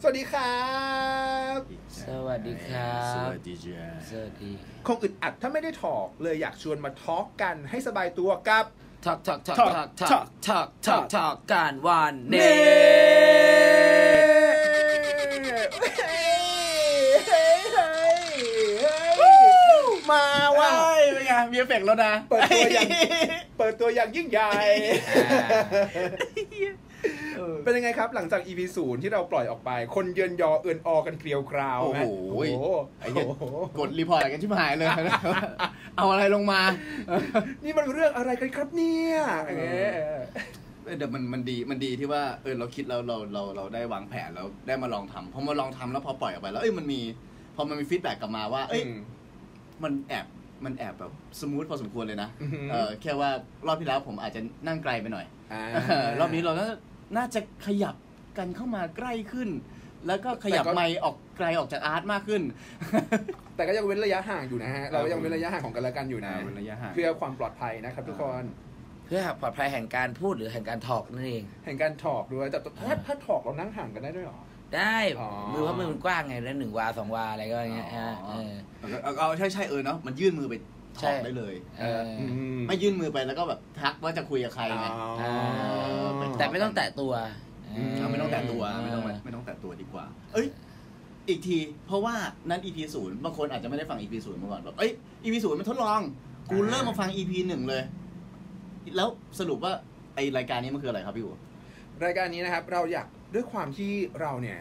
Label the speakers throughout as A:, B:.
A: สวัสดีครับ
B: สวัสดีครับ
C: สวัสดีจ้า
B: สวัสดี
A: คงอึดอัดถ้าไม่ได้ถอกเลยอยากชวนมาทอล์กกันให้สบายตัวกับ
B: ทักทักทัก
A: Talk
B: ทัก
A: Talk
B: ทักทักทักทักการวันเน
A: มาว่ะ
C: ว้ายเป็นไงมีเอฟเฟกต์แล้วนะ
A: เปิดตัวอย่างเปิดตัวอย่างยิ่งใหญ่ เป็นยังไงครับ หลังจาก EP ศูนย์ที่เราปล่อยออกไป คนเยินยอเอินออกันเกลียวกราว
C: โอ้
A: ไหม
C: โหไอ้เหี้ย
A: โอ้โห
C: กดรีพอร์ตกันชิบหายเลย เอาอะไรลงมา
A: นี่มันเรื่องอะไรกันครับเนี่ยเออ
C: เออแต่มันมันดีมันดีที่ว่าเออเราคิดแล้วเราเราเราได้วางแผนแล้วได้มาลองทำพอมาลองทำแล้วพอปล่อยออกไปแล้วเอ้ยมันมีพอมันมีฟีดแบ็กกลับมาว่าเอ้ยมันแอบมันแอบแบบสมูทพอสมควรเลยนะ
A: อือหือ
C: เออแค่ว่ารอบที่แล้วผมอาจจะนั่งไกลไปหน่อย
A: อ่า
C: เออรอบนี้เราน่าน่าจะขยับกันเข้ามาใกล้ขึ้น แล้วก็ขยับ
A: แต่ก็
C: ไมค์ออกไกลออกจากอาร์ตมากขึ้น
A: แต่ก็ยังเว้นระยะห่างอยู่นะฮะ เราก็ยังเว้นระยะห่างของกันและกันอยู่นะ
C: อ่าเว้นระยะห่าง
A: เพื่อความปลอดภัยนะครับทุกคน
B: เพื่อหักปลอดภัยแห่งการพูดหรือแห่งการถอกนั่นเอง
A: แห่งการถอกด้วย แต่ถ้าถ้าถอกเรานั่งห่างกันได้ด้วยเหรอ
B: ได้
A: อ๋อ
B: มือเพราะมือมันกว้างไงแล้วหนึ่งวาสองวาอะไรก็อย่างเงี้ย
C: อ๋อ
B: ฮะเออ
C: เอาเอาใช่ใช่เออเนาะมันยื่นมือไปถ
B: ใช่
C: อกได้เลย
B: เอออ
A: ม
C: ไม่ยื่นมือไปแล้วก็แบบทักว่าจะคุยกับใครไง
A: อ๋อ
B: แต่ไม่ต้องแตะตัว
A: อืม
B: เ
C: เอาไม่ต้องแตะตัวไม่ต้องไม่ต้องแตะตัวดีกว่า เอ้ย อีกที เพราะว่านั้น EP ศูนย์บางคนอาจจะไม่ได้ฟัง EP ศูนย์มาก่อนแบบเอ้ย EP ศูนย์มันทดลองกูเริ่มมาฟัง EP หนึ่งเลย แล้วสรุปว่าไอรายการนี้มันคืออะไรครับพี่อู๋
A: รายการนี้นะครับเราอยากด้วยความที่เราเนี่ย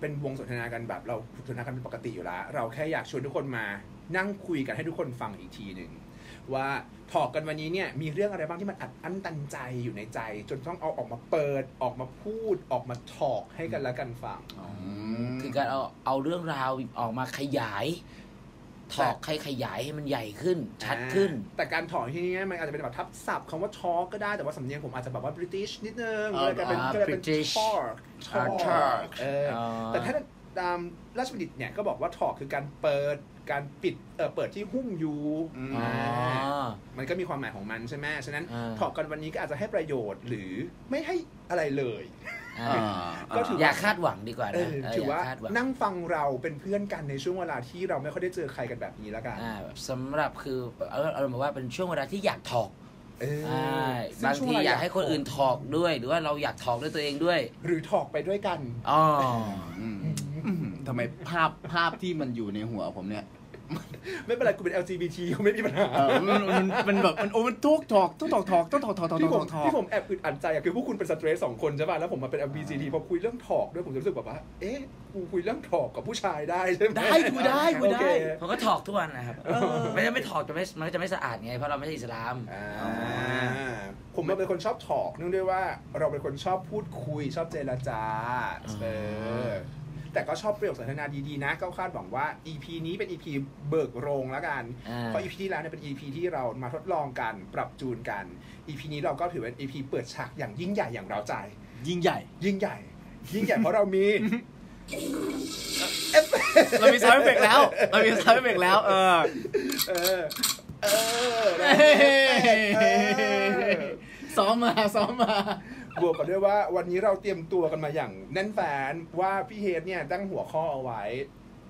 A: เป็นวงสนทนากันแบบเราสนทนากันเป็นปกติอยู่แล้ว เราแค่อยากชวนทุกคนมานั่งคุยกันให้ทุกคนฟังอีกทีหนึ่งว่าถอกกันวันนี้เนี่ยมีเรื่องอะไรบ้างที่มันอัดอั้นตันใจอยู่ในใจ จนต้องเอาออกมาเปิดออกมาพูดออกมาถอกให้กันและกันฟัง
B: คือการเอาเอาเรื่องราวออกมาขยาย ถอกให้ขยายให้มันใหญ่ขึ้น ชัดขึ้น
A: อ่าแต่การถอนที่นี่มันอาจจะเป็นแบบทับศัพท์คำว่า talk ก็ได้แต่ว่าสำเนียงผมอาจจะแบบว่า British นิดนึง
C: อ๋
A: ก็
C: อ
A: เลยกลายเป็น
B: อ่า
A: ก็เลยเป็น
B: British
A: talk
B: อ่า
A: talk
B: talk
A: เออ
B: อ๋อ
A: แต่ถ้าตามราชบัณฑิตเนี่ยก็บอกว่า talk คือการเปิดการปิดเออเปิดที่หุ้มอยู่
C: อืม
B: อ๋อ
A: อ่ามันก็มีความหมายของมันใช่ไหมฉะนั้น
B: อ่า
A: talk กันวันนี้ก็อาจจะให้ประโยชน์หรือไม่ให้อะไรเลย
B: อ่า
C: อ่า
A: ก็ถื
B: อย่าคาดหวังดีกว่า
A: เอ
B: นะ
A: อ
B: เออ
A: ถือ
B: อย่า
A: ว่า
B: คาดหวัง
A: นั่งฟังเราเป็นเพื่อนกันในช่วงเวลาที่เราไม่ค่อยได้เจอใครกันแบบนี้แล้วกัน
B: อ่าสำหรับคือเอาเอาเราบอกว่าเป็นช่วงเวลาที่อยากถอก
A: เออ
B: ใช่
A: ซึ่
B: บาง
A: ช่ว
B: ที
A: เวล
B: อยากให้คนอื่นถอกด้วย หรือว่าเราอยากถอกด้วยตัวเองด้วย
A: หรือถอกไปด้วยกัน
B: อ๋อ
C: อืมอืมทำไมภาพภาพที่มันอยู่ในหัวผมเนี่ย
A: ไม่เป็นไรกูเป็น LGBT กูไม่มีปัญหา
C: เออมันมันมันแบบมันโอ้มันทุกถอกทุกถอกถอกทุกถอกถอกถอก
A: ที่ผม
C: ถอก
A: ที่ผมแอบอึดอัดใจอะคือพวกคุณเป็นสเตรสสองคนใช่ป่ะแล้วผมมาเป็น LGBT พอคุยเรื่องถอกด้วยผมจะรู้สึกแบบว่า เอ๊ะกูคุยเรื่องถอกกับผู้ชายได้ใช่ไหม
C: ได้คุยได้คุยได้
A: โอเค
B: ผมก็ถอกทุกวันนะครับไม่ได้ไม่ถอกจะไม่มันก็จะไม่สะอาดไงเพราะเราไม่ใช่อิสลาม
A: อ่าผมเป็นคนชอบถอกเนื่องด้วยว่าเราเป็นคนชอบพูดคุยชอบเจรจาเออแต่ก็ชอบประโยคสนทนาดีๆนะก็คาดหวังว่า EP นี้เป็น EP เบิกโรงแล้วกัน
B: อ่า
A: เพราะ EP ที่แล้วเนี่ยเป็น EP ที่เรามาทดลองกันปรับจูนกัน EP นี้เราก็ถือเป็น EP เปิดฉากอย่างยิ่งใหญ่อย่างเราใจ
C: ยิ่งใหญ่
A: ยิ่งใหญ่ ยิ่งใหญ่เพราะเรามี
C: เรามีซาวด์เอฟเฟกต์แล้วเรามีซาวด์เอฟเฟกต์แล้ว เออ
A: เออ เออเรามีเออ
C: ซ้อมมาซ้อมมา
A: บวกกับด้วยว่าวันนี้เราเตรียมตัวกันมาอย่างแน่นแฟนว่าพี่เฮดเนี่ยตั้งหัวข้อเอาไว้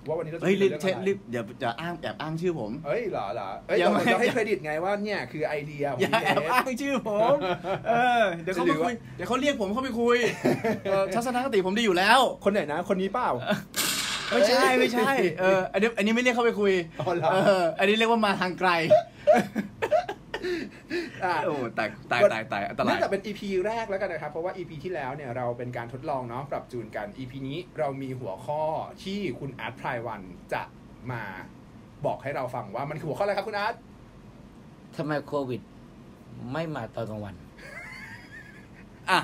A: ว่าวันนี้เราจะ
C: เฮ้ยรีบ
A: คุ
C: เช็ด
A: องอะไ
C: รีบอย่าอย่าอ้างแอบอ้างชื่อผม
A: เอ้ยเหรอเหรอเอ้ย
C: อย่า
A: เรา
C: มา
A: เราให้เครดิตไงว่าเนี่ยคือไอเดียของ
C: อย่า
A: พี่
C: แอ
A: เฮ
C: บ
A: ด
C: อ้างชื่อผม เออเดี๋ยวเขา
A: หรื
C: ไป
A: อ
C: คุ
A: ว่า
C: ยเดี๋ยวเขาเรียกผมเข้าไปคุยเออทัศนคติผมดีอยู่แล้ว
A: คนไหนนะคนนี้เปล่า
C: ไม่ใช่ไม่ใช่เอออันนี้อันนี้ไม่เรียกเข้าไปคุย
A: อ๋อเหรอ
C: เอออันนี้เรียกว่ามาทางไกล
A: อ่ะ
C: โอ้ตายตายตายตายอันตรา
A: น่าย จะเป็น EP แรกแล้วกันนะครับ เพราะว่า EP ที่แล้วเนี่ยเราเป็นการทดลองเนาะปรับจูนกัน EP นี้เรามีหัวข้อที่คุณอาร์ตพรายวันจะมาบอกให้เราฟังว่ามันคือหัวข้ออะไรครับคุณอาร์ต
B: ทำไมโควิด ไม่มาตอนกลางวัน
C: อ่ะ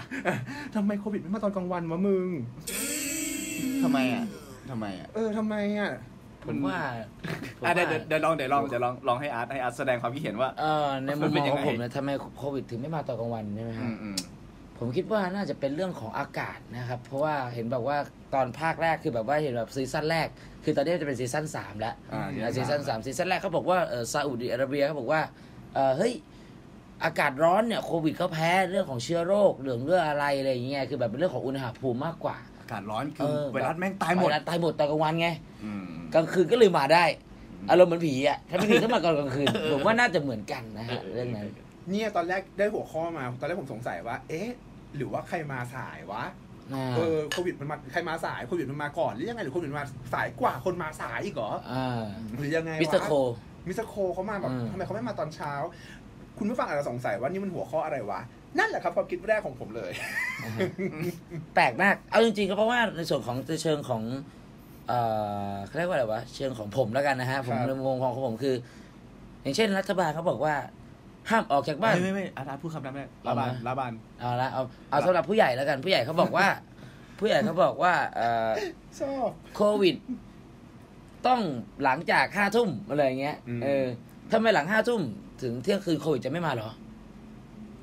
A: ทำไมโควิดไม่มาตอนกลางวันวะมึง
C: ทำไมอ่ะทำไมอ่ะ
A: เออทำไมอ่ะ
B: ผมว่าผม
C: อ่ะเดี๋ยว
B: ว่า
C: เดี๋ยวเดี๋ยวลองเดี๋ยวลองเดี๋ยวลองลองให้อาร์ตให้อาร์ตแสดงความคิดเห็นว่า
B: เอ่อในมุม
C: มันเป็
B: มอน ง
C: ยั
B: ข
C: ง
B: อ
C: ไง
B: งผมนะทำไมโควิดถึงไม่มาตอนกลางวันใช่ไหมค
C: อื
B: รับ
C: มอืม
B: ผมคิดว่าน่าจะเป็นเรื่องของอากาศนะครับ เพราะว่าเห็นแบบว่าตอนภาคแรกคือแบบว่าเห็นแบบซีซั่นแรก คือตอนนี้จะเป็นซีซั่นสามแล้ว
C: อ่าซีซั่นสาม
B: ซีซั่นสามซีซั่นแรกเขาบอกว่าเออซาอุดิอาระเบียเขาบอกว่าเออเฮ้ยอากาศร้อนเนี่ยโควิดเขาแพ้เรื่องของเชื้อโรคเรื่องเรื่องอะไรอะไรอย่างเงี้ยคือแบบเป็นเรื่องของอุณหภูมิมากกว่า
C: อากาศร้อนคือ
B: เออ
C: ไวรัสแม่งตายหมด
B: ตายหมดตอนกลางวันไง
C: อืม
B: กลางคืนก็เลยมาได้อารมณ์เหมือนผีอ่ะถ้าเป็นผีก็มาก่อนกลางคืน
C: เออ
B: ผมว่าน่าจะเหมือนกันนะฮะเรื่องนั้น
A: เนี่ยตอนแรกได้หัวข้อมา ตอนแรกผมสงสัยว่า เอ๊ะ หรือว่าใครมาสายวะ
B: อ่า
A: เออ โควิดมันมา ใครมาสาย โควิดมันมาก่อน หรือยังไง หรือโควิดมันมาสายกว่า คนมาสายอีกเหรอ
B: อ่า
A: หรือยังไงวะ
B: มิสเตอร์โค
A: มิสเตอร์โคเขามาแบบ
B: อืม
A: ทำไมเขาไม่มาตอนเช้า คุณผู้ฟังอาจจะสงสัยว่านี่มันหัวข้ออะไรวะ นั่นแหละครับความคิดแรกของผมเลย
B: แปลกมาก เอาจริงๆก็เพราะว่าในส่วนของในเชิงของ เอ่อเขาเรียกว่าอะไรวะ เชิงของผมแล้วกันนะฮะ ผม
A: ครับ
B: ในมุมมองของผมคือ อย่างเช่นรัฐบาลเขาบอกว่า ห้ามออกจากบ้าน
C: ไม่ไม่ไม่อาจารย์พูดคำนั้นไม่ได้
B: เอา
C: ลา
B: มา
C: บานลาบาน
B: เอาละเอาเอาสำหรับผู้ใหญ่แล้วกัน ผู้ใหญ่เขาบอกว่า ผู้ใหญ่เขาบอกว่าเอ่อ
A: ชอบ
B: โควิด ต้องหลังจากห้าทุ่มอะไรอย่างเงี้ย
A: อืม
B: เออทำไมหลังห้าทุ่มถึงเที่ยงคืนโควิดจะไม่มาเหรอ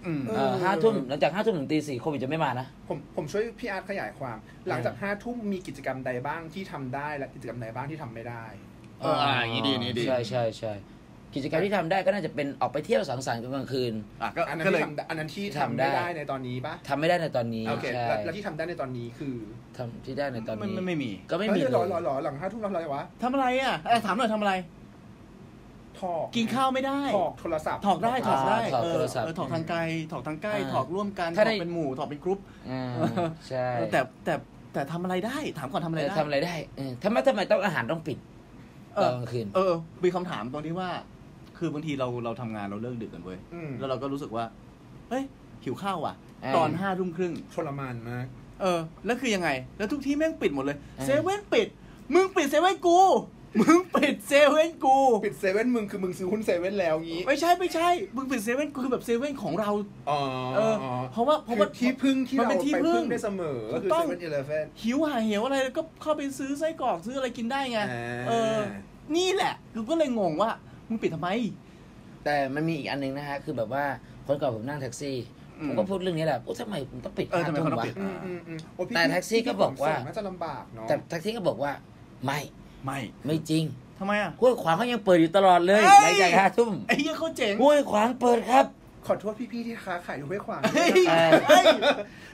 C: อืม
A: เ
B: เออห้าทุ่มหลังจากห้าทุ่มถึงตีสี่โควิดจะไม่มานะ
A: ผมผมช่วยพี่อาร์ตขยายความ หลังจากห้าทุ่มมีกิจกรรมใดบ้างที่ทำได้และกิจกรรมใดบ้างที่ทำไม่ได้
C: เอออ่ะอย่างนี้ดีอย่างนี้ดี
B: ใช่ใช่ใช่กิจกรรมที่ทำได้ก็น่าจะเป็นออกไปเที่ยวสังสรรค์กลางคืน
C: อ่ะก็
A: อันนั้น
C: ก็เล
A: ที่
C: ย
A: ทำได้อันนั้นที่ทำไม่
B: ทำได้
A: ได้ในตอนนี้ปะ
B: ทำไม่ได้ในตอนนี้
A: โอเค
B: ใช่
A: แล้วแล้วที่ทำได้ในตอนนี้คือ
B: ทำที่ได้ในตอน
C: มัน
B: นี้
C: มันไม่มี
B: ก็ไม่มี
A: เฮ้ยหรอหรอ
B: เลย
A: หรอหลังห้าทุ่มทำอะไรวะ
C: ทำอะไรอ่ะเอ้ยถามหน่อยทำอะไร
A: ถอก
C: กินข้าวไม่ได้
A: ถอกโทรศัพท์
C: ถอกได้ถอกได้
B: าถอก
C: เออ
B: โทรศัพท์
C: เออถอกทางไกลถอกทางใกล้
B: อ่า
C: ถอกร่วมกันถ
B: ถ้า
C: อก
B: ได้
C: เป็นหมู่ถอกเป็นกรุ๊ป
B: อ่าใช่
C: เออแต่แต่แต่ทำอะไรได้ ถามก่อนทำอะไร
B: เออ
C: ได้
B: ทำอะไรได้เออทำไมทำไมต้องอาหารต้องปิด
C: เอ
B: ตอ
C: อ
B: น
C: ก
B: ลางคืน
C: เออมีคำถามตรงที่ว่า คือบางทีเราเราทำงานเราเลิกดึกกันเว้ย
A: อืม
C: แล้วเราก็รู้สึกว่าเอ้ยหิวข้าวว่ะ
B: เออ
C: ตอนห้าทุ่มครึ่ง
A: ทรมานมาก
C: เออ แล้วคือยังไง แล้วทุกที่แม่งปิดหมดเลย
B: เออ
C: เซเว่นปิด มึงปิดเซเว่นกูมึงปิดเซเว่นกู
A: ปิดเซเว่นมึงคือมึงซื้อหุ้นเซเว่นแล้วงี้
C: ไม่ใช่ไม่ใช่ มึงปิดเซเว่นกูคือแบบเซเว่นของเรา
A: อ๋อ
C: เออ เพราะว่าเพ
A: คื
C: ราะ
A: อ
C: ว่า
A: ที่พึ่งที่
C: มัน
A: เรา
C: เป็
A: ไป
C: นที่พึ่ง
A: พึ่งได้เสมอก็คือ
C: ถูกต้
A: เซ
C: อง
A: เว่นอีเลฟเว่น
C: หิวหายเหวอะไรก็เข้าไปซื้อไส้กรอกซื้ออะไรกินได้ไง
A: อ่า
C: เออ นี่แหละกูก็เลยงงว่า มึงปิดทำไม
B: แต่มันมีอีกอันหนึงนะฮะคือแบบว่าคนก่อนผมนั่งแท็กซี่
C: อืม
B: ผมก็พูดเรื่องนี้แหละโอ้ทำไมผมต้องปิด
C: เออทำไมเขาต้อง
B: วะ
C: ปิด
A: อืมอืมอืมโอ้พี่
B: แต่แท็กซี่ก็บอกว่า
A: ขนส่งน่าจะลำบากเนาะ
B: แต่แท็กซี่ก็บอกว่าไม่
C: ไม่
B: ไม่จริง
C: ทำไมอ่ะ
B: ห้วยขวางเขายังเปิดอยู่ตลอดเลย
C: เอ้ย
B: หลังจากห้าทุ่ม
C: ไอ้เหี้ยเขาเจ๋ง
B: ห้วยขวางเปิดครับ
A: ขอโทษพี่ๆที่ค้าขายอยู่ห้วยขวางด้ว
C: เฮ้
A: ย
C: ย
A: นะ
B: เออ
C: เฮ้ย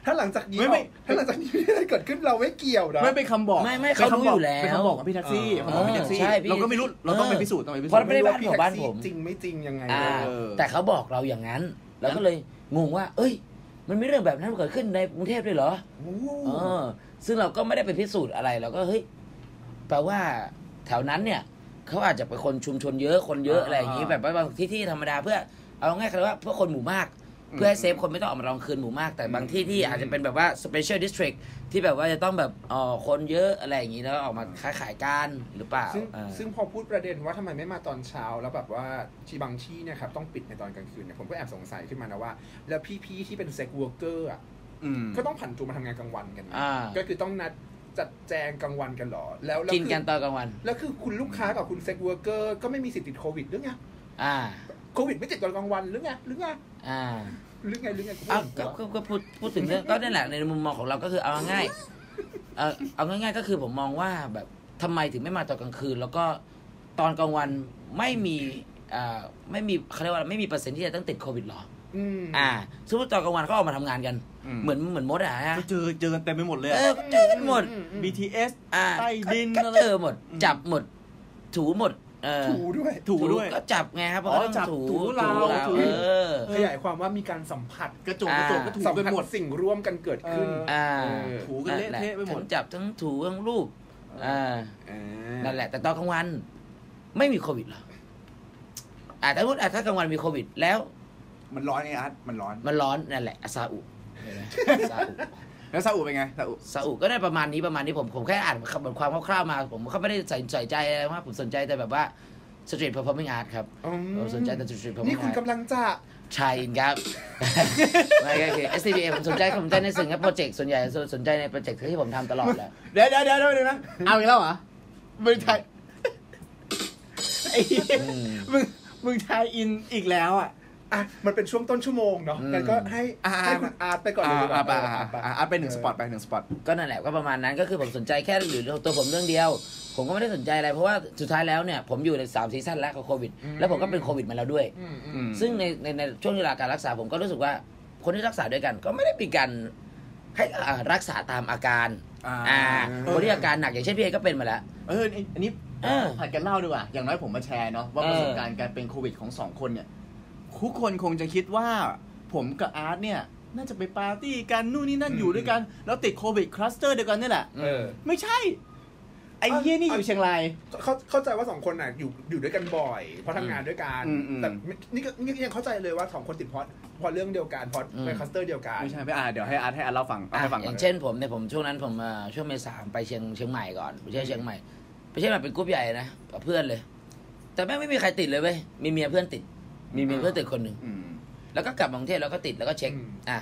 A: ถ้าหลังจากนี้
C: ไม่ไม่
A: ถ้าหลังจากนี้มีอะไรเกิดขึ้นเราไม่เกี่ยวนะ
C: ไม่เป็นคำบอก
B: ไม่ไม่
C: ป็น
B: เขา
C: คำ
B: รู้
C: บก
B: อยู่แล้ว
C: เป็นคำบอกกับพี่แท็กซี่
A: เออ
C: เขาบอกพี่แท็กซี่
B: ใช่พี่
C: เราก็ไม่รู้เราต้องไป
B: เออ
C: พิสูจน์ต้องไปพิสู
B: เพ
C: จ
B: ราะ
C: น์
B: ไม่ได้บ้าน
A: รู้ว่พี่
B: ผมบ้าน
A: แท็ก
B: ผ
A: ซี่จ
B: ม
A: ริงไม่จริงยังไง
B: อ่า
A: เออ
B: แต่เขาบอกเราอย่างนั้น เราก็เลยงงว่า เอ้ย มันมีเรื่องแบบนั้นเกิดขึ้นในกรุงเทพด้วยเหรอเออ ซึ่งเราก็ไม่ได้ไปพิสูจน์อะไรเราก็เฮ้ยแปลว่าแถวนั้นเนี่ยเขาอาจจะเป็นคนชุมชนเยอะคนเยอะ
C: อ่า
B: อะไรอย่างนี้แบบว่าบางที่ที่ธรรมดาเพื่อเอาง่ายๆคือว่าเพื่อคนหมู่มาก
C: อืม
B: เพื่อให้เซฟคนไม่ต้องออกมาลองคืนหมู่มาก แต่บางที่ที่
A: อืม
B: อาจจะเป็นแบบว่า special district ที่แบบว่าจะต้องแบบเอ๋อคนเยอะอะไรอย่างนี้แล้วออกมาค้าขายกันหรือเปล่า
A: ซึ่ง
B: อ่า
A: ซึ่งพอพูดประเด็นว่าทำไมไม่มาตอนเช้า แล้วแบบว่าที่บางที่เนี่ยครับต้องปิดในตอนกลางคืนเนี่ยผมก็แอบสงสัยขึ้นมานะว่า แล้วพี่ๆที่เป็นเซ็กเวิร์กเกอร์อ่ะก็ต้องผันตัวมาทำงานกลางวันกันนะ
B: อ่า
A: ก็คือต้องนัดจัดแจงกลางวันกันเหรอ แล้วแล้ว
B: กิน
A: คือ
B: กันตอนกลางวัน
A: แล้วคือคุณลูกค้ากับคุณเซ็กเวิร์กเกอร์ก็ไม่มีสิทธิ์ติดโควิดหรือไง
B: อ่า
A: โควิดไม่ติดตอนกลางวันหรือไงหรือไง
B: อ่า
A: หรือไงหรือไงกูไม่
B: เอา
A: เห็น
B: ก็
A: วะ
B: ก็ก็พูดพูดถึงเรื่องก็นั่นแหละในมุมมองของเราก็คือเอาง่ายๆเออเอาง่ายๆก็คือผมมองว่าแบบทำไมถึงไม่มาตอนกลางคืน แล้วก็ตอนกลางวันไม่มีเอ่อไม่มีเขาเรียกว่าอะไรไม่มีเปอร์เซ็นต์ที่จะต้องติดโควิดหรอ
A: อืม
B: อ่าสมมติตอนกลางวันเขาออกมาทำงานกัน
C: อืม
B: เหมือนเหมือนมดอ่ะฮะ
C: ก็เจอเจอกันเต็มไปหมดเลย
B: เอ
C: อะ
B: อเจอกันหมด
A: อือืม
C: BTS
B: อ่า
C: ใต้ดิน
B: ก็ก็เจอหมด
C: อืม
B: จับหมด ถูหมด เออ
A: ถูด้วย
C: ถูด้วย
B: ก็จับไงครับเพราะ
C: อ๋อ
B: เขาต้อง
C: จับ
B: ถู
C: ถูราวถู
B: เออ
A: ขยายความว่ามีการสัมผัส
C: กระจกกระจกก็ถู
A: สัม
C: กัน
A: ผัส
C: หมด
A: สิ่งร่วมกันเกิดขึ้น
C: เอ
B: อ่า
A: เออ
C: ถูกันเละเทะไปหมด
B: ทั้งจับทั้งถูทั้งรูปอ่า
A: อ่า
B: นั่นแหละ แต่ตอนกลางวัน ไม่มีโควิดเหรออ่าถ้าพูดอ่าถ้ากลางวันมีโควิด แล้ว
C: มันร้อนไงอาร์ตมันร้อน
B: มันร้อนนั่นแหละอ่ะซาอุซาอุ
C: แล้วซาอุเป็นไงซาอุ
B: ซาอุก็ได้ประมาณนี้ประมาณนี้ผมผมแค่อ่านคำบทความคร่าวๆมา ผมก็ไม่ได้ใส่ใส่ใจอะไรมากผมสนใจแต่แบบว่าสตรีทเพอร์ฟอร์มิ่งอาร์ตครับ
A: อืม
B: ผมสนใจแต่สตรีทเพอร์ฟอร์
A: นี่
B: มิ่ง
A: คุณ
B: อาร์ต
A: กำลังจะ
B: ชายอินครับ ไม่ก็คือ S T B A ผมสนใจผมสนใจในสิ่งและโปรเจกต์ส่วนใหญ่สนใจในโปรเจกต์ที่ผมทำตลอดแหละ
C: เดี๋ยวเดี๋ยวเดี๋ยวเดี๋ยวนะ เอาอีกแล้วเหรอ มึงไทยไอ้เหี้ย
B: อืม
C: มึง มึงไทยอินอีกแล้วอ่ะ
A: อ่ะมันเป็นช่วงต้นชั่วโมงเนาะ
B: อืม
A: งั้นก็ให้ให้คุณอาร์ตไปก่อนเลยดีกว่าไป
C: อ่าไปหนึ่งสปอตไปหนึ่งสปอต
B: ก็นั่นแหละก็ประมาณนั้นก็คือผมสนใจแค่หรือตัวผมเรื่องเดียว ผมก็ไม่ได้สนใจอะไรเพราะว่าสุดท้ายแล้วเนี่ยผมอยู่ในสามซีซั่นแล้วของโควิด แล้วผมก็เป็นโควิดมาแล้วด้วย
A: อืมอืม
B: ซึ่งในในในช่วงเวลาการรักษาผมก็รู้สึกว่าคนที่รักษาด้วยกัน ก็ไม่ได้มีการให้อ่ารักษาตามอาการ
C: อ่า
B: อ่าคนที่อาการหนักอย่างเช่นพี่เอก็เป็นมาแล้ว
C: เออนี่อันนี้
B: เออ
C: ผัดกันเล่าดีกว่า อย่างน้อยผมมาแชร์เนาะว่า
B: เอ
C: ป
B: อ
C: ระสบการณ์การเป็นโควิดของสองคนเนี่ย ทุกคนคงจะคิดว่า ผมกับอาร์ตเนี่ย น่าจะไปปาร์ตี้กันนู่นนี่นั่น
A: อืม
C: อยู่ด้วยกัน แล้วติดโควิดคลัสเตอร์เดียวกันนี่แหละ
A: เออ
C: ไม่ใช่ ไอ้เหี้ยนี่
A: เอ้
C: อย ยู่เชียงราย
A: เข้าเข้าใจว่าสองคนน่ะอยู่อยู่ด้วยกันบ่อย เพราะทำงานด้วยกัน
C: อืมอืม
A: แต่นี่ก็นี่ก็ยังเข้าใจเลยว่าสองคนติดเพราะเพราะเรื่องเดียวกันเพราะเป็นคลัสเตอร์เดียวกัน
C: ไม่ใช่ไม่อาเดี๋ยวให้อาร์ตให้อาร์ตเล่าฟังเอา
B: อ่ะ
C: ให้ฟัง
B: อ
C: ก่อย่าง น
B: เช่นผมเนี่ยผมช่วงนั้นผมอ่าช่วงเมษาผมไปเชียงเชียงใหม่ก่อนไปเที่ยวเชียงใหม่ไปเชียงใหม่เป็นกรุ๊ปใหญ่นะกับเพื่อนเลย แต่แม่งไม่มีใครติดเลยเว้ยมีเมียเพื่อนติด มีเมียเพื่อนติดคนหนึ่ง
C: อืม
B: แล้วก็กลับมากรุงเทพแล้วก็ติดแล้วก็เช็ค
A: อืม
B: อ่ะ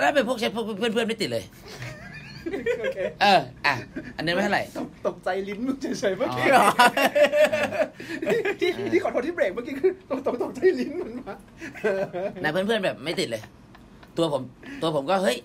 B: แล้วเป็นพวกเช็คพวกเพื่อนเพื่อนๆไม่ติดเลย
A: โอเค
B: เอออ่ะอันนี้ไม่เท่าไหร่
A: ตกตกใจลิ้นมึงเฉยๆเมื่อกี้
B: อ๋อ
A: ที่ที่ที่ขอโทษที่เบรกเมื่อกี้คือตกตกตกใจลิ้นมันมา
B: นะเพื่อนๆแบบไม่ติดเลย ตัวผมตัวผมก็เฮ้ย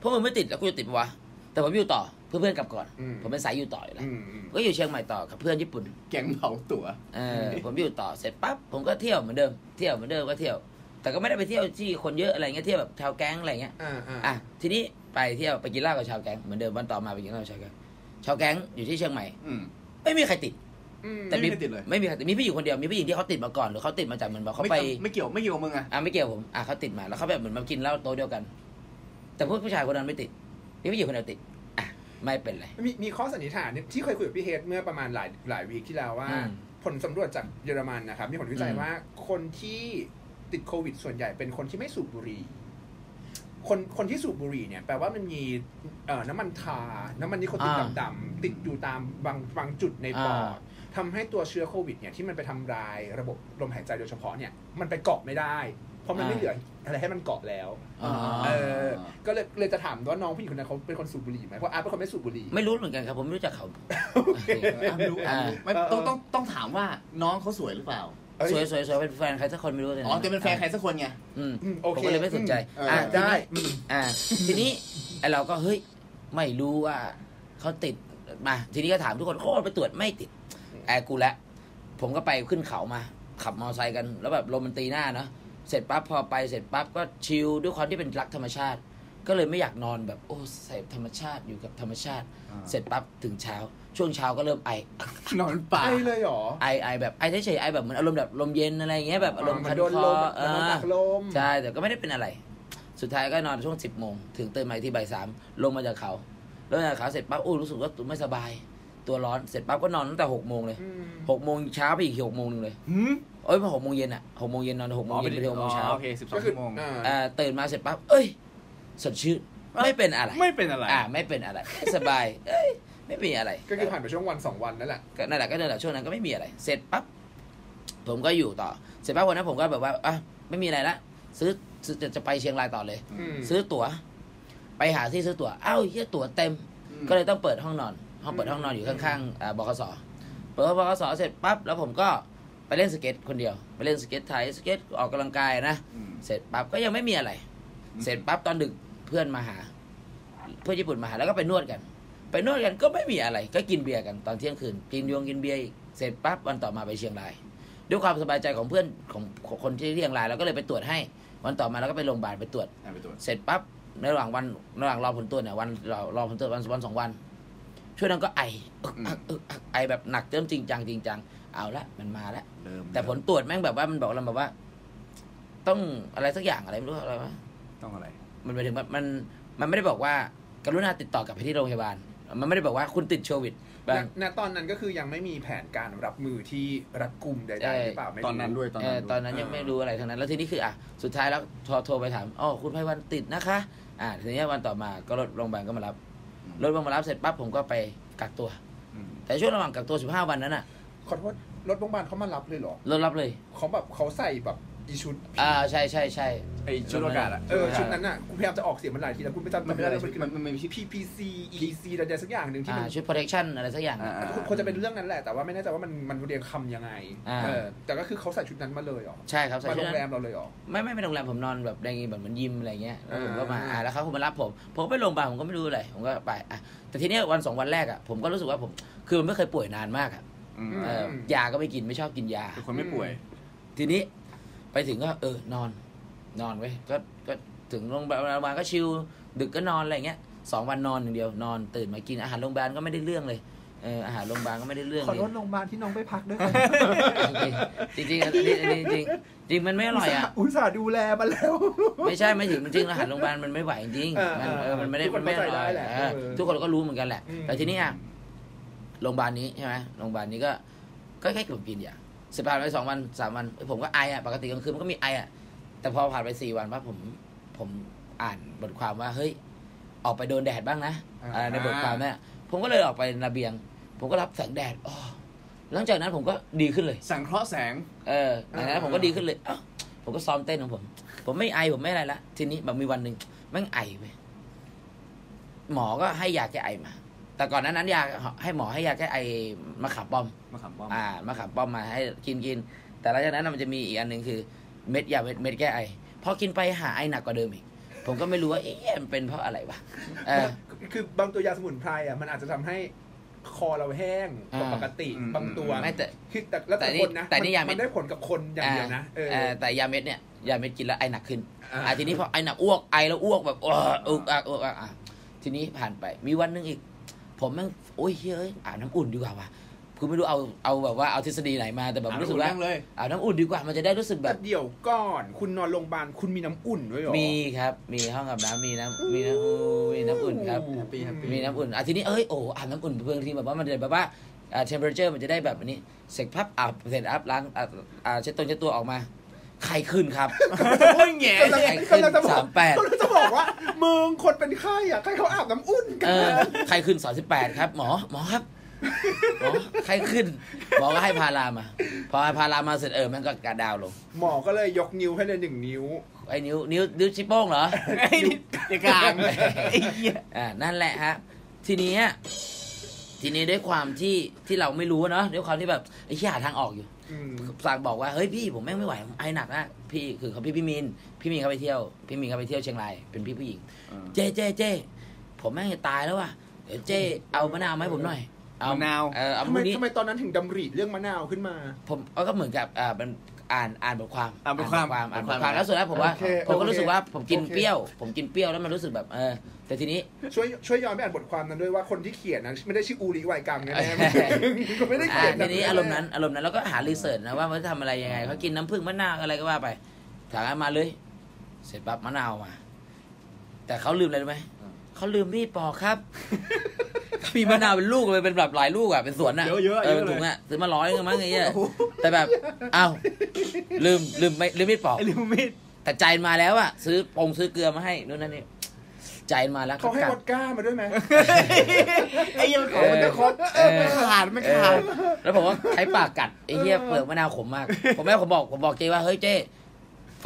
B: พวกมึงไม่ติดแล้วกูจะติดปะวะแต่ผมอยู่ต่อเพื่อนๆกลับก่อน ผมเป็นสายอยู่ต่ออยู่แล้ว
A: อืมอืม
B: ก็อยู่เชียงใหม่ต่อกับเพื่อนญี่ปุ่น
C: แกงเผาตั๋ว
B: เออผมอยู่ต่อเสร็จปั๊บผมก็เที่ยวเหมือนเดิมเที่ยวเหมือนเดิมก็เที่ยว แต่ก็ไม่ได้ไปเที่ยวที่คนเยอะอะไรเงี้ยเที่ยวแบบชาวแก๊งอะไรเงี้ย
A: อ่าอ่า
B: อ่ะทีนี้ไปเที่ยวไปกินเหล้ากับชาวแก๊งเหมือนเดิมวันต่อมาไปกินเหล้ากับชาวแก๊งชาวแก๊งอยู่ที่เชียงใหม่
C: อืม
B: ไม่มีใครติด
A: อืม
B: แต่
C: ไม่มีใครติดเลย
B: ไม่มีใครติดมีผู้หญิงคนเดียวมีผู้หญิงที่เขาติดมาก่อนหรือเขาติดมาจากเหมือนแบบเขา
C: ไม่
B: ไป
C: เกี่ยวไม่เกี่ยวไม่เกี่ยวกับมึงอะ
B: อ่ะไม่เกี่ยวผมอ่ะเขาติดมาแล้วเขาแบบเหมือนมากินเหล้าโต๊ะเดียวกัน แต่พวกผู้ชายคนนั้นไม่ติดนี่ผู้หญิงคนเดียวติดอ่ะไม่เป็นไร
A: มีมีข้อสันนิษฐานเนี่ยที่เคยคุยกับพี่เฮดเมื่อประมาณหลายหลายวีคที่แล้วว่า
B: อืม
A: ผลสำรวจจากเยอรมันนะครับ มีผลวิจัย
B: อืม
A: ว่าคนที่ติดโควิด ส่วนใหญ่เป็นคนที่ไม่สูบบุหรี่ คนคนที่สูบบุหรี่เนี่ยแปลว่ามันมีเอ่อน้ำมันทา น้ำมันนิโคตินดำๆติดอยู่ตามบางบางจุดในปอดทำให้ตัวเชื้อโควิดเนี่ยที่มันไปทำลายระบบลมหายใจโดยเฉพาะเนี่ยมันไปเกาะไม่ได้ เพราะมันไม่เหลืออะไรให้มันเกาะแล้ว
B: อ๋อ
A: เออก็เลยเลยจะถามว่าน้องผู้หญิงคนนั้นเขาเป็นคนสูบบุหรี่ไหมเพราะอาร์ตเป็นคนไม่สูบบุหรี่
B: ไม่รู้เหมือนกันครับผมไม่รู้ จักเขา
C: อ่ะไม่รู้อ่ะไม่รู้ไม่ต้องต้องต้องถามว่าน้องเขาสวยหรือเปล่า
B: สวยสวยสวยเป็นแฟนใครสักคนไม่รู้เลยะ
C: อ๋อจะเป็นแฟนใครสักคนไง
B: อืม
A: อืมโอ
B: ผม
A: เค
B: ก็เลยไม่สนใจ
C: อืม
B: อ่ะ
A: อ่ะได้อืม
B: อ่ะทีนี้ไอเราก็เฮ้ยไม่รู้ว่าเขาติดมาทีนี้ก็ถามทุกคนโคตรไปตรวจไม่ติดแอร์กูละผมก็ไปขึ้นเขามา ขับมอเตอร์ไซค์กัน แล้วแบบลมมันตีหน้าเนาะเสร็จปั๊บพอไปเสร็จปั๊บก็ชิลด้วยความที่เป็นรักธรรมชาติ ก็เลยไม่อยากนอนแบบโอ้ใส่ธรรมชาติอยู่กับธรรมชาติ เสร็จปั๊บถึงเช้า ช่วงเช้าก็เริ่มไอน
C: อนป่า
A: ไอเลยเหรอ
B: ไอไอแบบไอเฉยๆไอแบบเหมือนอารมณ์แบบลมเย็นอะไรอย่างเงี้ยแบบอารมณ์
A: มั
B: คัน
A: โดน
B: ค
A: ล
B: อ
A: มอะ
B: เอ
A: มันโดน
B: อ
A: ตักลม
B: ใช่ แต่ก็ไม่ได้เป็นอะไร สุดท้ายก็นอนช่วงสิบโมงถึงตื่นมาอีกที่บ่ายสามลงมาจากเขาลงมาจากเขาเสร็จปั๊บอู้รู้สึกว่าตัวไม่สบาย ตัวร้อนเสร็จปั๊บก็นอนตั้งแต่หกโมงเลย
A: อืม
B: หกโมงเช้าไปอีกหกโมงหนึ่งเลย
C: หืม
B: เอ้ยมาหกโมงเย็นอ่ะหกโมงเย็นนอนหกโมงเย็นไปถึงหกโมงเช้า
C: โอเคสิบสอ
A: ก็
C: ง
A: คือ
C: ชั่วโมง
A: อ่า
B: อ่าตื่นมาเสร็จปั๊บเอ้ยสดชื่นไม่เป็นอะไร
C: ไม่เป็นอะไร
B: อ่าไม่เป็นอะไรสบายเอ้ยไม่มีอะไร
A: ก็คือผ่านไปช่วงวันสองวันนั่นแหละ
B: ก็นั่นแหละก็นั่นแหละช่วงนั้นก็ไม่มีอะไร เสร็จปั๊บผมก็อยู่ต่อ เสร็จปั๊บวันนั้นผมก็แบบว่าอ่ะไม่มีอะไรละซื้อซื้อจะจะไปเชียงรายต่อเลย
A: อืม
B: ซื้อตั๋ว ไปหาที่ซื้อตั๋วอ้าวเฮียตั๋วเต็ม ก็เลยต้องเปิดห้องนอน ห้องเปิดห้องนอนอยู่ข้างๆอ่าบคสเปิดห้องบคสเสร็จปั๊บแล้วผมก็ไปเล่นสเก็ตคนเดียว ไปเล่นสเก็ตไทยสเก็ตออกกำลังกายนะ เสร็จปั๊บก็ยังไม่มีอะไร
C: อืม
B: เสร็จปั๊บตอนดึกเพื่อนมาหา เพื่อนญี่ปุ่นมาหาแล้วก็ไปนวดกัน ไปนวดกันก็ไม่มีอะไร ก็กินเบียร์กันตอนเที่ยงคืนกินยวงกินเบียร์อีกเสร็จปั๊บวันต่อมาไปเชียงราย ด้วยความสบายใจของเพื่อนของของคนที่เชียงรายเราก็เลยไปตรวจให้ วันต่อมาเราก็ไปโรงพยาบาลไปตรวจ
C: ไปตรวจ
B: เสร็จปั๊บในระหว่างวันระหว่างรอผลตรวจเนี่ยวันรอรอผลตรวจวันวันสองวัน ช่วงนั้นก็ไออึกอักอึกอักไอแบบหนักเริ่มจริงจังจริงจังเอาละมันมาละ
C: เริ่ม
B: แต่ผลตรวจแม่งแบบว่ามันบอกเราแบบว่า ต้องอะไรสักอย่างอะไรไม่รู้อะไรวะ
C: ต้องอะไร
B: มันหมายถึงว่ามันมันไม่ได้บอกว่ากรุณาติดต่อกลับไปที่โรงพยาบาล มันไม่ได้บอกว่าคุณติดโควิดบาง
A: ณณตอนนั้นก็คือยังไม่มีแผนการรับมือที่รัดกุมใด
B: ใช่
A: ๆหรือเปล่าไม่รู้
C: ตอนนั้นด้วยตอน
B: เอ
C: นั้
B: อน ตอนนั้นยังไม่รู้อะไรทั้งนั้น แล้วทีนี้คืออ่ะสุดท้ายแล้วโทรโทรไปถามอ๋อคุณไพวันติดนะคะ อ่าทีนี้วันต่อมาก็รถโรงพยาบาลก็มารับรถโรงพยาบาลมารับเสร็จปั๊บผมก็ไปกักตัว แต่ช่วงระหว่างกักตัว 15 วันนั้นน่ะ
A: ขอโทษรถโรงพยาบาลเขามารับเลยเหรอ
B: รถรับเลย
A: เขาแบบเขาใส่แบบอีชุด
B: อ่าใช่ใช่ใช่
C: ไอชุดอากาศอะ
A: เออชุดนั้นน่ะกูพยายามจะออกเสียงมันหลายทีแล้วกูไม่จำ
C: มันคืออะไร
A: จำ
C: มันมันมีชื่อ
A: PPC EC อะไรสักอย่างหนึ่งที่
B: อ่า
A: มัน
B: ชุด protection อะไรสักอย่าง
C: อ่า
B: น่ะ
C: อ่า
A: คงจะเป็นเรื่องนั้นแหละแต่ว่าไม่แน่ใจว่ามันมันเรียงคำยังไง
B: อ่า
A: เออแต่ก็คือเขาใส่ชุดนั้นมาเลยเหรอ
B: ใช่ครับใส่
A: มา
B: ชุ
A: โรง
B: ดนั้น
A: แรมเราเลยเหรอ
B: ไม่ไม่ไม่โรงแรมผมนอนแบบในแบบเหมือนยิมอะไรเงี้ยแล้วผมก็มา
A: อ่า
B: อ่าแล้วเขาคงมารับผมผมไปโรงพยาบาลผมก็ไม่รู้อะไรผมก็ไปอ่ะแต่ทีเนี้ยวันสองวันแรกอ่ะผมก็รู้สึกว่าผมคือมันไม่เคยป่วยนานมากอ่ะเออ
A: ม
B: ยาก็ไม่กินไม่ชอบกินยา
C: เป็นคนไม่ป่วย
B: ทีนี้ไปถึงก็เออนอน นอนไว้ยก็ก็ถึงโรงพยาบาลก็ชิลดึกก็นอนอะไรเงี้ย สองวันนอนอย่างเดียวนอนตื่นมากินอาหารโรงพยาบาลก็ไม่ได้เรื่องเลยเอออาหารโรงพยาบาลก็ไม่ได้เรื่อง
A: ขอ
B: เล
A: ร
B: ย
A: ถโรงพยาบาลที่น้องไปพักด้วย
B: จริงๆจริงๆอันนี้อันนี้จริงๆจริงมันไม่อร่อยอ่ะ
A: อุตส่าห์ดูแลมาแล้ว
B: ไม่ใช่ไม่ถึงจริงๆอาหารโรงพยาบาลมันไม่ไหวจริง
A: เออ
B: มันเออมันไม่ได้
A: ทุกคน
B: มันไม่อ
A: เข้าใจ
B: ร่อย
A: ได้แหละ
B: เออ
A: เออ
B: ทุกคนก็รู้เหมือนกันแหละ
A: อืม
B: แต่ทีนี้อ่ะโรงพยาบาลนี้ใช่ไหมโรงพยาบาลนี้ก็ก็แค่ผมกินอย่างสิบผ่านไปสองวันสามวันเอ้ยผมก็ไออ่ะปกติกลางคืนมันก็มีไออ่ะแต่พอผ่านไปสี่วันว่าผมผมอ่านบทความว่าเฮ้ยออกไปโดนแดดบ้างนะเออในบทความเนี่ยผมก็เลยออกไประเบียง ผมก็รับแสงแดดอ๋อหลังจากนั้นผมก็ดีขึ้นเลย
C: สังเคราะห์แสง
B: เออหลังจากนั้นผมก็ดีขึ้นเลยเอ้าผมก็ซ้อมเต้นของผม ผมไม่ไอผมไม่อะไรละ ทีนี้แบบมีวันหนึ่งแม่งไอไปหมอก็ให้ยาแก้ไอมา แต่ก่อนหนั้นนั้นยาให้หมอให้ยาแก้ไอมะขามป้อม
C: มาขำป้อม
B: อ่ามะขามป้อมมาให้กินกิน แต่หลังจากนั้นนะมันจะมีอีกอันหนึ่งคือ เม็ดยาเม็ดเม็ดแก้ไอ พอกินไปหาไอหนักกว่าเดิมอีก ผมก็ไม่รู้ว่าเอ๊ะมันเป็นเพราะอะไรวะเออ
A: คือบางตัวยาสมุนไพรอ่ะมันอาจจะทำให้คอเราแห้งกว่า
B: อ่า
A: ปกติ
C: อืม
A: บางตัว
B: ไม่แต่
A: คือแต่แล้วแต่
B: แต่นี่
A: คนนะ
B: แต่นี่ยาเม็ด
A: มันได้ผลกับคนอย่างเดียวนะเออ
B: เออแต่ยาเม็ดเนี่ยยาเม็ดกินแล้วไอหนักขึ้น
A: อ่า
B: อ่ะทีนี้พอไอหนักอ้วกไอแล้วอ้วกแบบอ้วกอึกอักอึกอักอ่ะทีนี้ผ่านไปมีวันหนึงอีก ผมแม่งโอ้ยเฮ้ยอาบน้ำอุ่นดีกว่าวะคือไม่รู้เอาเอาแบบว่าเอาทฤษฎีไหนมาแต่แบบรู้สึกว่า
C: อ่ะเลย
B: อาบน้ำอุ่นดีกว่ามันจะได้รู้สึกแบ
A: แต่
B: บ
A: เดี๋ยวก่อนคุณนอนโรงพยาบาลคุณมีน้ำอุ่นด้วยเหรอ
B: มีครับ มีห้องอาบน้ำมีน้ำมีน้ำมีน้ำอุ่นครับ
A: โโห
C: Happy Happy
B: มีน้ำอุ่นอ่ะทีนี้เอ้ยโอ้อาบน้ำอุ่นเพื่อนทีแบบว่ามันจะแบบว่าอ่าเทมเพอร์เจอร์มันจะได้แบบนี้เสร็จพับอาบเสร็จอัพล้างอ่ะอ่าเช็ดตัวเช็ดตัวออกมาไข้ขึ้นครับ
C: โอ้ยแง่
A: กำลัง
B: ไอ้ขึ้น
A: กำลังจะบอก
B: สามแปด
A: กำลังจะบอกว่ามึงคนเป็นไข้อ่ะใครเขาอาบน้ำอุ่นกั
B: เอน อใครขึ้นสามสิบแปดครับ หมอหมอครับหมอใครขึ้นหมอก็ให้พารามา พอให้พารามาเสร็จเออมันก็กระดาวลง
A: หมอก็เลยยกนิ้วให้เลยหนึ่งนิ้ว
B: ไอ้นิ้วนิ้วนิ้วชิโป้งเหรอ
C: ไอ้นี่อย่ากลางไอ้เหี้ย
B: อ่านั่นแหละฮะทีนี้อะทีนี้ด้วยความที่ที่เราไม่รู้อะเนาะด้วยความที่แบบไอ้ที่หาทางออกอยู่
A: อืม
B: สั่งบอกว่าเฮ้ยพี่ผมแม่งไม่ไหวผมไอหนักนะพี่คือเขาพี่พี่มินพี่มินเขาไปเที่ยวพี่มินเขาไปเที่ยวเชียงรายเป็นพี่ผู้หญิง เจ๊เจ๊เจ๊ผมแม่งจะตายแล้วว่ะเดี๋ยวเจ๊เอามะนาวไหมาให้ผมหน่อยเอ
C: มะนาว
B: เออเอา
A: ทำไม
B: มือนี้
A: ทำไมตอนนั้นถึงดำริเรื่องมะนาวขึ้นมา
B: ผมก็เหมือนกับอ่าเป็นอ่านอ่านบทความ
C: อ่านบทความ
B: อ่านบท
C: บท
B: ค
C: ความ
B: วามแล้วสุดแล้วผมว่า
A: โอเค
B: ผมก็รู้
A: โอเค
B: สึกว่าผมกิน
A: โอเค
B: เปรี้ยว ผมกินเปรี้ยวแล้วมันรู้สึกแบบเออแต่ทีนี้
A: ช่วยช่วยย้อนไปอ่านบทความนั้นด้วยว่าคนที่เขียนนะไม่ได้ชื่ออูริไวกังแน่ๆมึงไม่ได้
B: อ่า
A: เขียน
B: ที
A: แบบ
B: นี้อารมณ์นั้นอารมณ์นั้นแล้วก็หารีเสิร์ชนะว่ามันจะทำอะไรยังไงเขากินน้ำผึ้งมะนาวอะไรก็ว่าไปถามมาเลย เสร็จปั๊บมะนาวมา แต่เขาลืมอะไรรู้ไหม
C: อืม
B: เขาลืมมีดปอกครับ เขามีมะนาวเป็นลูกเลยเป็นแบบหลายลูกอ่ะเป็นสวนอ่ะ
C: เยอะๆเยอะๆ
B: เออเป็น
C: เลย
B: ถุงอ่ะซื้อมาร้อยกันมั้งไอ้เงี้ยแต่แบบอ้าวลืมลืมไม่ลืมมีดปอก
C: ไอ้ลิวมิด
B: แต่ใจมันมาแล้วอะซื้อปงซื้อเกลือมาให้นู่นนั่นนี่ใจมันมาแล้ว
A: เขาให้
B: กัด
A: วอดก้ามาด้วยไหม
C: ไอ้เหี้ยมันของ
B: เออ
C: มันจะคด
B: เออ
C: มันขาดมัน
B: เอ
C: ขา
B: อ
C: ด
B: แล้วผมก็ใช้ปากกัดไอ้เหี้ยเปลือกมะนาวขมมาก ผมแม่ผมบอกผมบอกเจว่าเฮ้ยเจ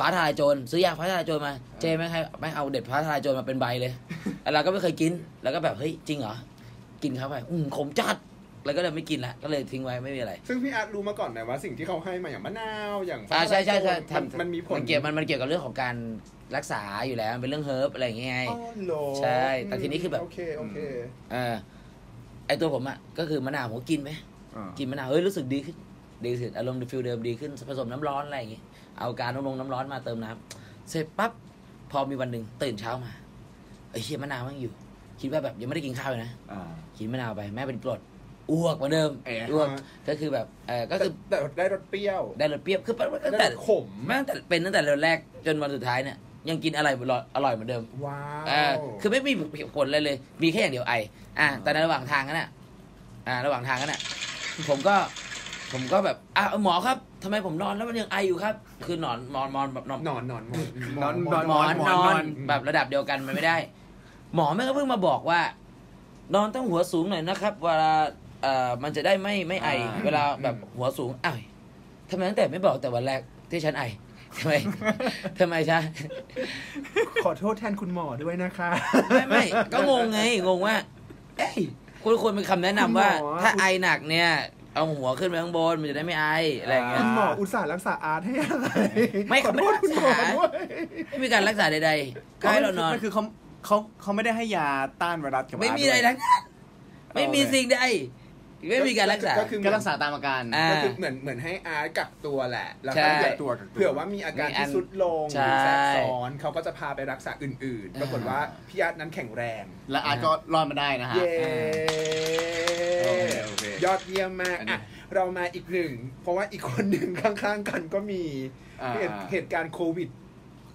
B: ฟ้าทลายโจรซื้อยาฟ้าทลายโจรมาเจไม่งให้ไม่งเอาเด็ดฟ้าทลายโจรมาเป็นใบเลยแล้วเราก็ไม่เคยกินแล้วก็แบบเฮ้ยจริงเหรอกินเข้าไปอืมขมจัดแล้วก็เลยไม่กินละก็เลยทิ้งไว้ไม่มีอะไร
A: ซึ่งพี่อาร์ตรู้มาก่อนไหมว่าสิ่งที่เขาให้มาอย่างมะนาวอย่าง
B: อ่าใช่ใช่ใช่
A: มัน
B: ทำ
A: มันมีผล
B: มันเกี่ยวมันมันเกี่ยวกับเรื่องของการรักษาอยู่แล้วมันเป็นเรื่องเฮิร์บอะไรอย่างเงี้ยไง
A: อ๋อเหรอ
B: ใช่แต่ทีนี้คือแบบ
A: โอเคโอเค
B: เออไอตัวผมอะก็คือมะนาวผมก็กินไหม กินมะนาวเฮ้ยรู้สึกดีขึ้นดีขึ้นอารมณ์ฟิลเดิมดีขึ้นผสมน้ำร้อนอะไรอย่างงี้เอาการน้ำลงน้ำร้อนมาเติมน้ำเสร็จปั๊บพอมีวันหนึ่งตื่นเช้ามาไอ้ยเฮียมะนาวแมันอยู่ คิดว่าแบบยังไม่ได้กินข้าวเลยนะกินมะนาวไปแม่เป็นกรดอ้วกเหมือนเดิม
C: เอ๊ะ
B: อ้วกก็คือแบบเออก็คือ
A: แต่แต่ได้รสเปรี้ยว
B: ได้รสเปรี้ยวคือปั๊บตั้ง
A: ได้
B: แต่
A: รสขม
B: แม่งแต่เป็นตั้งแต่เริ่มแรกจนวันสุดท้ายเนี่ยยังกินอะไรอร่อยเหมือนเดิม
A: ว้าว
B: เออคือไม่มีผลเลยเลย มีแค่อย่างเดียวไอ อ่า แต่ในระหว่างทางนั้นอ่ะ อ่า ระหว่างทางนั้นอ่ะ ผมก็ ผมก็แบบ อ่ะหมอครับทำไมผมนอนแล้วมันยังไออยู่ครับ คือหนอนนอนนอนแบบนอน
A: หนอนหนอนหมอน
C: หนอน
A: หม
C: หน
A: อ
C: อน น
B: หมอนนอน
C: นอน
B: แบบระดับเดียวกันมันไม่ได้ หมอแม่งก็เพิ่งมาบอกว่า นอนต้องหัวสูงหน่อยนะครับ เวลา เอ่อ มันจะได้ไม่ไม่ไอ
C: อ่า
B: เวลาแบบหัวสูงอ้าวทำไมตั้งแต่ไม่บอกแต่วันแรกที่ฉันไอทำไมทำไมใช่
A: ขอโทษแทนคุณหมอด้วยนะคะ
B: ไม่ไม่ก็งงไงงงว่าเอ้ยคุณควรเป็นคำแนะนำว่า
A: คุณหมอ
B: ถ้าไอหนักเนี่ย เอาหัวขึ้นไปข้างบนมันจะได้ไม่ไออะไรอย่างเงี้ย
A: คุณหมออุตส่าห์รักษาอาร์ตให้อะไร
B: ไม่
A: ขอโทษคุณหมอ
B: ไม่รักษา
A: ด้วย
B: ไม่มีการรักษาใดๆก็ให้เรานอน
C: มันคือเขาเขาเขาไม่ได้ให้ยาต้านไวรัสกับ
B: ไม่มีอะไรทั้งนั้นไม่มีสิ่งใด ไม่มีการรักษา
A: คือ
C: ก็รักษาตามอาการ
B: อ่า
A: ก็คือเหมือนเหมือนให้อาร์ตกักตัวแหละ แล้ว
B: ใช่
A: ก็
D: กักตัวกักตัว
A: เผื่อว่ามีอาการ
B: มีอั
A: ที่
B: น
A: สุดลงห
B: ใช่
A: รือแทรกซ้อนเขาก็จะพาไปรักษาอื่น ๆ
B: อ่า
A: ปรากฏว่าพี่อาร์ตนั้นแข็งแรง
C: และอาจก็รอดมาได้นะฮะ
A: เย้
C: โอเคโอเค
A: ยอดเยี่ยมมาก
C: อันนี้
A: อ่ะเรามาอีกหนึ่ง เพราะว่าอีกคนหนึ่งข้างๆกันก็มี
C: อ่า
A: เหตุเหตุการณ์โควิด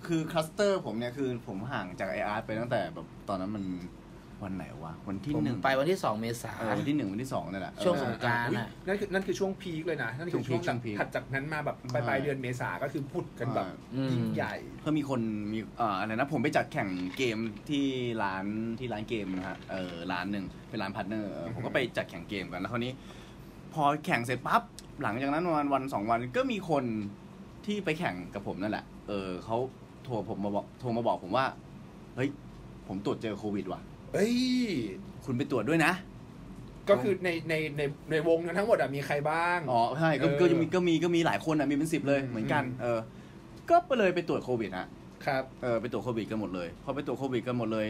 C: คือคลัสเตอร์ผมเนี่ยคือผมห่างจากไออาร์ไปตั้งแต่แบบตอนนั้นมันวันไหนวะ วันที่
B: ผม
C: หนึ่ง
B: ไปวันที่สองเมษา
C: เออวันที่หนึ่งวันที่สองเนี่ยแหละ
B: ช่วงสงกรานต์
A: อุ๊ยนั่นคือนั่นคือช่วงพีคเลยนะ นั่นคือ
C: ช่
A: ช่ว
C: ว
A: ง
C: งพีค
A: แบบ
C: ช่วงพีค
A: ถัดจากนั้นมาแบบปลายปลายเดือนเมษาก็คือพุดกันแบบ
B: อืม
A: ยิ่งใหญ่
C: เพิ่มมีคนมีเอ่ออะไรนะผมไปจัดแข่งเกมที่ร้านที่ร้านเกมนะฮะเออร้านหนึ่งเป็นร้านพาร์ทเนอร์เออผม
A: อื
C: ก็
A: ม
C: ไปจัดแข่งเกมกันแล้วคราวนี้ พอแข่งเสร็จปั๊บหลังจากนั้นวันวันสองวันก็มีคนที่ไปแข่งกับผมนั่นแหละ เออเขาโทรผมมาบอกโทรมาบอกผมว่าเฮ้ยผมตรวจเจอโควิดว่ะ
A: เอ้ย
C: คุณไปตรวจด้วยนะ
A: ก็คือในในในในวงนั้นทั้งหมดอะมีใครบ้าง
C: อ๋อใช่ก็
A: เออ
C: ก็ยังมีก็มีก็มีหลายคนอ่ะมีเป็นสิบเลย
A: อืม
C: เหมือนกัน เออ ก็ไปเลยไปตรวจโควิดฮะ
A: ครับ
C: เออไปตรวจโควิดกันหมดเลยพอไปตรวจโควิดกันหมดเลย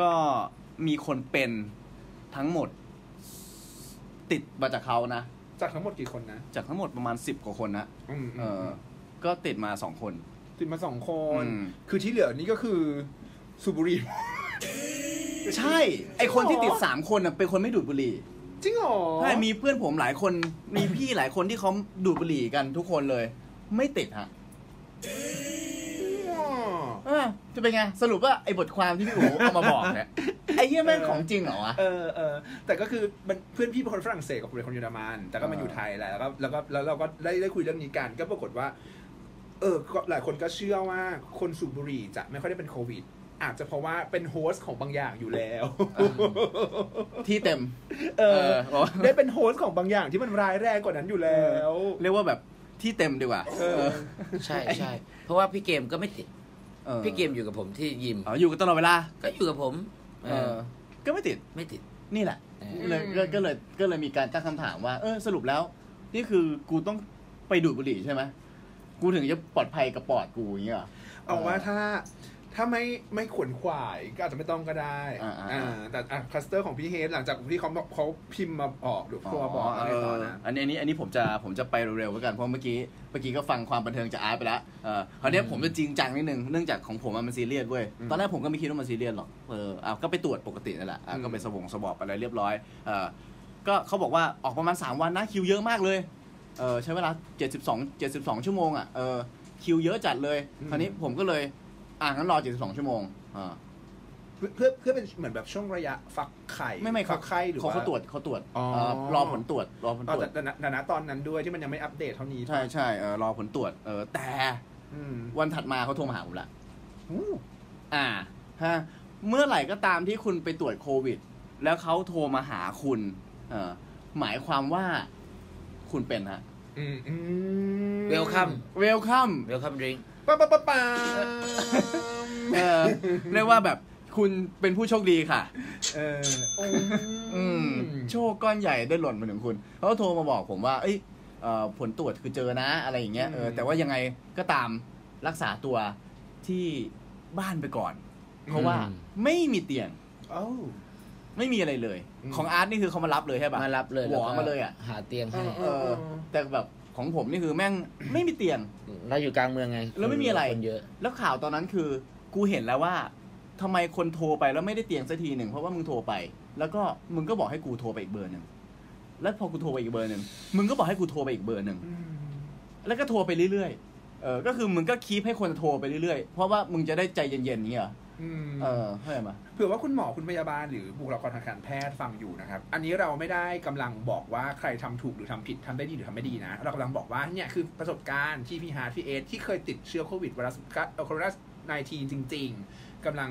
C: ก็มีคนเป็นทั้งหมด ติดมาจากเขานะ
A: จากทั้งหมดกี่คนนะ
C: จากทั้งหมดประมาณสิบกว่าคนนะ
A: อืม
C: เออ ก็ติดมาสองคน
A: ติดมาสองคน
C: อืม
A: คือที่เหลือนี่ก็คือสูบบุหรี่
C: ใช่ ไอคนที่ติดสามคนน่ะเป็นคนไม่ดูดบุหรี่
A: จริงเหรอ
C: ใช่มีเพื่อนผมหลายคนมีพี่หลายคนที่เขาดูดบุหรี่กันทุกคนเลย ไม่ติดฮะ
A: อ๋อ
C: เออจะเป็นไงสรุปว่าไอบทความที่พี่อู๋เอามาบอกเนี่ย ไอเหี้ยแม่งของจริงเหรอวะ
A: เออเออแต่ก็คือมันเพื่อนพี่เป็นคนฝรั่งเศสกับผมเป็นคนเยอรมัน แต่ก็มาอยู่ไทยแหละแล้วก็แล้วก็แล้วเราก็ได้ได้คุยเรื่องนี้กัน ก็ปรากฏว่า เออก็หลายคนก็เชื่อว่าคนสูบบุหรี่จะไม่ค่อยได้เป็นโควิด อาจจะเพราะว่าเป็นโฮสต์ของบางอย่างอยู่แล้ว
C: ที่เต็ม
A: เอ
C: เอ
A: อ
C: อบอกว่า
A: ได้เป็นโฮสต์ของบางอย่างที่มันร้ายแรงกว่านั้นอยู่แล้ว
C: เรียกว่าแบบที่เต็มดีกว่า
A: เออ
B: ใช่ใช่เพราะว่าพี่เกมก็ไม่ติด
C: ออ
B: พี่เกมอยู่กับผมที่ยิม
C: อ๋ออยู่กันตลอดเวลา
B: ก็อยู่กับผมเอ
C: เออ
B: อ
C: ก็ไม่ติด
B: ไม่ติด
C: นี่แหละ
B: เออ
C: ก็เลย
A: อืม
C: ก็ก็เลยก็เลยมีการตั้งคำถามว่า เออสรุปแล้ว นี่คือกูต้องไปดูดบุหรี่ใช่ไหมกูถึงจะปลอดภัยกับปอดกูอย่างเงี้ยหร
A: เอาว่าถ้าถ้าไม่ไม่ขวนขวายก็อาจจะไม่ต้องก็ได้
C: อ่าๆๆ
A: อ่าแต่อ่ะคลัสเตอร์ของพี่เฮดหลังจากที่เขาบอกเขาพิมพ์มาบอกหรือตัวบอกอะไรต่อนะ
C: อันนี้อันนี้อันนี้ผมจะผมจะไปเร็วๆไว้กันเพราะเมื่อกี้เมื่อกี้ก็ฟังความบันเทิงจากอาร์ตไปแล้วเออคราวเนี้ย
B: อืม
C: ผมจะจริงจังนิดนึงเนื่องจากของผมอะมันซีเรียสเว้ย
A: อืม
C: ตอนแรกผมก็ไม่คิดว่ามันซีเรียสหรอกเอออ่ะก็ไปตรวจปกตินั่นแหละอ่ะ
A: อืม
C: ก็ไปสวงสวอบอะไรเรียบร้อยเออก็เขาบอกว่าออกประมาณ 3 วันนะคิวเยอะมากเลยเออใช้เวลา 72 72 ชั่วโมงอ่ะเออคิวเยอะจัดเลยคราวนี้ผมก็เลยอ่ะงั้นรอ 72 ชั่วโมงอ่า
A: เพื่อเพื่อเพื่อเป็นเหมือนแบบช่วงระยะฟักไข่
C: ไม่ไม่
A: ฟักไข่หรือ
C: เขา
A: ว่า
C: เขาตรวจเขาตรวจ
A: อ๋อ
C: เออรอผลตรวจรอผล
A: เอา
C: ตรวจ
A: แต่แต่ณแต่ณตอนนั้นด้วยที่มันยังไม่อัปเดตเท่านี้
C: ใช่ใช่เออรอผลตรวจเออแต่
A: อืม
C: วันถัดมาเขาโทรมาหาผมละ
A: อู้
C: อ่าฮะเมื่อไหร่ก็ตามที่คุณไปตรวจโควิด แล้วเขาโทรมาหาคุณเออหมายความว่าคุณเป็นฮะ
A: อืมอืม
B: Welcome
C: เวลคัม
B: เวลคัมดริง
A: ป้าป้าป้าป้า
C: เออเรียกว่าแบบคุณเป็นผู้โชคดีค่ะ
A: เออโอ้
C: อืมโชคก้อนใหญ่ได้หล่นมาถึงคุณเขาโทรมาบอกผมว่าเอ้ยเอ่อผลตรวจคือเจอนะอะไรอย่างเงี้ยเออแต่ว่ายังไงก็ตามรักษาตัวที่บ้านไปก่อน เพราะว่า
B: อืม
C: ไม่มีเตียง
A: เอ้า
C: ไม่มีอะไรเลย
A: อืม
C: ของอาร์ตนี่คือเขามารับเลยใช่ปะ
B: มารับเลย
C: หวอมาเลยอ่ะ
B: หาเตียงให้
A: เอ
C: เอ
A: อ
C: อ แต่แบบของผมนี่คือแม่ง ไม่มีเตียง
B: เราอยู่กลางเมืองไง
C: แล้วไม่มีอะไร
B: คนเยอะ
C: แล้วข่าวตอนนั้นคือ กูเห็นแล้วว่าทำไมคนโทรไปแล้วไม่ได้เตียงสักทีหนึ่งเพราะว่ามึงโทรไป แล้วก็มึงก็บอกให้กูโทรไปอีกเบอร์หนึ่งแล้วพอกูโทรไปอีกเบอร์หนึ่งมึงก็บอกให้กูโทรไปอีกเบอร์หนึ่ง
A: อืม
C: แล้วก็โทรไปเรื่อยๆเออก็คือมึงก็คีปให้คนโทรไปเรื่อยๆเพราะว่ามึงจะได้ใจเย็นๆอย่างเงี้ยเหรอ
A: อืม
C: เออเข้าใจไหม
A: เผื่อว่าคุณหมอคุณพยาบาลหรือบุคลากรทางการแพทย์ฟังอยู่นะครับ อันนี้เราไม่ได้กำลังบอกว่าใครทำถูกหรือทำผิดทำได้ดีหรือทำไม่ดีนะ เรากำลังบอกว่าเนี่ยคือประสบการณ์ที่พี่ฮาร์ดพี่เอสที่เคยติดเชื้อโควิดไวรัสโคโรนา19จริง ๆกำลัง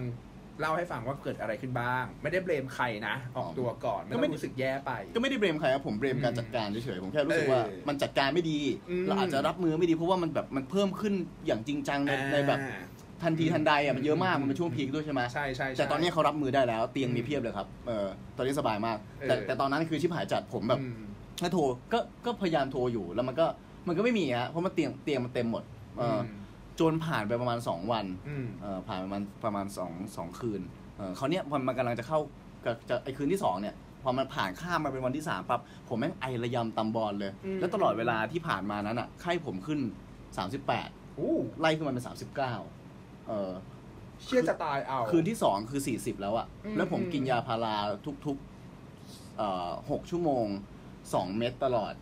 A: เล่าให้ฟังว่าเกิดอะไรขึ้นบ้าง ไม่ได้เบลมใครนะ ออกตัวก่อน ไม่
C: ก็
A: ต้
C: ไม่
A: องรู้สึกแย่ไป
C: ก็ไม่ได้เบรมใครครับผมเบรมการจัดการเฉยๆผมแค่รู้สึกว่า
A: เออ
C: มันจัดการไม่ดี
A: อืม
C: เราอาจจะรับมือไม่ดีเพราะว่ามันแบบมันเพิ่มขึ้นอย่างจริงจังในในแบบ
A: อ่า
C: ทันทีทันใดอ่ะมันเยอะมาก
A: อืม
C: มันเป็นช่วงพีคด้วยใช่ไหม
A: ใช่ใช่ใช่
C: แต่ตอนนี้เขารับมือได้แล้วเตียงมีเพียบเลยครับเออตอนนี้สบายมาก แต่
A: เออ
C: แต่ตอนนั้นคือชิบหายจัดผมแบบ
A: อืม
C: ก็โทรก็ก็พยายามโทรอยู่แล้วมันก็มันก็ไม่มีฮะเพราะมันเตียงเตียงมันเต็มหมดเอออจนผ่านไปประมาณ 2 วัน
A: อืม
C: เออผ่านประมาณประมาณสองสองคืนเออเขาวเนี้ยมันมันกำลังจะเข้าจะจะไอคืนที่สองเนี่ย พอมันผ่านข้ามมาเป็นวันที่สามปั๊บผมแม่งไอระยำตำบอลเลย
A: อืม
C: แล้วตลอดเวลาที่ผ่านมานั้นอ่ะไข้ผมขึ้น 38
A: โอ้
C: ไล่ขึ้นมาเป็น 39เออ
A: เชี่ยจะตายเอา
C: คืนที่ 2 คือ 40 แล้วอ่ะ
A: อืม
C: แล้วผมกินยาพาราทุกๆเอ่อหกชั่วโมง 2 เม็ดตลอด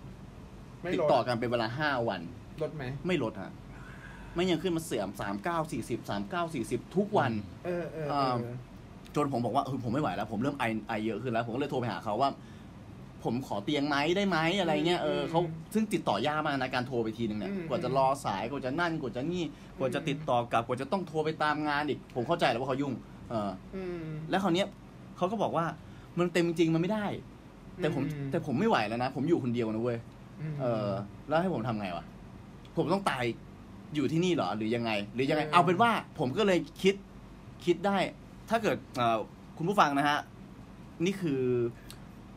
A: ไม่
C: ติ
A: ล
C: ด
A: ด
C: ต่อกันเป็นเวลาห้าวัน
A: ลดไหม
C: ไม่ลดฮะไม่ยังขึ้นมาเสื่อมสามเก้าสี่สิบสามเก้าสี่สิบทุกวัน
A: เออเออ
C: อ่า
A: เออ
C: จนผมบอกว่าเออผมไม่ไหวแล้ว ผมเริ่มไอไอเยอะขึ้นแล้ว ผมก็เลยโทรไปหาเขาว่า ผมขอเตียงไหมได้ไหมอะไรเงี้ยเออเขาซึ่งติดต่อยากมากนะการโทรไปทีนึงเนี่ยกว่าจะรอสายกว่าจะนั่นกว่าจะนี่กว่าจะติดต่อกลับกว่าจะต้องโทรไปตามงานอีก ผมเข้าใจแล้วว่าเขายุ่ง เออ
A: อืม
C: แล้วคราวเนี้ยเขาก็บอกว่ามันเต็มจริงมันไม่ได้ แต่ผม
A: อื
C: แต่ผมไม่ไหวแล้วนะ ผมอยู่คนเดียวนะเว้ย
A: ม
C: เออแล้วให้ผมทำไงวะ ผมต้องตายอยู่ที่นี่เหรอ หรือยังไง หรือยังไง
A: เออ
C: เอาเป็นว่าผมก็เลยคิดคิดได้ ถ้าเกิดเอ่อคุณผู้ฟังนะฮะ นี่คือ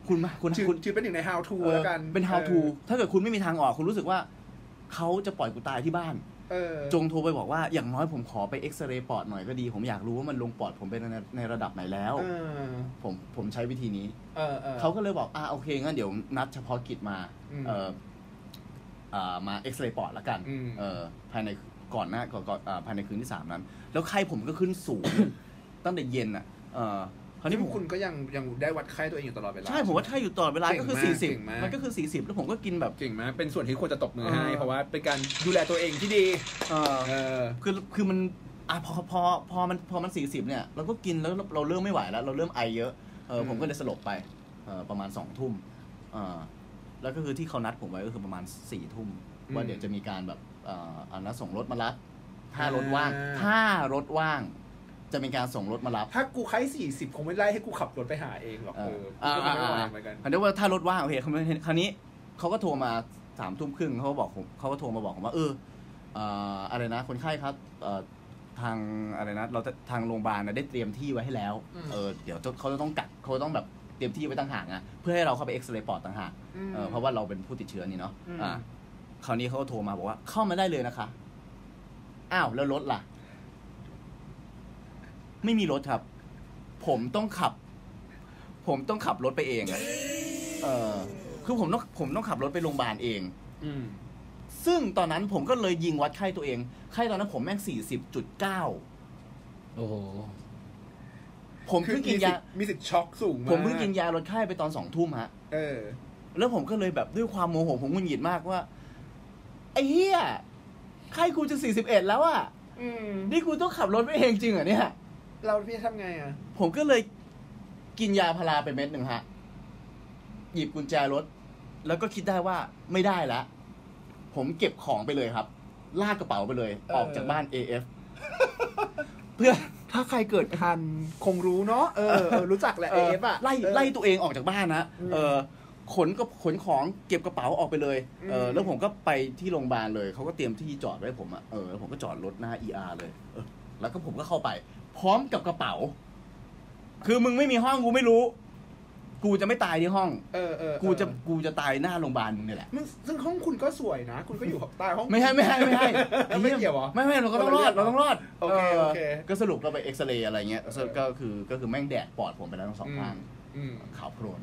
C: คุณมาคุณ
A: ถือ
C: คุณ
A: ถือเป็นหนึ่งใน how to
C: เออ
A: แล้วกัน
C: เป็น how
A: ออ
C: to ถ้าเกิดคุณไม่มีทางออก คุณรู้สึกว่า เขาจะปล่อยกูตายที่บ้าน
A: เออ
C: จงโทรไปบอกว่าอย่างน้อยผมขอไปเอ็กซเรย์ปอดหน่อยก็ดี ผมอยากรู้ว่ามันลงปอดผมเป็นในในระดับไหนแล้ว
A: เออ
C: ผมผมใช้วิธีนี้
A: เออออ
C: เขาก็เลยบอก อ่าโอเค งั้นเดี๋ยวนัดเฉพาะกิจมา
A: อืม
C: เอออ่ามาเอ็กซเรย์ปอดละกัน
A: อืม
C: เออภายในก่อนหน้าก่อนก่อนอ่าภายในคืนที่สามนั้น แล้วไข้ผมก็ขึ้นสูง ตั้งแต่เย็นอ่ะ เออคราว
A: นี่พ
C: นี้ผ
A: วก
C: ม
A: คุณก็ยังยังได้วัดไข้ตัวเองอยู่ตลอดเวลา
C: ใช่ผมว่าไข้อยู่ตลอดเวลา
A: เก่ง
C: ก็คือ
A: มาก
C: สี่สิบ
A: เก่งมาก
C: มันก็คือสี่สิบแล้วผมก็กินแบบ
A: เก่งมากเป็นส่วนที่ควรจะตบมือให้
C: เออ
A: เพราะว่าเป็นการดูแลตัวเองที่ดี
C: เออ
A: เออ
C: คือคือมันอ่ะพอพอพอมันพอมันสี่สิบเนี่ย เราก็กินแล้วเราเริ่มไม่ไหวแล้ว เราเริ่มไอเยอะ เอออ
A: ม
C: ผมก็เลยสลบไป เออประมาณสองทุ่มเออแล้วก็คือที่เขานัดผมไว้ก็คือประมาณสี่ทุ่ม ว่าเดี๋ยวจะมีการแบบเอ่ออันนั้นส่งรถมารับ ถ้ารถว่าง
A: อ่า
C: ถ้ารถว่าง จะมีการส่งรถมารับ
A: ถ้ากูไข้สี่สิบคงไม่ไล่ให้กูขับรถไปหาเองหรอก
C: เอ
A: เอ
C: อ
A: อ
C: อ่า
A: กูก็
C: อ่า
A: ไม่ไหว
C: อ่า
A: เหมือนกัน
C: คันนี้ว่าถ้ารถว่างโอเคคราวนี้คราวนี้เขาก็โทรมาสามทุ่มครึ่งเขาก็บอกผมเขาก็โทรมาบอกผมว่า เออเอ่ออะไรนะ คนไข้ครับเอ่อทางอะไรนะ เราจะทางโรงพยาบาลนะได้เตรียมที่ไว้ให้แล้ว เออเดี๋ยวจะเขาจะต้องกักเขาต้องแบบเตรียมที่ไว้ต่างหากนะเพื่อให้เราเข้าไปเอ็กซเรย์ปอดต่างหาก
A: ม
C: เออเพราะว่าเราเป็นผู้ติดเชื้อนี่เนาะ
A: อืม
C: อ่า คราวนี้เขาก็โทรมาบอกว่าเข้ามาได้เลยนะคะ อ้าวแล้วรถล่ะ ไม่มีรถครับ ผมต้องขับ ผมต้องขับรถไปเองอะเออ คือผมต้องผมต้องขับรถไปโรงพยาบาลเอง
A: อืม
C: ซึ่งตอนนั้นผมก็เลยยิงวัดไข้ตัวเอง ไข้ตอนนั้นผมแม่งสี่สิบจุดเก้า
B: โอ้โห
C: ผมเพิ่งกินยา
A: คือมีสิทธิ์มีสิทธิ์ช็อกสูงมาก
C: ผมเพิ่งกินยาลดไข้ไปตอนสองทุ่มฮะ
A: เออ
C: แล้วผมก็เลยแบบด้วยความโมโหผมหงุดหงิดมากว่า ไอ้เหี้ยไข้กูจะสี่สิบเอ็ดแล้วอะ
A: อืม
C: นี่กูต้องขับรถไปเองจริงเหรอเนี่ย
A: เราพี่ทำไงอ่ะ
C: ผมก็เลยกินยาพาราไปเม็ดหนึ่งฮะ หยิบกุญแจรถ แล้วก็คิดได้ว่าไม่ได้ละ ผมเก็บของไปเลยครับ ลากกระเป๋าไปเลย
A: เออ
C: ออกจากบ้าน AF เพื่อ
A: ถ้าใครเกิดทันคงรู้เนาะเออเออรู้จักแหละเอฟอะ
C: ไล่
A: เออ
C: ไล่ตัวเองออกจากบ้านนะ
A: อืม
C: เออขนก็ขนของเก็บกระเป๋าออกไปเลยเออ
A: ม
C: อแล้วผมก็ไปที่โรงพยาบาลเลย เขาก็เตรียมที่จอดไว้ให้ผมอะเออแล้วผมก็จอดรถหน้า ER เลยเออแล้วก็ผมก็เข้าไป พร้อมกับกระเป๋า คือมึงไม่มีห้องกูไม่รู้ กูจะไม่ตายที่ห้อง
A: เออเออเออ
C: กูจะกูจะตายหน้าโรงพยาบาลมึงเนี่ยแหละ
A: มึงซึ่งห้องคุณก็สวยนะ คุณก็อยู่ใต้ห้อง
C: ไม่ใช่ไม่ใช่ไม่ใช่
A: ไม่เกี่ยวเหรอ
C: ไม่ไม่เราก็ต้องรอดเราต้องรอด
A: โอเคโอเค
C: ก็สรุปเราไปเอ็กซเรย์อะไรเงี้ย
A: เออ
C: ก็คือก็คือแม่งแดกปอดผมไปแล้วทั้งสองข้าง
A: อืม
C: ขาวโพลน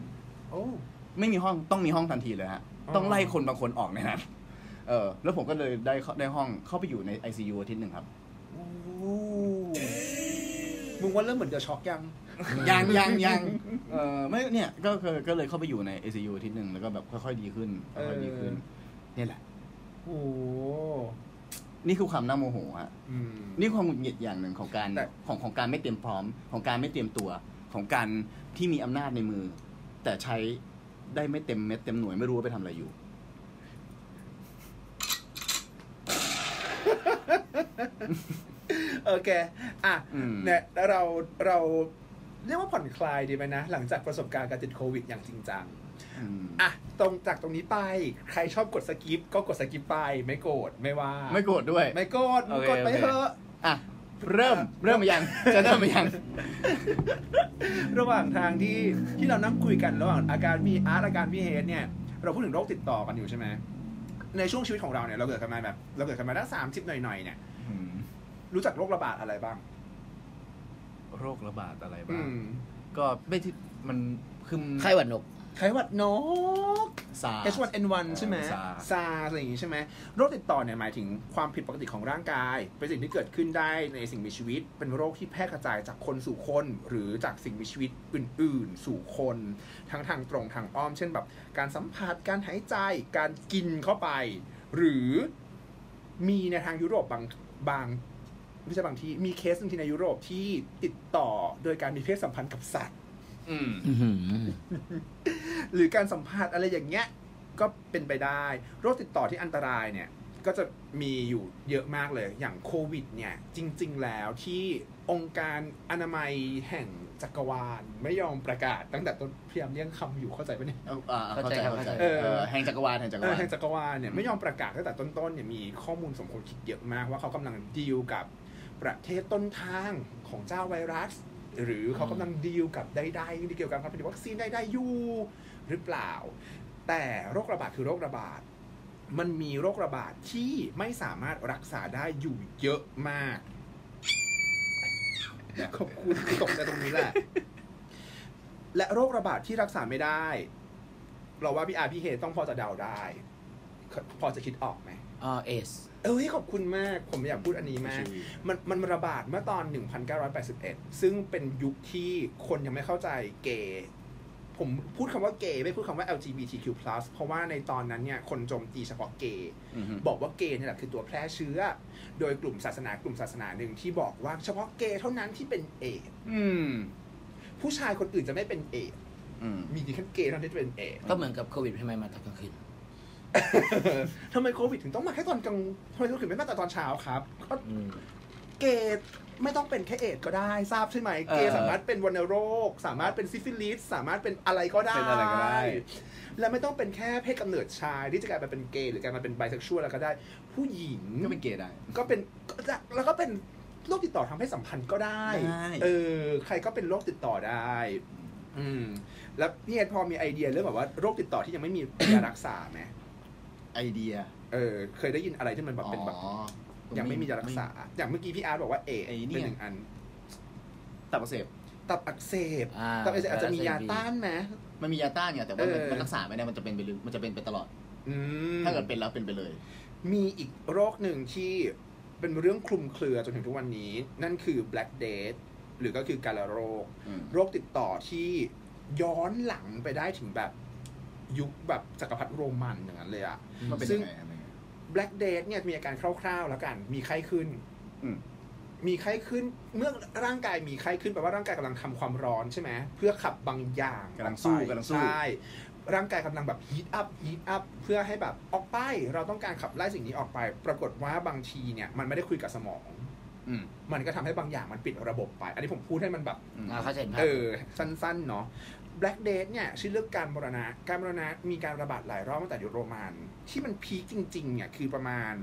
A: โอ้
C: ไม่มีห้องต้องมีห้องทันทีเลยฮะ
A: อ๋อ
C: ต้องไล่คนบางคนออกในนั้นเออ แล้วผมก็เลยได้เข้าได้ห้องเข้าไปอยู่ใน ICU อาทิตย์หนึ่งครับ
A: มึงว่าเริ่มเหมือนเดอะช็อกยัง
C: ยังยังยังเออไม่เนี่ยก็ก็ก็เลยเข้าไปอยู่ใน ICU อาทิตย์หนึ่งแล้วก็แบบค่อยๆดีขึ้นค่อยๆดีขึ้น
A: เอ
C: เนี่ยแหละ
A: โอ้
C: นี่คือความน่าโมโหฮะ
A: อืม
C: นี่ความหงุดหงิดอย่างหนึ่งของการ
A: แต่
C: ของของการไม่เตรียมพร้อม ของการไม่เตรียมตัวของการที่มีอำนาจในมือ แต่ใช้ได้ไม่เต็มเม็ดเต็มหน่วยไม่รู้ว่าไปทำอะไรอยู่
A: โอเค อ่ะ
C: อืม
A: เนี่ยเราเราเรียกว่าผ่อนคลายดีไหมนะ หลังจากประสบการณ์การติดโควิดอย่างจริงจัง
C: อืม
A: อ่ะ ตรงจากตรงนี้ไป ใครชอบกดสกิปก็กดสกิปไป ไม่โกรธไม่ว่า
C: ไม่โกรธด้วย
A: ไม่โกรธมึง
C: โอเค
A: กดไป
C: โอเค
A: เถอะ
C: อ่ะเริ่มเริ่มมายัง จะเริ่มมายัง
A: ระหว่างทางที่ที่เรานั่งคุยกันระหว่างอาการมีอาร์ตอาการพี่เฮดเนี่ย เราพูดถึงโรคติดต่อกันอยู่ใช่ไหมในช่วงชีวิตของเราเนี่ยเราเกิดกันมาแบบเราเกิดกันมาได้สามสิบหน่อยๆเนี่ยรู้จักโรคระบาดอะไรบ้าง
C: โรคระบาดอะไร
A: อื
C: บ้าง
A: ม
C: ก็ไม่ที่มัน คือ
B: ไข้หวัดนก
A: ไข้หวัดนก
C: ซา
A: H1N1 ใช่ไหม
C: ซา
A: ซาอะไรอย่างงี้ใช่ไหมโรคติดต่อเนี่ยหมายถึงความผิดปกติของร่างกาย เป็นสิ่งที่เกิดขึ้นได้ในสิ่งมีชีวิต เป็นโรคที่แพร่กระจายจากคนสู่คน หรือจากสิ่งมีชีวิตอื่น ๆ สู่คน ทั้งทางตรงทางอ้อม เช่นแบบการสัมผัสการหายใจการกินเข้าไป หรือมีในทางยุโรปบางบางไม่ใช่บางที่มีเคสบางทีในยุโรปที่ติดต่อโดยการมีเพศสัมพันธ์กับสัตว์
C: อืม
B: อื้อหือ
A: หรือการสัมผัสอะไรอย่างเงี้ยก็เป็นไปได้ โรคติดต่อที่อันตรายเนี่ย ก็จะมีอยู่เยอะมากเลยอย่างโควิดเนี่ย จริง ๆ แล้วที่องค์การอนามัยแห่งจักรวาล ไม่ยอมประกาศตั้งแต่ต้นพยายามเลี่ยงคำอยู่เข้าใจปะเนี่ย
C: เอาอ่าเข้า
B: เข้า
C: ใจ
B: ใจ
C: เข้าใจ
B: เข้าใจ
C: เออแห่งจักรวาลแห่งจักร
A: เออ
C: วาล
A: แห่งจักรวาลเนี่ยไม่ยอมประกาศตั้งแต่ต้นๆเนี่ยมีข้อมูลสมคบคิดเยอะมากว่าเขากำลังดีลกับประเทศต้นทางของเจ้าไวรัส หรือเขากำลังดีลกับใดๆที่เกี่ยวกับการผลิตวัคซีนใดๆอยู่หรือเปล่า แต่โรคระบาดคือโรคระบาด มันมีโรคระบาดที่ไม่สามารถรักษาได้อยู่เยอะมาก ขอบคุณที่ตกใจตรงนี้แหละ และโรคระบาดที่รักษาไม่ได้ เราว่าพี่อาพี่เฮต้องพอจะเดาได้ พอจะคิดออกไหม
B: อ่าเอส
A: เอ้ยขอบคุณมาก ผมอยากพูดอันนี้มาก มันมันระบาดเมื่อตอน 1981 ซึ่งเป็นยุคที่คนยังไม่เข้าใจเกย์ผมพูดคำว่าเกย์ไม่พูดคำว่า LGBTQ+ เพราะว่าในตอนนั้นเนี่ย คนโจมตีเฉพาะเกย์ บอกว่าเกย์เนี่ยแหละคือตัวแพร่เชื้อ โดยกลุ่มศาสนากลุ่มศาสนาหนึ่งที่บอกว่าเฉพาะเกย์เท่านั้นที่เป็นเอดส์
C: อืม
A: ผู้ชายคนอื่นจะไม่เป็นเอดส์
C: อืม
A: มีดีแค่เกย์เท่านั้นที่จะเป็นเอดส์
B: ก็เหมือนกับโควิดทำไมมาตอนกลางคืน
A: ทำไมโควิดถึงต้องมาแค่ตอนกลางทำไมโควิดไม่มาแต่ตอนเช้าครับก็เกย์ไม่ต้องเป็นแค่เอดส์ก็ได้ทราบใช่ไหม เกย์
B: เออ
A: สามารถเป็นวัณโรค สามารถเป็นซิฟิลิสสามารถเป็นอะไรก็ได้
C: เป็นอะไรก็ได้
A: และไม่ต้องเป็นแค่เพศกำเนิดชายที่จะกลายมาเป็นเกย์หรือกลายมาเป็นไบเซ็กชวลแล้วก็ได้ ผู้หญิง
C: ก็เป็นเกย์ได้
A: ก็เป็นก็จะแล้วก็เป็นโรคติดต่อทางเพศสัมพันธ์ก็ได้
C: ได้
A: เออ ใครก็เป็นโรคติดต่อได้ อืม แล้วพี่เอ็ดพอมีไอเดียเรื่องแบบว่าโรคติดต่อที่ยังไม่มียารักษาไหม
C: ไอเดีย
A: เออ เคยได้ยินอะไรที่มันแบบเป็นแบบ
C: อ๋อ
A: ยังไม่มียารักษา อย่างเมื่อกี้พี่อาร์ตบอกว่าเอด
C: ไอ้เนี่
A: เป็น
C: ย
A: หนึ่งอัน
C: ตับอักเสบ
A: ตับอักเสบ
B: อ่า
A: ตับอักเสบอาจจะมียา
B: ไวรัส
A: ต้านไหม
C: มันมียาต้านไงแต่ว่ามัน
A: เออ
C: มันรักษาไม่ได้มันจะเป็นไปเรื่อยมันจะเป็นไปตลอด
A: อืม
C: ถ้าเกิดเป็นแล้วเป็นไปเลย
A: มีอีกโรคหนึ่งที่เป็นเรื่องคลุมเครือจนถึงทุกวันนี้ นั่นคือ black death หรือก็คือการโรค
C: อืม
A: โรคติดต่อที่ย้อนหลังไปได้ถึงแบบยุคแบบจักรพรรดิโรมันอย่างนั้นเลยอะ
C: มันเป็น
A: ซึ่
C: ยัง งไงอะไรเงี้ย
A: Black Death เนี่ยมีอาการคร่าวๆ แล้วกัน มีไข้ขึ้น
C: อืม
A: มีไข้ขึ้น เมื่อร่างกายมีไข้ขึ้นแปลว่าร่างกายกำลังทำความร้อนใช่ไหม เพื่อขับบางอย่าง
C: กำลังสู้
A: ออไป
C: กำลังสู้
A: ใช่ ร่างกายกำลังแบบ heat up heat up เพื่อให้แบบออกไป เราต้องการขับไล่สิ่งนี้ออกไป ปรากฏว่าบางทีเนี่ยมันไม่ได้คุยกับสมอง
C: อืม
A: มันก็ทำให้บางอย่างมันปิดระบบไป อันนี้ผมพูดให้มันแบบ
C: อืม
B: อ่าเข้าใจภาพ
A: เออ สั้นๆ เนาะ Black Death เนี่ยชื่อเรื่องการมรณะ การมรณะมีการระบาดหลายรอบตั้งแต่ยุคโรมัน ที่มันพีคจริงๆเนี่ยคือประมาณ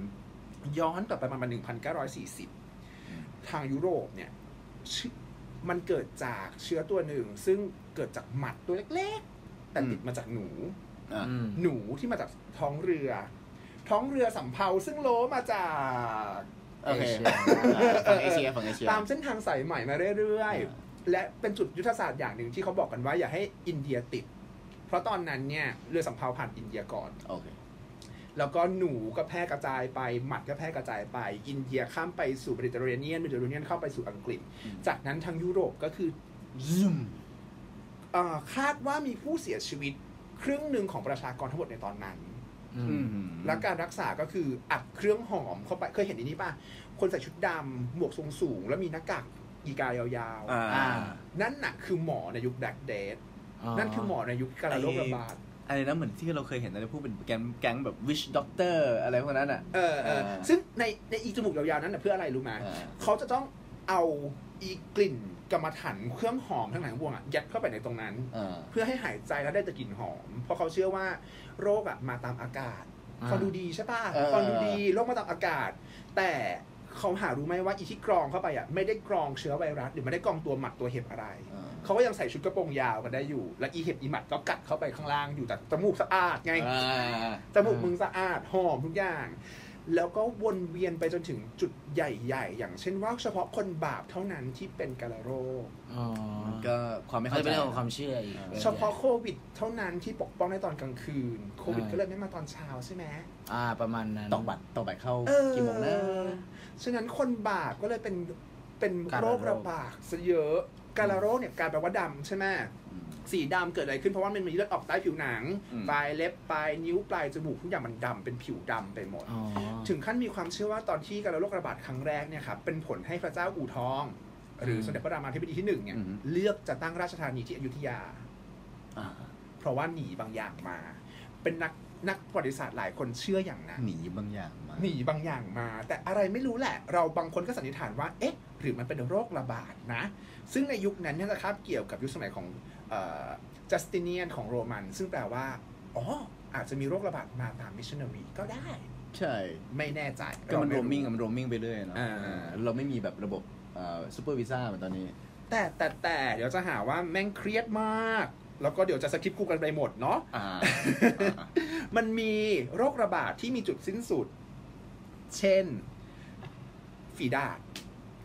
A: ย้อนกลับไปประมาณ 1940 ทางยุโรปเนี่ยชื่อมันเกิดจากเชื้อตัวหนึ่ง ซึ่งเกิดจากหมัดตัวเล็กๆ แต่ติดมาจากหนู
C: อ่ะ
B: อืม
A: หนูที่มาจากท้องเรือ ท้องเรือสำเภาซึ่งโลมาจาก
C: โอเค
B: เชีย
C: ฝั่งเอเชียฝั่งเอเชีย
A: ตามเส้นทางสายใหม่มาเรื่อย
C: อ่า
A: ๆ และเป็นจุดยุทธศาสตร์อย่างหนึ่งที่เขาบอกกันว่าอย่าให้อินเดียติด เพราะตอนนั้นเนี่ยเรือสำเภาผ่านอินเดียก่อน
C: โอเค
A: แล้วก็หนูก็แพร่กระจายไป หมัดก็แพร่กระจายไป อินเดียข้ามไปสู่เมดิเตอร์เรเนียนเมดิเตอร์เรเนียนเข้าไปสู่อังกฤษ
C: อืม
A: จากนั้นทางยุโรปก็คือ
C: ซึม
A: เอ่อคาดว่ามีผู้เสียชีวิตครึ่งหนึ่งของประชากรทั้งหมดในตอนนั้น
B: อื
C: อื
B: ม
C: ม
A: แล้วการรักษาก็คืออัดเครื่องหอมเข้าไป เคยเห็นอันนี้ป่ะ คนใส่ชุดดำหมวกทรงสูง แล้วมีหน้ากากอีกายาวๆ
C: อ่า
B: อ่า
A: นั่นน่ะคือหมอในยุคแบล็กเดทนั่นคือหมอในยุคการโรคระบาด
C: อะไรนะเหมือนที่เราเคยเห็นอะไรพวกเป็นแก๊งแก๊งแบบวิชด็อกเตอร์อะไรพวกนั้นอ่ะ
A: เออเออ
C: อ่า
A: ซึ่งในในอีจมูกยาวๆนั้นน่ะเพื่ออะไรรู้ไหม
C: อ่า
A: เขาจะต้องเอาอีกลิ่นกรรมฐานเครื่องหอมทั้งหลายทั้งปวงอ่ะยัดเข้าไปในตรงนั้น
C: อ่า
A: เพื่อให้หายใจแล้วได้แต่กลิ่นหอม เพราะเขาเชื่อว่าโรคอ่ะมาตามอากาศ
B: อ่า
A: ฟังดูดีใช่ป่ะ
C: เออ
A: ฟังดูดีโรคมาตามอากาศ แต่เขาหารู้ไหมว่าอีที่กรองเข้าไปอ่ะไม่ได้กรองเชื้อไวรัสหรือไม่ได้กรองตัวหมัดตัวเห็บอะไร
C: อ่า
A: เขาก็ยังใส่ชุดกระโปรงยาวกันได้อยู่ และอีเห็บอีหมัดก็กัดเข้าไปข้างล่างอยู่แต่จมูกสะอาดไง
C: อ่า
A: จมูกมึงสะอาดหอมทุกอย่าง แล้วก็วนเวียนไปจนถึงจุดใหญ่ๆ อย่างเช่นว่าเฉพาะคนบาปเท่านั้นที่เป็นกาฬโรค
B: อ๋อ
C: มันก็ความไม่เข้า
B: ก็เป็น
C: ใจ
B: เรื่องของความเชื่ออีก
C: เออ
A: เฉพาะโควิดเท่านั้นที่ปกป้องในตอนกลางคืน โควิดก็เลยไม่มาตอนเช้าใช่ไหม
B: อ่าประมาณนั้น
C: ตอกบัตรตอกบัตรเข้า
A: เออ
C: กี่โมงนะ
A: ฉะนั้นคนบาปก็เลยเป็นเป็นโรคระบาดซะเยอะกาฬโรคเนี่ยการแปลว่าดำใช่ไหม
C: อืม
A: สีดำเกิดอะไรขึ้นเพราะว่ามันมีเลือดออกใต้ผิวหนัง
C: อืม
A: ปลายเล็บปลายนิ้วปลายจมูกทุกอย่างมันดำเป็นผิวดำไปหมด
B: อ๋อ
A: ถึงขั้นมีความเชื่อว่าตอนที่การโรคระบาดครั้งแรกเนี่ยครับเป็นผลให้พระเจ้าอู่ทอง หรือสมเด็จพระรามาธิบดีที่หนึ่งเนี่ย
C: อือฮึ
A: เลือกจะตั้งราชธานีที่อยุธยา
C: อ่า
A: เพราะว่าหนีบางอย่างมา เป็นนักนักประวัติศาสตร์หลายคนเชื่ออย่างนั้น
C: หนีบางอย่างมา
A: หนีบางอย่างมา แต่อะไรไม่รู้แหละ เราบางคนก็สันนิษฐานว่าเอ๊ะหรือมันเป็นโรคระบาดนะ ซึ่งในยุคนั้นเนี่ยนะครับเกี่ยวกับยุคสมัยของจัสติเนียนของโรมัน ซึ่งแปลว่าอ๋ออาจจะมีโรคระบาดมาตามมิชชันนารีก็ได้
C: ใช่
A: ไม่แน่ใจ
C: ก็มัน
A: เา
C: โร
A: ไรู้
C: มมิ่งมันโรมมิ่งไปเรื่อยเนาะ
A: อ่า
C: เออเราไม่มีแบบระบบซูเปอร์วีซ่าเหมือนตอนนี้
A: แต่แต่แต่เดี๋ยวจะหาว่าแม่งเครียดมาก แล้วก็เดี๋ยวจะสคริปต์กูกันไปหมดเนาะ
C: อ่า
A: มันมีโรคระบาดที่มีจุดสิ้นสุด เช่น ฝีดาด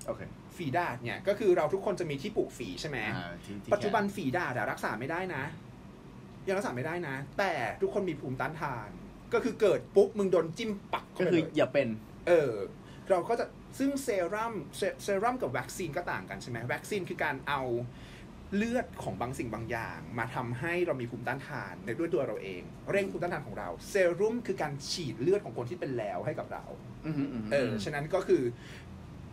C: โอเค
A: ฝีดาดเนี่ย ก็คือเราทุกคนจะมีที่ปลูกฝีใช่ไหม
C: อ่าที่ที่
A: ปัจจุบันฝีดาดอะรักษาไม่ได้นะ ยังรักษาไม่ได้นะ แต่ทุกคนมีภูมิต้านทาน ก็คือเกิดปุ๊บมึงโดนจิ้มปักเข้าไป
C: ก็คือ
A: เลย
C: อย่าเป็น
A: เออเราก็จะซึ่งเซรั่มเซเซรั่มกับวัคซีนก็ต่างกันใช่ไหมวัคซีนคือการเอาเลือดของบางสิ่งบางอย่าง มาทำให้เรามีภูมิต้านทานในด้วยตัวเราเอง เร่งภูมิต้านทานของเรา เซรั่มคือการฉีดเลือดของคนที่เป็นแล้วให้กับเรา
C: อือหือหื
A: เออฉะนั้นก็คือ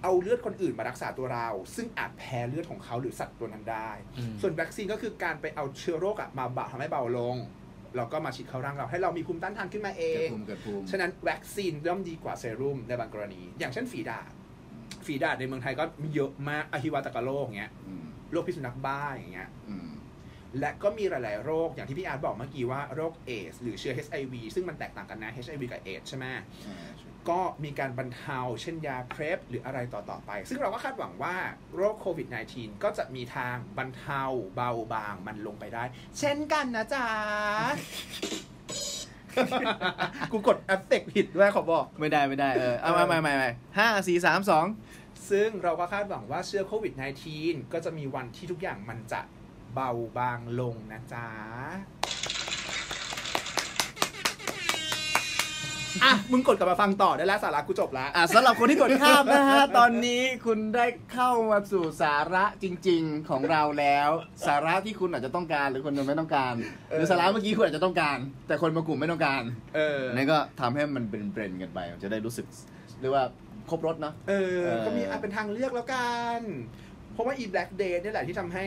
A: เอาเลือดคนอื่นมารักษาตัวเรา ซึ่งอาจแพ้เลือดของเขาหรือสัตว์ตัวนั้นได้
B: อืม
A: ส่วนวัคซีนก็คือการไปเอาเชื้อโรคอะมาบะทำให้เบาลงแล้วก็มาฉีดเข้าร่างเราให้เรามีภูมิต้านทานขึ้นมาเอ
C: เกิ
A: ง
C: ดภูมิเกิดภูมิ
A: ฉะนั้นวัคซีนย่อมดีกว่าเซรุ่มในบางกรณี อย่างเช่นฝีดาดฝีดาดในเมืองไทยก็มีเยอะมากอหิวาตกโรคอย่างเงี้ย
C: อืม
A: โรคพิษสุนัขบ้าอย่างเงี้ย
C: อืม
A: และก็มีหลาย ๆ โรคอย่างที่พี่อาร์ตบอกเมื่อกี้ว่าโรคเอสหรือเชื้อ HIV ซึ่งมันแตกต่างกันนะ HIV กับเอสใช่ไหม
C: อ่า
A: ก็มีการบรรเทาเช่นยาเพรพหรืออะไรต่อ ๆ ไป ซึ่งเราก็คาดหวังว่าโรคโควิด -19 ก็จะมีทางบรรเทาเบาบางมันลงไปได้ เช่นกันนะจ๊ะ กูกดเอฟเฟกต์ผิดด้วยขอบอก
C: ไม่ได้ไม่ได้เออเอามาใหม่ใหม่ใหม่ห้าสี่สามสอง
A: ซึ่งเราก็คาดหวังว่าเชื้อโควิด -19 ก็จะมีวันที่ทุกอย่างมันจะเบาบางลงนะจ๊ะ อ่ะ มึงกดกลับมาฟังต่อได้แล้วสาระกูจบละ
C: อ่ะสำหรับคนที่กดข้ามนะฮะ ตอนนี้คุณได้เข้ามาสู่สาระจริง ๆของเราแล้ว สาระที่คุณอาจจะต้องการหรือคนไม่ต้องการ หรือสาระเมื่อกี้คุณอาจจะต้องการ แต่คนบางกลุ่มไม่ต้องการ
A: เออ
C: นั่นก็ทำให้มันเป็นเบรนด์กันไปมันจะได้รู้สึกเรียกว่าครบรถเนาะ
A: เออ
C: เออ
A: ก็มีอ่ะเป็นทางเลือกแล้วกัน เพราะว่าอี Black Day นี่แหละที่ทำให้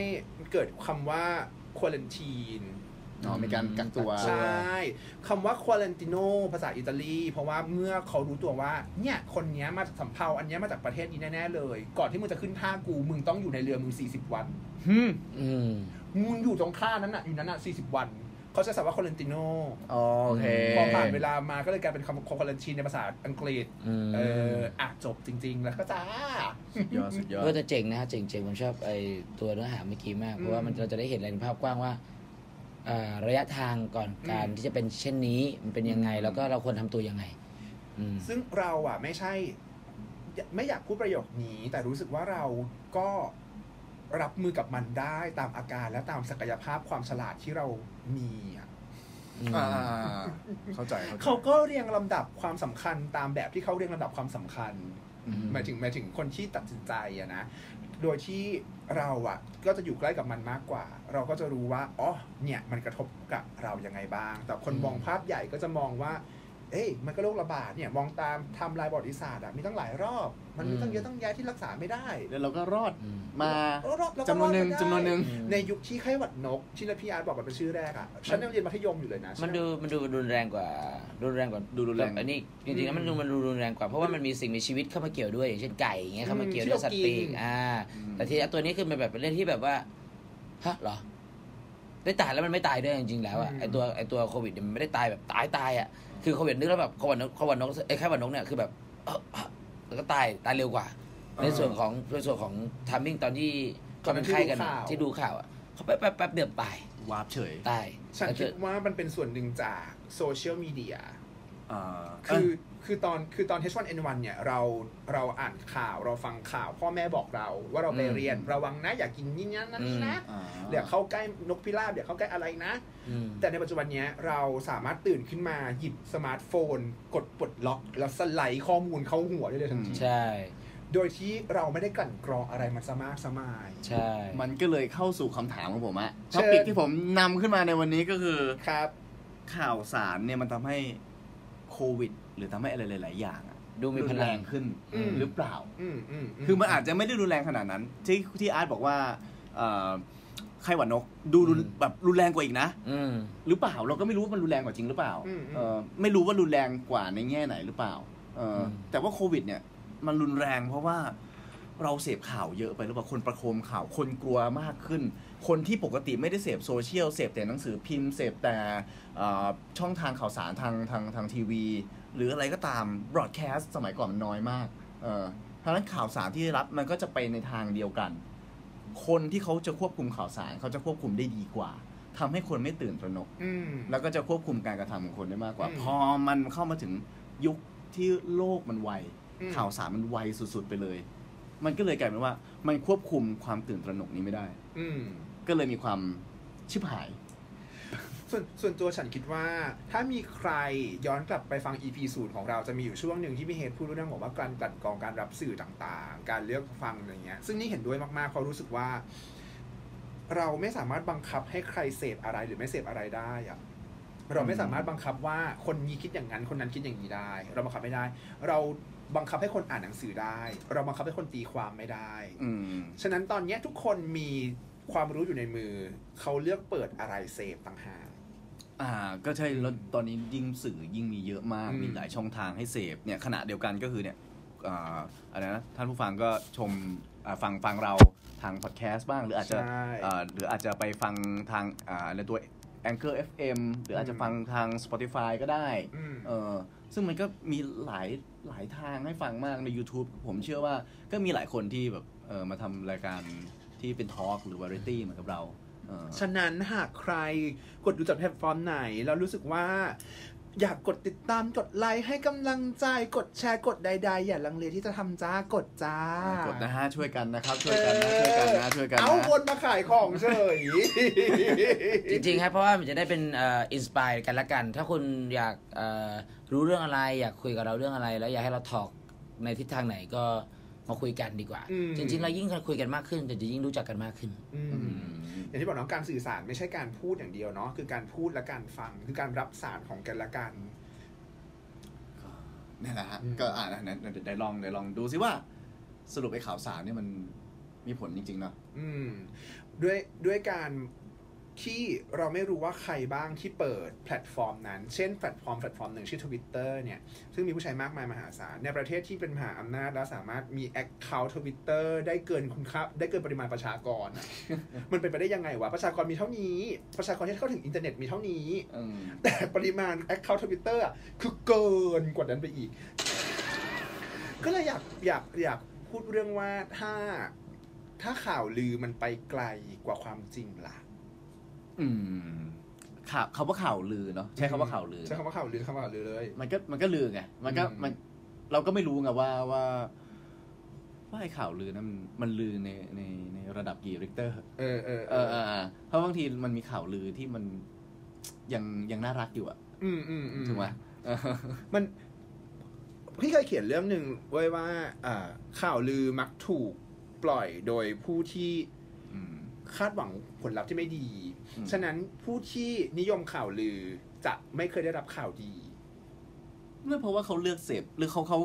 A: เกิดคำว่าควอลันทีน
C: อ๋อมีการกักตัว
A: ใช่คำว่าควอ r ันติโนภาษาอิตาลี เพราะว่าเมื่อเขารู้ตัวว่า เนี่ย คนเนี้ยมาจากสำเภาอันเนี้ยมาจากประเทศนี้แน่ ๆ เลย ก่อนที่มึงจะขึ้นท่ากู มึงต้องอยู่ในเรือมึง 40 วัน
B: อืม
A: มึงอยู่ตรงท่านั้นน่ะ อยู่นั้นน่ะ 40 วัน เขาจะสาวว่าควอ r ันติโน
C: โอเค
A: พอผ่านเวลามาก็เลยกลายเป็นคำควอ r ันทีนในภาษาอังกฤษ
B: อืม
A: เอออ่ะจบจริง ๆ แล้วก็จ้า
C: สุดยอดสุดยอด
B: ก็จะเจ๋งนะฮะเจ๋งเจ๋งผมชอบไอตัวเนื้อหาเมื่อกี้มาก เพราะว่ามัน
A: อืม
B: เราจะได้เห็นอะไรในภาพกว้างว่าอ่าระยะทางก่อนการที่จะเป็นเช่นนี้ มันเป็นยังไง
C: อืม
B: แล้วก็เราควรทำตัวยังไง อืม
A: ซึ่งเราอ่ะไม่ใช่ ไม่อยากพูดประโยคนี้ แต่รู้สึกว่าเราก็รับมือกับมันได้ตามอาการและตามศักยภาพความฉลาดที่เรามีอะ
B: อืม
C: อ่าเข้าใจ
A: เขาก็เรียงลำดับความสำคัญตามแบบที่เขาเรียงลำดับความสำคัญ
C: อืม
A: หมายถึงหมายถึงคนที่ตัดสินใจอะนะ โดยที่เราอ่ะก็จะอยู่ใกล้กับมันมากกว่า เราก็จะรู้ว่าอ๋อเนี่ยมันกระทบกับเรายังไงบ้าง แต่คนมองภาพใหญ่ก็จะมองว่า เอ้ยมันก็โรคระบาดเนี่ยมองตามไทำลายประวัติศาสตร์อะมีตั้งหลายรอบ มันมีตั้งเยอะตั้งแยะที่รักษาไม่ได้
C: แล้วเราก็รอด
B: อืม
C: มา
A: เออรอบเราก็
C: จำนวนหนึ่ง
A: รอดมาได้
C: จำนวนหนึ่ง
A: ในยุคที่ไข้หวัดนกที่พี่อาร์ตบอกมันเป็นชื่อแรกอะฉันยังเรียนมัธยมอยู่เลยนะ
B: มัน
A: ใช่
B: ดู
A: ไห
B: มันดูรุนแรงกว่ารุนแรงกว่า
C: ดูรุนแรง
B: อันนี้จริงๆแล้วมันดูมันดูรุนแรงกว่า เพราะว่ามันมีสิ่งมีชีวิตเข้ามาเกี่ยวด้วยอย่างเช่นไก่อย่างเงี้ยเข้ามาเกี่ยวด้วยสัตว์ปี
A: ที่เรา
B: ก
A: กิน
B: อ่า แต่ทีนี้ตัวนี้คือมันแบบเป็นเรื่องที่แบบว่าฮะเหรอ ได้ตายแล้วมันไม่ตายด้วยจริงๆแล้วอะ
A: อืม
B: ไอตัวไอตัวโควิดเนี่ยมันไม่ได้ตายแบบตายตายอะคือโควิดนึกแล้วแบบโควิดนกโควิดนกไอแค่วันนกเนี่ยคือแบบเอ้อเอ้อแล้วก็ตายตายเร็วกว่า ในส่วนของในส่วนของทามมิ่งตอนที่เขาเป็นไข้กันอะที่ดูข่าวอะเขาไปแป๊บแป๊บเดียวตายว
C: าร์ปเฉย
B: ตาย
A: ฉัน
B: แล้ว
A: คิ
B: เกิ
A: ด
B: ด
A: ว่ามันเป็นส่วนหนึ่งจากโซเชียลมีเดีย
C: อ่า
A: คือคือตอนคือตอน H1N1 เนี่ยเราเราอ่านข่าวเราฟังข่าว พ่อแม่บอกเราว่าเราไป
B: อืม
A: เรียนระวังนะอย่ากินนี่นะนั่นนะ
C: เอ้ยอ่า
A: อย่าเข้าใกล้นกพิราบอย่าเข้าใกล้อะไรนะ
B: อืม
A: แต่ในปัจจุบันเนี้ยเราสามารถตื่นขึ้นมาหยิบสมาร์ทโฟน กดปลดล็อก แล้วสไลด์ข้อมูลเข้าหัวได้เลยทันที
B: ใช่
A: โดยที่เราไม่ได้กลั่นกรองอะไรมันซะมากซะมาย
B: ใช่
C: มันก็เลยเข้าสู่คำถามของผมอะ
A: เชิ
C: ท็อ
A: ญ
C: ปิกที่ผมนำขึ้นมาในวันนี้ก็คือ
A: ครับ
C: ข่าวสารเนี่ยมันทำให้โควิด หรือทำให้อะไรหลาย ๆ อย่างอะ
B: ดูมี
C: รุ
B: พ
C: น
B: ลั
C: แรง งขึ้น
A: อืม
C: หรือเปล่า
A: อืมอืม
C: คือมันอาจจะไม่ได้รุนแรงขนาดนั้น ที่ที่อาร์ตบอกว่าเอ่อไข้หวัดนกดูรุน
B: อืม
C: แบบรุนแรงกว่าอีกนะ
B: อืม
C: หรือเปล่าเราก็ไม่รู้ว่ามันรุนแรงกว่าจริงหรือเปล่า
A: อืม
C: เอ่อไม่รู้ว่ารุนแรงกว่าในแง่ไหนหรือเปล่าเอ่ออ
B: ม
C: แต่ว่าโควิดเนี่ยมันรุนแรงเพราะว่าเราเสพข่าวเยอะไปหรือเปล่าคนประโคมข่าวคนกลัวมากขึ้น คนที่ปกติไม่ได้เสพโซเชียลเสพแต่หนังสือพิมพ์เสพแต่เอ่อช่องทางข่าวสารทางทางทางทีวี หรืออะไรก็ตามบ r อ a แคสต์สมัยก่อนมันน้อยมากเอ่อเพราะฉะนั้นข่าวสารที่ได้รับมันก็จะไปในทางเดียวกัน คนที่เขาจะควบคุมข่าวสารเขาจะควบคุมได้ดีกว่าทำให้คนไม่ตื่นตระหนก
A: อืม
C: แล้วก็จะควบคุมการกระทำของคนได้มากกว่า
A: อืม
C: พอมันเข้ามาถึงยุคที่โลกมันไว
A: อืม
C: ข่าวสารมันไวสุดๆไปเลย มันก็เลยกลายเป็นว่า มันควบคุมความตื่นตระหนกนี้ไม่ได้
A: อืม
C: ก็เลยมีความชิบหาย
A: ส่วนส่วนตัวฉันคิดว่า ถ้ามีใครย้อนกลับไปฟัง EP ศูนย์ของเราจะมีอยู่ช่วงหนึ่งที่พี่เฮดพูดเรื่องของว่าการกลั่นกรองการรับสื่อต่างๆ การเลือกฟังอะไรเงี้ยซึ่งนี่เห็นด้วยมากๆเพราะรู้สึกว่า เราไม่สามารถบังคับให้ใครเสพอะไรหรือไม่เสพอะไรได้อะเราไม่สามารถบังคับว่าคนนี้คิดอย่างนั้นคนนั้นคิดอย่างนี้ได้ เราบังคับไม่ได้ เราบังคับให้คนอ่านหนังสือได้ เราบังคับให้คนตีความไม่ได้
C: อืม
A: ฉะนั้นตอนเนี้ยทุกคนมีความรู้อยู่ในมือ เขาเลือกเปิดอะไรเสพต่างหาก
C: อ่า ก็ใช่ แล้วตอนนี้ยิ่งสื่อยิ่งมีเยอะมาก
A: อืม
C: มีหลายช่องทางให้เสพ เนี่ยขณะเดียวกันก็คือเนี่ยอ่าอะไรนะ ท่านผู้ฟังก็ชมอ่าฟังฟังเราทางพอดแคสต์บ้าง หรืออาจจะ
A: ใช่
C: เอ่อหรืออาจจะไปฟังทางอ่าในตัว Anchor FM หรืออาจจะฟังทาง Spotify ก็ได้
A: ม
C: เออซึ่งมันก็มีหลายหลายทางให้ฟังมากใน YouTube ผมเชื่อว่าก็มีหลายคนที่แบบเออมาทำรายการที่เป็นทอล์กหรือวาไรตี้เหมือนกับเราเออ
A: ฉะนั้นหากใครกดดูจากแพลตฟอร์มไหน แล้วรู้สึกว่า อยากกดติดตามกดไลค์ให้กำลังใจกดแชร์กดใดๆ อย่าลังเลที่จะทำจ้ากดจ้า
C: ก
A: ก
C: ดนะฮะช่วยกันนะครับช่วยกันนะช่วยกันนะช่วยกัน
A: เอาว
C: นะ
A: นมาขายของเฉย
B: จริงๆครับเพราะว่ามันจะได้เป็นเอินสปายกันละกัน ถ้าคุณอยากเอ่อรู้เรื่องอะไร อยากคุยกับเราเรื่องอะไร แล้วอยากให้เราถอกในทิศทางไหนก็มาคุยกันดีกว่า
A: อืม
B: จริงๆเรายิ่งคุยกันมากขึ้นแต่จะยิ่งรู้จักกันมากขึ้น
A: อื
C: อื
A: ม
C: ม
A: อย่างที่บอกเน้องการสื่อสารไม่ใช่การพูดอย่างเดียวเนาะคือการพูดและการฟังคือการรับสารของกันและกัน
C: นี่นแหละฮะ
A: อืม
C: ก็อ่านนะเดี๋ยวเดี๋ยวลองเดี๋ยวลองดูสิว่า สรุปไอ้ข่าวสารเนี่ยมันมีผลจริงๆเนาะ
A: ืมด้วยด้วยการที่เราไม่รู้ว่าใครบ้างที่เปิดแพลตฟอร์มนั้น เช่นแพลตฟอร์มแพลตฟอร์มหนึ่งชื่อ Twitter เนี่ย ซึ่งมีผู้ใช้มากมายมหาศาล ในประเทศที่เป็นมหาอำนาจแล้วสามารถมี Account Twitter ได้เกินคุณค่าได้เกินปริมาณประชากรอะ มันเป็นไปได้ยังไงวะ ประชากรมีเท่านี้ ประชากรที่เข้าถึงอินเทอร์เน็ตมีเท่านี้
C: อืม
A: แต่ปริมาณ Account Twitter อะคือเกินกว่านั้นไปอีก ก็เลยอยากอยากอยากพูดเรื่องว่าถ้าถ้าข่าวลือมันไปไกลกว่าความจริงล่ะ
C: อืมข่าวคำว่าข่าวลือเนาะใช้คำว่าข่าวลือ
A: ใช้คำว่าข่าวลือคำว่าข่าวลือเลย
C: มันก็มันก็ลือไงมันก็
A: อืม
C: มันเราก็ไม่รู้ไงว่าว่าว่าไอ้ข่าวลือนะมันมันลือในในในระดับกี่ริกเตอร์
A: เออเออ
C: เออเออเออเพราะบางทีมันมีข่าวลือที่มันยังยังน่ารักอยู่อะ
A: อืมอืมอืม
C: ถูกไหมเอ อ
A: มันพี่เคยเขียนเรื่องหนึ่งไว้ว่าอ่าข่าวลือมักถูกปล่อยโดยผู้ที่
C: อืม
A: คาดหวังผลลัพธ์ที่ไม่ดี
C: อืม
A: ฉะนั้นผู้ที่นิยมข่าวลือจะไม่เคยได้รับข่าวดี
C: ไม่เพราะว่าเขาเลือกเสพหรือเขาเขา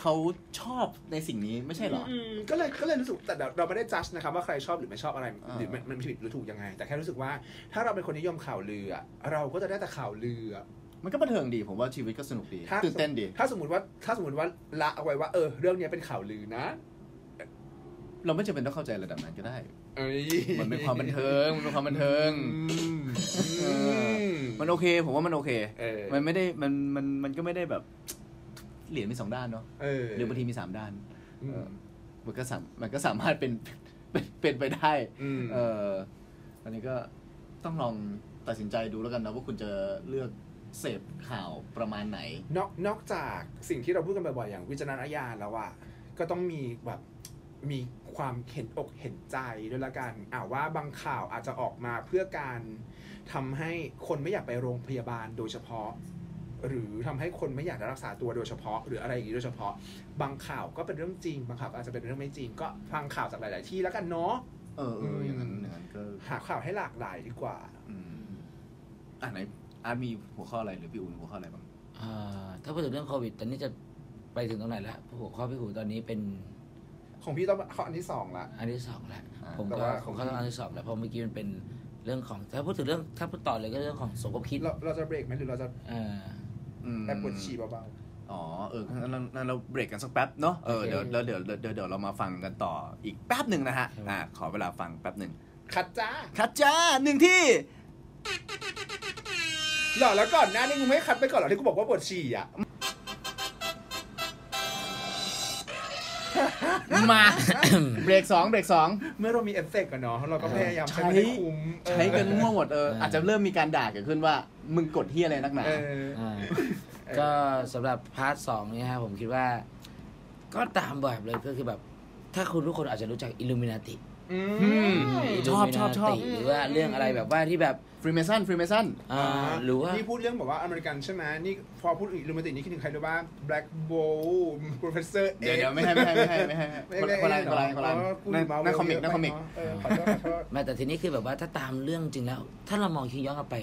C: เขาชอบในสิ่งนี้ไม่ใช่เหรอ
A: มก็เลยก็เลยรู้สึกแต่เราเราไม่ได้จัดนะครับว่าใครชอบหรือไม่ชอบอะไร
C: อ่า
A: หรือมันมันผิดหรือถูกยังไง แต่แค่รู้สึกว่าถ้าเราเป็นคนนิยมข่าวลืออะเราก็จะได้แต่ข่าวลืออะ
C: มันก็บันเทิงดีผมว่าชีวิตก็สนุกดี
A: ถ้า
C: ตื่นเต้นดี
A: ถ้าสมมติว่าถ้าสมมติว่าละเอาไว้ว่าเออเรื่องเนี้ยเป็นข่าวลือนะ
C: เราไม่จำเป็นต้องเข้าใจระดับนั้นก็ได้
A: เอ้ย
C: มันเป็นความบันเทิงมันเป็นความบันเทิง
A: อืม
C: เอ มันโอเค ผมว่ามันโอเค
A: เออ
C: มันไม่ได้มันมันมันก็ไม่ได้แบบ เหรียญมีสองด้านเนาะ
A: เออ
C: หรือบางทีมีสามด้าน
A: อืม
C: มันก็สามมันก็สามารถเป็นเป็นเป็นไปได้
A: อืม
C: เอออันนี้ก็ต้องลองตัดสินใจดูแล้วกันนะว่าคุณจะเลือก เสพข่าวประมาณไหน
A: นอกนอกจากสิ่งที่เราพูดกันบ่อยๆ อย่างวิจารณญาณแล้วอะก็ต้องมีแบบมีความเห็นอกเห็นใจด้วยละกันอ่าว่าบางข่าวอาจจะออกมาเพื่อการทำให้คนไม่อยากไปโรงพยาบาลโดยเฉพาะ หรือทำให้คนไม่อยากจะรักษาตัวโดยเฉพาะ หรืออะไรอย่างนี้โดยเฉพาะ บางข่าวก็เป็นเรื่องจริง บางข่าวก็อาจจะเป็นเรื่องไม่จริง ก็ฟังข่าวจากหลาย ๆ ที่แล้วกันเนาะ
C: เออเอออย่างนั้นอย่างนั้นก็
A: หาข่าวให้หลากหลายดีกว่า
C: อืมอ่ะไหนอามีหัวข้ออะไรหรือพี่อุ่นหัวข้ออะไรบ้าง
B: อ่าถ้าพูดถึงเรื่องโควิด ตอนนี้จะไปถึงตรงไหนแล้วหัวข้อพี่หูตอนนี้เป็น
A: ของพี่ต้องข้ออันที่สองละ
B: อันที่สองแล้ว
C: อ่า
B: ผม
A: แต่
B: ก็
A: ว่า
B: ผ
A: ของ
B: ม
A: พี่
B: ก็ต้องอันที่สองแล้วเพราะเมื่อกี้มันเป็นเรื่องของ ถ้าพูดถึงเรื่องถ้าพูดต่อเลยก็เรื่องของสมคบคิด
A: เราเราจะเบรกไหมหรือเราจะ
B: เออ
C: อืม
A: แอบปวดฉี่เบา
C: อ๋อ เอองั้นเรางั้นเราเบรกกันสักแป๊บเนาะ เออ
B: โอเค
C: เดี๋ยวแล้วเดี๋ยวเดี๋ยวเดี๋ยวเรามาฟังกันต่ออีกแป๊บหนึ่งนะฮะ อ่า ขอเวลาฟังแป๊บหนึ่ง
A: ๆ คัดจ้า
C: คัดจ้าหนึ่งที่
A: หล่อแล้วก่อนหน้านี่มึงไม่คัดไปก่อนเหรอที่กูบอกว่าปวดฉี่อ่ะ
B: มา
C: เบรกสองเบรกสอง
A: เมื่อเรามีเอฟเฟกต์กันเนาะเราก็พยายาม
C: ใช้
A: ใช้ไม่ให้คุ้ม
C: ใช้กันมั่วหมดเออ
B: เอออ
C: อาจจะเริ่มมีการด่าเกิดขึ้นว่า มึงกดที่อะไรนักหนา
A: เออ
B: อ่าก็สำหรับพาร์ทสองเนี่ยฮะผมคิดว่า ก็ตามแบบเลยก็คือแบบ ถ้าคุณทุกคนอาจจะรู้จักอิลูมินาติ
A: อืม
C: อืมช
B: ชอ
C: อ
B: บบ ช
C: ช
B: อ
C: อ
B: บบ
C: ช
B: ชอ
C: อ
B: บบ หรือว่าเรื่องอะไรแบบว่าที่แบบ
C: ฟรีเมสันฟรีเมสัน
B: อ่าหรือว่า
A: นี่พูดเรื่องแบบว่าอเมริกันใช่ไหมนี่พอพูดอีกลูมิตินี่คิดถึงใครรู้ป่ะ Black Bowl Professor
C: เดี๋ยวเดี๋ยวไม่ให้ไม่ให้ไม่ให้ไม่ให้คนละคนละคนละคนละนั่นนั่นคอมิกนั่นคอมิก
A: เออขอโทษขอ โทษ
B: แม้แต่ทีนี้คือแบบว่าถ้าตามเรื่องจริงแล้ว ถ้าเรามองคิงย้อนกลับไป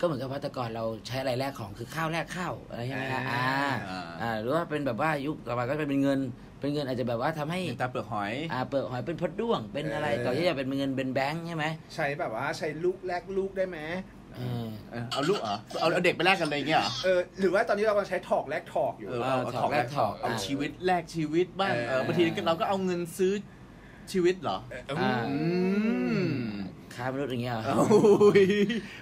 B: ก็เหมือนกับว่าแต่ก่อนเราใช้อะไรแรกของคือข้าวแรกข้าวอะไรใช่ไหมฮะอ่า
C: อ่า
B: อ่าหรือว่าเป็นแบบว่ายุคต่อมาก็จะเป็นเงิน เป็นเงินอาจจะแบบว่าทำให้
C: ตาเปลือกหอย
B: อ่าเปิดหอยเป็นพดด้วง เป็นอะไรต่อที่จะเป็นเงินเป็นแบงค์ใช่ไหม
A: ใช้แบบว่าใช้ลูกแลกลูกได้ไหม
B: เออ
C: เออเอาลูกเหรอเอาเอาเด็กไปแลกกันเลยอย่างเงี้ยเหรอ
A: เออหรือว่าตอนนี้เรากำลังใช้ถอกแลกถอกอยู่
C: เออเอาเอา
B: ถ
C: ข
B: อ
C: อก ง
B: แล
C: แล
B: ก
C: ก
B: ถ
C: ถ
B: อ
C: อก กเอา
B: อ่า
C: ชีวิตแลกชีวิตบ้างเอ
B: เออ
C: อบางทีเราก็เอาเงินซื้อชีวิตเหรอ
B: อ่า
C: อืม
B: ค้ามนุษย์อย่างเงี้ ยเหรอ
C: โอ้ย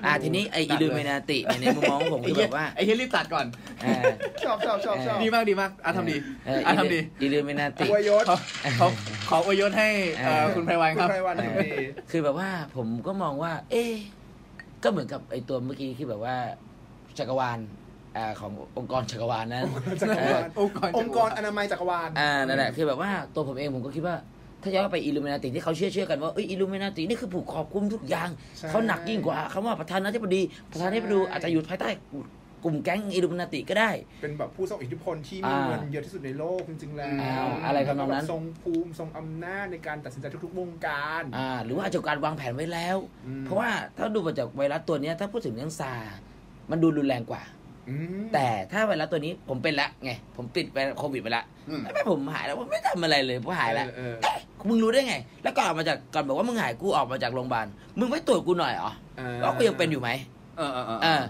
B: อ่าทีนี้ไออิลูมินาติเนี่ยในมุมมองของผม
C: ไอ้
B: คือ
C: เหี้
B: แบ
C: ย
B: บว่า
C: ไอ้เฮียรีบตัดก่อน
B: อ่า
A: ชอบชอบชอบชอบ
C: ดีมากดีมากอ่ะทำดี
B: เอ่อ
C: อ่ะทำดี
B: อิลูมินาติ
A: อวยยศ
C: ขอขอขออวยยศให้เอ่อ
B: เออ
C: คุณไพรวัน
A: คุณ
C: ครับ
A: ไพรวันทำดี
B: คือแบบว่าผมก็มองว่า เอ๊ะก็เหมือนกับไอตัวเมื่อกี้ที่แบบว่าจักรวาลอ่าขององค์กรจักรวาลนั้น
A: จักรวาล
C: องค์กร
A: องค์กรอนามัยจักรวาล
B: อ่านั่นแหละคือแบบว่าตัวผมเองผมก็คิดว่า ถ้าย้อนไปอิลูมินาติที่เขาเชื่อเชื่อกันว่าเอ้ยอิลูมินาตินี่คือผูกขอบคุมทุกอย่าง
A: ใช่
B: เขาหนักยิ่งกว่าคำว่าประธานาธิบดี ประธานาธิบดี
A: ใช่
B: อาจจะอยู่ภายใต้กลุ่มแก๊งอิลูมินาติก็ได้
A: เป็นแบบผู้ทรงอิทธิพลที่มี
B: อ่า
A: เงินเยอะที่สุดในโลกจริงๆแล้ว
B: อ่าอะไรทำนองนั้น
A: แล้วก็แบบทรงภูมิทรงอำนาจในการตัดสินใจทุกๆวงการ
B: อ่าหรือว่าอาจจะการวางแผนไว้แล้ว
A: อืม
B: เพราะว่าถ้าดูมาจากไวรัสตัวเนี้ยถ้าพูดถึงเรื่องซาร์มันดูรุนแรงกว่า
A: อืม
B: แต่ถ้าไวรัสตัวนี้ผมเป็นละไง ผมติดไปโควิดไปละ
C: อืม
B: แล้วแม่ผมหายแล้วผมไม่ทำอะไรเลยผมหายแล้ว
A: เออ
B: เอ๊ะมึงรู้ได้ไง แล้วก่อนออกมาจากก่อนบอกว่ามึงหายกูออกมาจากโรงพยาบาลมึงไม่ตรวจกูหน่อยเหรอ
A: เออ
B: แล้วกูยังเป็นอยู่ไหม
C: เออเออเออ
B: เอ
C: เอ
B: อ
C: อ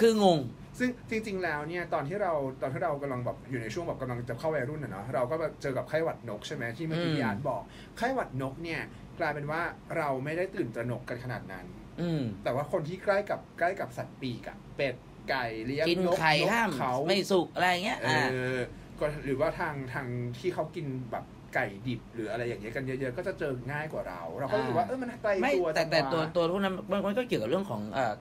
B: คืองง
A: ซึ่งจริง ๆ แล้วเนี่ยตอนที่เราตอนที่เรากำลังแบบอยู่ในช่วงแบบกำลังจะเข้าวัยรุ่นอะเนาะเราก็แบบเจอกับไข้หวัดนกใช่ไหมที่เมื่อกี้
B: อืม
A: พี่อาร์ตบอกไข้หวัดนกเนี่ยกลายเป็นว่าเราไม่ได้ตื่นตระหนกกันขนาดนั้น
B: อืม
A: แต่ว่าคนที่ใกล้กับใกล้กับสัตว์ปีกอะเป็ดไก่เลี้ยง
B: กิน
A: นก
B: ไข่
A: นก
B: ห้าม
A: เขา
B: ไม่สุกอะไรอย่างเงี้ย
A: เอ
B: อ่า
A: อก็หรือว่าทางทางที่เขากินแบบไก่ดิบหรืออะไรอย่างเงี้ยกันเยอะๆ ก็จะเจอง่ายกว่าเรา เราก็รู้สึกว่าเอ
B: อ่า
A: อมันไกล
B: ไม่
A: ตัว
B: แต่แต่
A: จังหะ
B: ตัวตัวพวกนั้นมันมันก็เกี่ยวกับเรื่องของเออ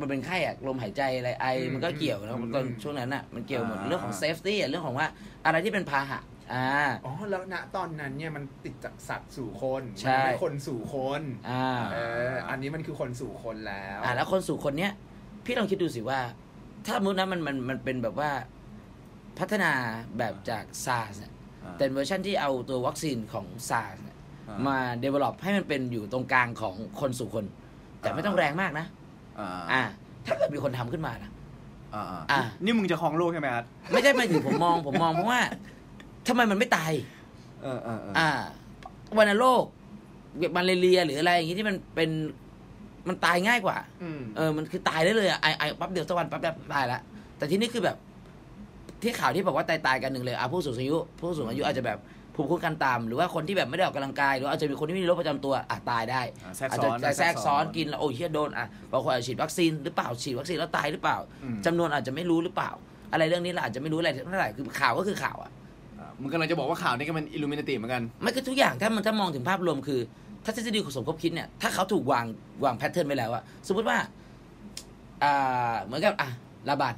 B: มันเป็นไข้อะลมหายใจอะไรไอ
A: อืม
B: มันก็เกี่ยวนะ
A: อืม
B: ตอน
A: อืม
B: ช่วงนั้นอะมันเกี่ยวหมดเรื่องของเซฟตี้เรื่องของว่าอะไรที่เป็นพาหะอ่า
A: อ๋อแล้วณตอนนั้นเนี่ยมันติดจากสัตว์สู่คน
B: ใช่
A: มันไม่คนสู่คน
B: อ่า
A: เอออันนี้มันคือคนสู่คนแล้ว
B: อ่าแล้วคนสู่คนเนี้ยพี่ลองคิดดูสิว่า ถ้ามุตินะมันมันมันเป็นแบบว่าพัฒนาแบบจากซาร์สแต่เวอร์ชันที่เอาตัววัคซีนของซาร์สมา develop ให้มันเป็นอยู่ตรงกลางของคนสู่คน แต่ไม่ต้องแรงมากนะ
C: อ่า
B: อ่า ถ้าเกิดมีคนทำขึ้นมานะ
C: อ่า
B: อ่า
C: อ่านี่มึงจะครองโลกใช่ไหมอาร์ต
B: ไม่ใช่ไม่ถึงผมมองผมมองเพราะว่าทำไมมันไม่ตาย
C: เออเออเออ
B: อ่าวัณโรคแบบมาเลเรียหรืออะไรอย่างงี้ที่มันเป็นมันตายง่ายกว่า
A: อืม
B: เออ มันคือตายได้เลยอะไอไอปั๊บเดียวสักวันปั๊บแบบตายละ แต่ที่นี่คือแบบ ที่ข่าวที่บอกว่าตายตายๆกันหนึ่งเลยอ่ะผู้สูงอายุ ผู้สูงอายุอาจจะแบบภูมิคุ้มกันต่ำหรือว่าคนที่แบบไม่ได้ออกกำลังกาย หรืออาจจะมีคนที่ไม่มีโรคประจำตัวอ่ะตายได้
C: อ่าแทรก
B: อาจ
C: ซ้
B: จะ
C: อน
B: แทรกซ้อนกินแล้วโอ้ยเฮียโดนอ่ะบางคนอาจจะฉีดวัคซีนหรือเปล่าฉีดวัคซีนแล้วตายหรือเปล่า
C: อืม
B: จำนวนอาจจะไม่รู้หรือเปล่า อะไรเรื่องนี้เราอาจจะไม่รู้อะไรเท่าไหร่คือข่าวก็คือข่าวอ่ะ
C: อ่ามึงกำลังจะบอกว่าข่าวนี้ก็เป็นอิลูมินติเหมือนกัน
B: มันก็ทุกอย่างถ้ามันถ้ามองถึงภาพรวมคือ ถ้าทฤษฎีของสมคบคิดเนี่ยถ้าเขาถูกวางวางแพทเทิร์นไว้แล้วอะสมมติว่า อ่าเหมือนกับอ่ะระบาด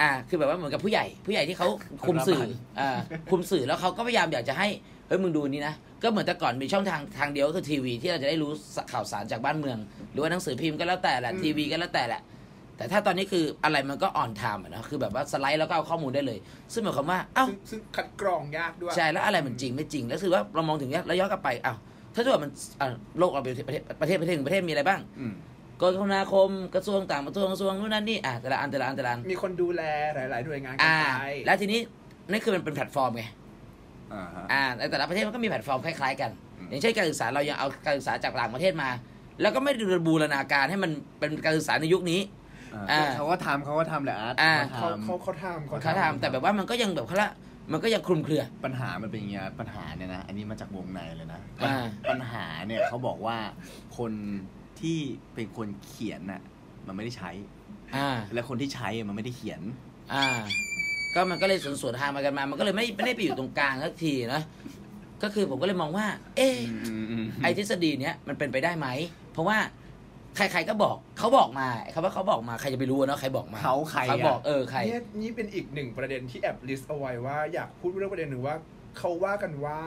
B: อ่า คือแบบว่าเหมือนกับผู้ใหญ่ ผู้ใหญ่ที่เขาคุมสื่อ
C: ระบาด
B: อ่าคุมสื่อแล้วเขาก็พยายามอยากจะให้เฮ้ยมึงดูนี่นะก็เหมือนแต่ก่อนมีช่องทางทางเดียวก็คือทีวี ที่เราจะได้รู้ข่าวสารจากบ้านเมือง หรือว่าหนังสือพิมพ์ก็แล้วแต่แหละ
A: อืม
B: ทีวีก็แล้วแต่แหละ แต่ถ้าตอนนี้คืออะไรมันก็ออนไทม์อะเนาะคือแบบว่าสไลด์แล้วก็เอาข้อมูลได้เลย ซึ่งหมายความว่าเอ้า
A: ซึ่งซึ่งคัดกรองยากด้วย
B: ใช่ แล้วอะไรมันจริงไม่จริง แล้วคือว่าเรามองถึงเนี้ยแล้วย้อนกลับไปอ้าวถ้าจะว่ามันอ่ะโลกเราเป็นประเทศประเทศประเทศหนึ่งประเทศมีอะไรบ้าง
A: อืม
B: กรมคมนาคมกระทรวงต่างประเทศกระทรวงนู่นนั่นนี่อ่ะแต่ละอันแต่ละอันแต่ละอัน
A: มีคนดูแลหลาย ๆ หน่วยงานกัน
B: อ่า
A: ไป
B: แล้วทีนี้นั่นคือมันเป็นแพลตฟอร์มไง
C: อ่าฮะ
B: อ่าในแต่ละประเทศมันก็มีแพลตฟอร์มคล้ายๆกัน
C: อืม
B: อย่างเช่นการศึกษาเรายังเอาการศึกษาจากต่างประเทศมา แล้วก็ไม่ได้บูรณาการให้มันเป็นการศึกษาในยุคนี้ อ่า
C: เขาก็ทำเขาก็ทำแหละอาร์ต
B: อ่า
A: เขา
C: เขาทำ
A: เขาเขาทำ
B: เขาทำแต่แบบว่ามันก็ยังแบบเขาละมันก็ยังคลุมเครือ
C: ปัญหามันเป็นอย่างเงี้ยปัญหาเนี่ยนะ อันนี้มาจากวงในเลยนะ
B: อ่า
C: ปัญหาเนี่ยเขาบอกว่าคนที่เป็นคนเขียนน่ะมันไม่ได้ใช้
B: อ่า
C: และคนที่ใช้มันไม่ได้เขียน
B: อ่า ก็มันก็เลยสวนสวนทางมากันมา มันก็เลยไม่ไม่ได้ไปอยู่ตรงกลางสักทีนะ ก็คือผมก็เลยมองว่า เอ๊ะไอทฤษฎีเนี้ยมันเป็นไปได้ไหม เพราะว่าใครๆก็บอกเขาบอกมาคำว่าเขาบอกมาใครจะไปรู้เนาะใครบอกมา
C: เขาใครอะ
B: เขาบอกเออใคร
A: เนี่ยนี่เป็นอีกหนึ่งประเด็นที่แอบลิสต์เอาไว้ว่าอยากพูดเรื่องประเด็นหนึ่งว่า เขาว่ากันว่า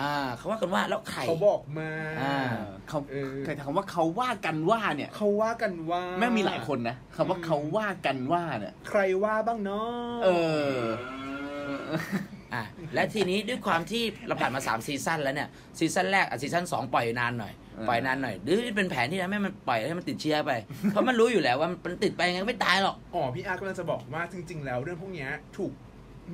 B: อ่าเขาว่ากันว่าแล้วใคร
A: เขาบอกมา
B: อ่า
C: เออเขา
A: เออ
C: เคยคำว่าเขาว่ากันว่าเนี่ย
A: เขาว่ากันว่า
C: แม่งมีหลายคนนะคำว่าเขาว่ากันว่าเนี่ย
A: ใครว่าบ้างเนาะ
C: เออ
B: อ่าและทีนี้ด้วยความที่เราผ่านมา 3 ซีซั่นแล้วเนี่ยซีซั่นแรกอ่ะซีซั่น2 ปล่อยนานหน่อย
C: เออ
B: ปล่อยนานหน่อย หรือเป็นแผนที่ทำให้มันปล่อยให้มันติดเชื้ อไป เพราะมันรู้อยู่แล้วว่ามันติดไปยังไงก็ไม่ตายหรอก
A: อ๋อพี่อาร์ตกำลังจะบอกว่าจริง ๆ แล้วเรื่องพวกเนี้ยถูก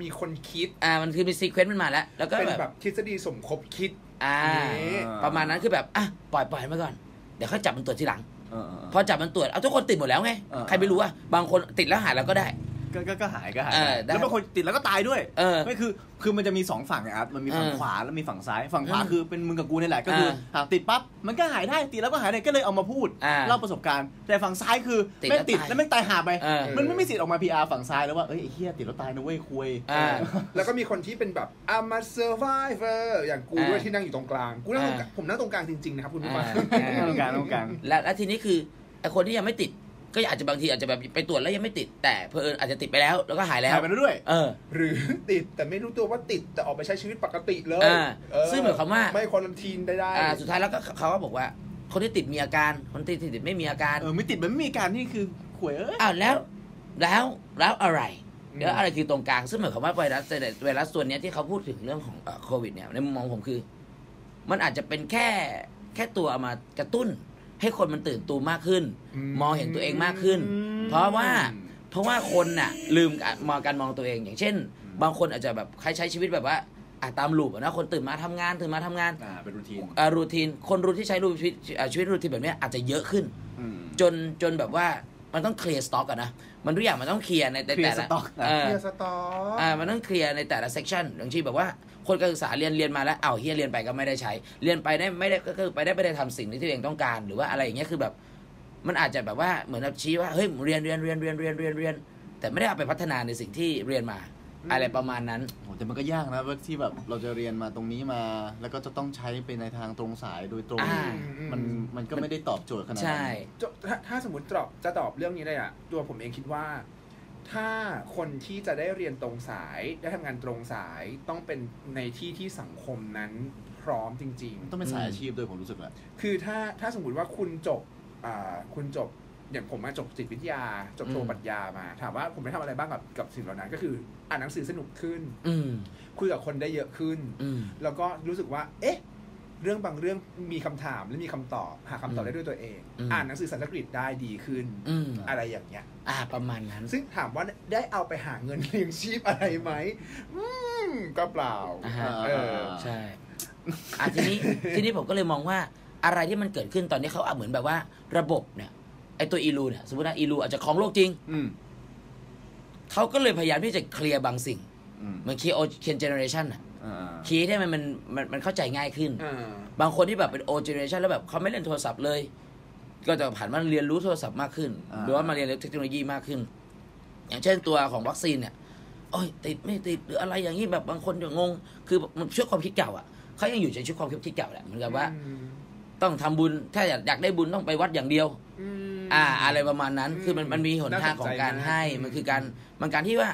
A: มีคนคิด
B: อ่ามันคือมีซีเควนต์มันมาแล้ว แล้วก็
A: เป็น
B: แบบ
A: แบบทฤษฎีสมคบคิด
B: อ่า
A: เอ๊ะ
B: ประมาณนั้นคือแบบอ่ะปล่อยปล่อยมาก่อน เดี๋ยวเขาจับมันตรวจทีหลัง
C: เออเออ
B: พอจับมันตรวจเอาทุกคนติดหมดแล้วไง
C: เออ
B: ใครไม่รู้ว่าบางคนติดแล้วหายแล้วก็ได้
C: ก็ก็ก็หายก็หาย
B: เออได้
C: แล้วบางคนติดแล้วก็ตายด้วย
B: เออ
C: ไม่คือคือมันจะมีสองฝั่งไงครับมันมีฝั่ง
B: เออ
C: ขวาแล้วมีฝั่งซ้ายฝั่งขวา
B: อืม
C: คือเป็นมึงกับกูนี่แหละก็คือ
B: เออ
C: หากติดปั๊บมันก็หายได้ติดแล้วก็หายได้ก็เลยเอามาพูด
B: อ่า
C: เล่าประสบการณ์ แต่ฝั่งซ้ายคือ
B: ติด
C: แม่ง
B: แล้ว
C: ติด
B: ตาย
C: แล้วแม่งตายหาไป
B: เออ
C: มันไม่มีสิทธิ์ออกมา PR ฝั่งซ้ายแล้วว่าเอ้ยไอ้เฮียติดแล้วตายนะเว้ยคุย
B: อ่า
A: แล้วก็มีคนที่เป็นแบบ I'm a survivor อย่างกู
B: อ่า
A: ด้วยที่นั่งอยู่ตรงกลาง กูนั่งตรงกลาง
B: อ่า
A: ผมนั่งตรงกลางจริง ๆ นะครับคุณผู้ฟัง
B: อ่า
C: ต้องการต้องการ
B: และและทีนี้คือไอคนที่ยังไม่ติด ก็อาจจะบางทีอาจจะแบบไปตรวจแล้วยังไม่ติดแต่เพอเอิญอาจจะติดไปแล้วแล้วก็หายแล้ว
C: หายไปแล้วด้วย
B: เออ
A: หรือติดแต่ไม่รู้ตัวว่าติดแต่ออกไปใช้ชีวิตปกติเลย
B: อ่า
A: เออ
B: ซึ่งหมายความว่า
A: ไม่ควอนทีนได้ได้
B: อ่าสุดท้ายแล้วก็เขาก็บอกว่า คนที่ติดมีอาการคนที่ติดไม่มีอาการ
C: เออไม่ติดมันไม่มีการนี่คือคุยเอ้ย
B: อ้าวแล้วแล้วแล้วอะไร
A: อืม
B: แล้วอะไรคือตรงกลางซึ่งหมายความว่าไวรัสไวรัสตัวเนี้ยที่เขาพูดถึงเรื่องของเอ่อโควิดเนี่ยในมุมมองผมคือ มันอาจจะเป็นแค่แค่ตัวเอามากระตุ้น ให้คนมันตื่นตูมมากขึ้น มองเห็นตัวเองมากขึ้น เพราะว่า เพราะว่าคนน่ะ ลืมการมองการมองตัวเอง อย่างเช่น บางคนอาจจะแบบใครใช้ชีวิตแบบว่าอ่ะตามลูปอะนะคนตื่นมาทำงานตื่นมาทำงาน
C: อ่าเป็นรูทีน
B: อ่ะรูทีนคนรูที่ใช้รูปชีวิตอ่ะชีวิตรูทีนแบบเนี้ยอาจจะเยอะขึ้น
C: อืม
B: จนจนแบบว่ามันต้องเคลียร์สต็อกอะนะมันทุกอย่างมันต้องเคลียร์ในแต่แต่
C: เคลียร์ส
B: ละ
C: ต็อกอะ
B: เออ
A: เฮียสตอป
B: อ่ามันต้องเคลียร์ในแต่ละเซกชันอย่างที่แบบว่าคนการศึกษาเรียนเรียนมาแล้วอ้าวเฮียเรียนไปก็ไม่ได้ใช้ เรียนไปได้ไม่ได้ก็คือไปได้ไม่ได้ทำสิ่งที่ตัวเองต้องการ หรือว่าอะไรอย่างเงี้ยคือแบบ มันอาจจะแบบว่าเหมือนแบบชี้ว่าเฮ้ยเรียนเรียนเรียนเรียนเรียนเรียนเรียน แต่ไม่ได้เอาไปพัฒนาในสิ่งที่เรียนมา อะไรประมาณนั้น
C: โหแต่มันก็ยากนะเว่าที่แบบเราจะเรียนมาตรงนี้มา แล้วก็จะต้องใช้ไปในทางตรงสายโดยตรง
B: อ่า
C: มันมันก็ไม่ได้ตอบโจทย์ขนาดนั้น
B: ใช่
A: จะถ้าถ้าสมมติตอบจะตอบเรื่องนี้เลยอะตัวผมเองคิดว่า ถ้าคนที่จะได้เรียนตรงสายได้ทำงานตรงสายต้องเป็นในที่ที่สังคมนั้นพร้อมจริง ๆ
C: ต้องเป็นสายอาชีพด้วยผมรู้สึกแหละ
A: คือถ้าถ้าสมมติว่าคุณจบอ่าคุณจบอย่างผมอะจบจิตวิทยา จบโท
B: อืม
A: ปรัชญามาถามว่าผมไปทำอะไรบ้างกับกับสิ่งเหล่านั้น ก็คืออ่านหนังสือสนุกขึ้น
B: อืม
A: คุยกับคนได้เยอะขึ้น
B: อืม
A: แล้วก็รู้สึกว่า เอ๊ะ เรื่องบางเรื่องมีคำถามและมีคำตอบ หาคำตอบได้ด้วยตัวเอง
B: อืม
A: อ่านหนังสือสันสกฤตได้ดีขึ้น
B: อืม
A: อะไรอย่างเงี้ย
B: อ่าประมาณนั้น
A: ซึ่งถามว่าได้เอาไปหาเงินเลี้ยงชีพอะไรไหมอืมก็เปล่า
B: อ่าฮะ
A: เออ
B: ใช่อ่ะทีนี้ ทีนี้ผมก็เลยมองว่าอะไรที่มันเกิดขึ้นตอนนี้เขาอ่ะเหมือนแบบว่าระบบเนี่ยไอตัวอีลูเนี่ยสมมติว่าอีลูอาจจะครองโลกจริง
C: อืม
B: เขาก็เลยพยายามที่จะเคลียร์บางสิ่ง
C: อืม
B: เหมือนคีโอเคนเจเนอเรชันอะ
C: อ่า
B: คีให้มันมันมันมันเข้าใจง่ายขึ้น
A: อ่า
B: บางคนที่แบบเป็นโอเจเนอเรชันแล้วแบบเขาไม่เล่นโทรศัพท์เลย ก็จะผ่านมาเรียนรู้โทรศัพท์มากขึ้น หรือว่ามาเรียนรู้เทคโนโลยีมากขึ้น อย่างเช่นตัวของวัคซีนเนี่ยโอ้ยติดไม่ติดหรืออะไรอย่างนี้แบบบางคนจะงง คือมันช่วยความคิดเก่าอ่ะเขายังอยู่ในชุดความคิดเก่าแหละเหมือนกับว่า ต้องทำบุญถ้าอยากอยากได้บุญต้องไปวัดอย่างเดียว
A: อืม
B: อ่า อะไรประมาณนั้น
A: อืม
B: คือมันมันมีหนทางของการให้
A: น่าสนใจมาก
B: มันคือการมันการที่ว่า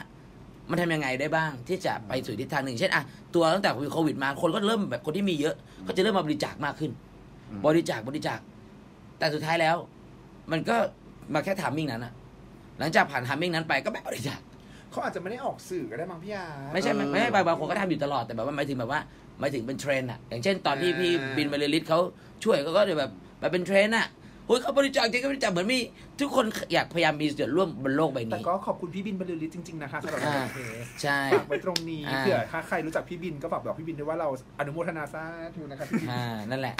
B: มันทำยังไงได้บ้างที่จะไปสู่ทิศทางหนึ่งเช่นอ่ะตัวตั้งแต่โควิดมาคนก็เริ่มแบบคนที่มีเยอะ
C: อืม
B: ก็จะเริ่มมาบริจาคมากขึ้น
C: อืม
B: บริจาคบริจาค แต่สุดท้ายแล้ว มันก็มาแค่ทามมิ่งนั้นอะหลังจากผ่านทามมิ่งนั้นไปก็แบบบริจาค
A: เขาอาจจะไม่ได้ออกสื่อก็ได้มั้งพี่ยา
B: ไม่ใช่
C: เออ
B: ไม่ใช่บางบางคนก็ทำอยู่ตลอดแต่แบบว่าหมายถึงแบบว่าหมายถึงเป็นเทรนด์อะอย่างเช่นตอนที่
A: อ่า
B: พี่บินมาเรลิสเขาช่วยเขาก็จะแบบแบบเป็นเทรนด์อะเฮ้ยเขาบริจาคจริงก็บริจาคเหมือนมีทุกคนอยากพยายามมีส่วนร่วมบนโลกใบ
A: แต่
B: นี้
A: ก็ขอบคุณพี่บินบรรลือฤทธิ์จริง ๆ นะคะสำหรับ
B: อ่า
A: เคส
B: ใช่
A: ฝากไว้ตรงนี้
B: อ่า
A: เผื่อถ้าใครรู้จักพี่บินก็ฝากบอกพี่บินด้วยว่าเราอนุโมทนาสาธุนะคะพี่บิน
B: อ่านั่นแหละ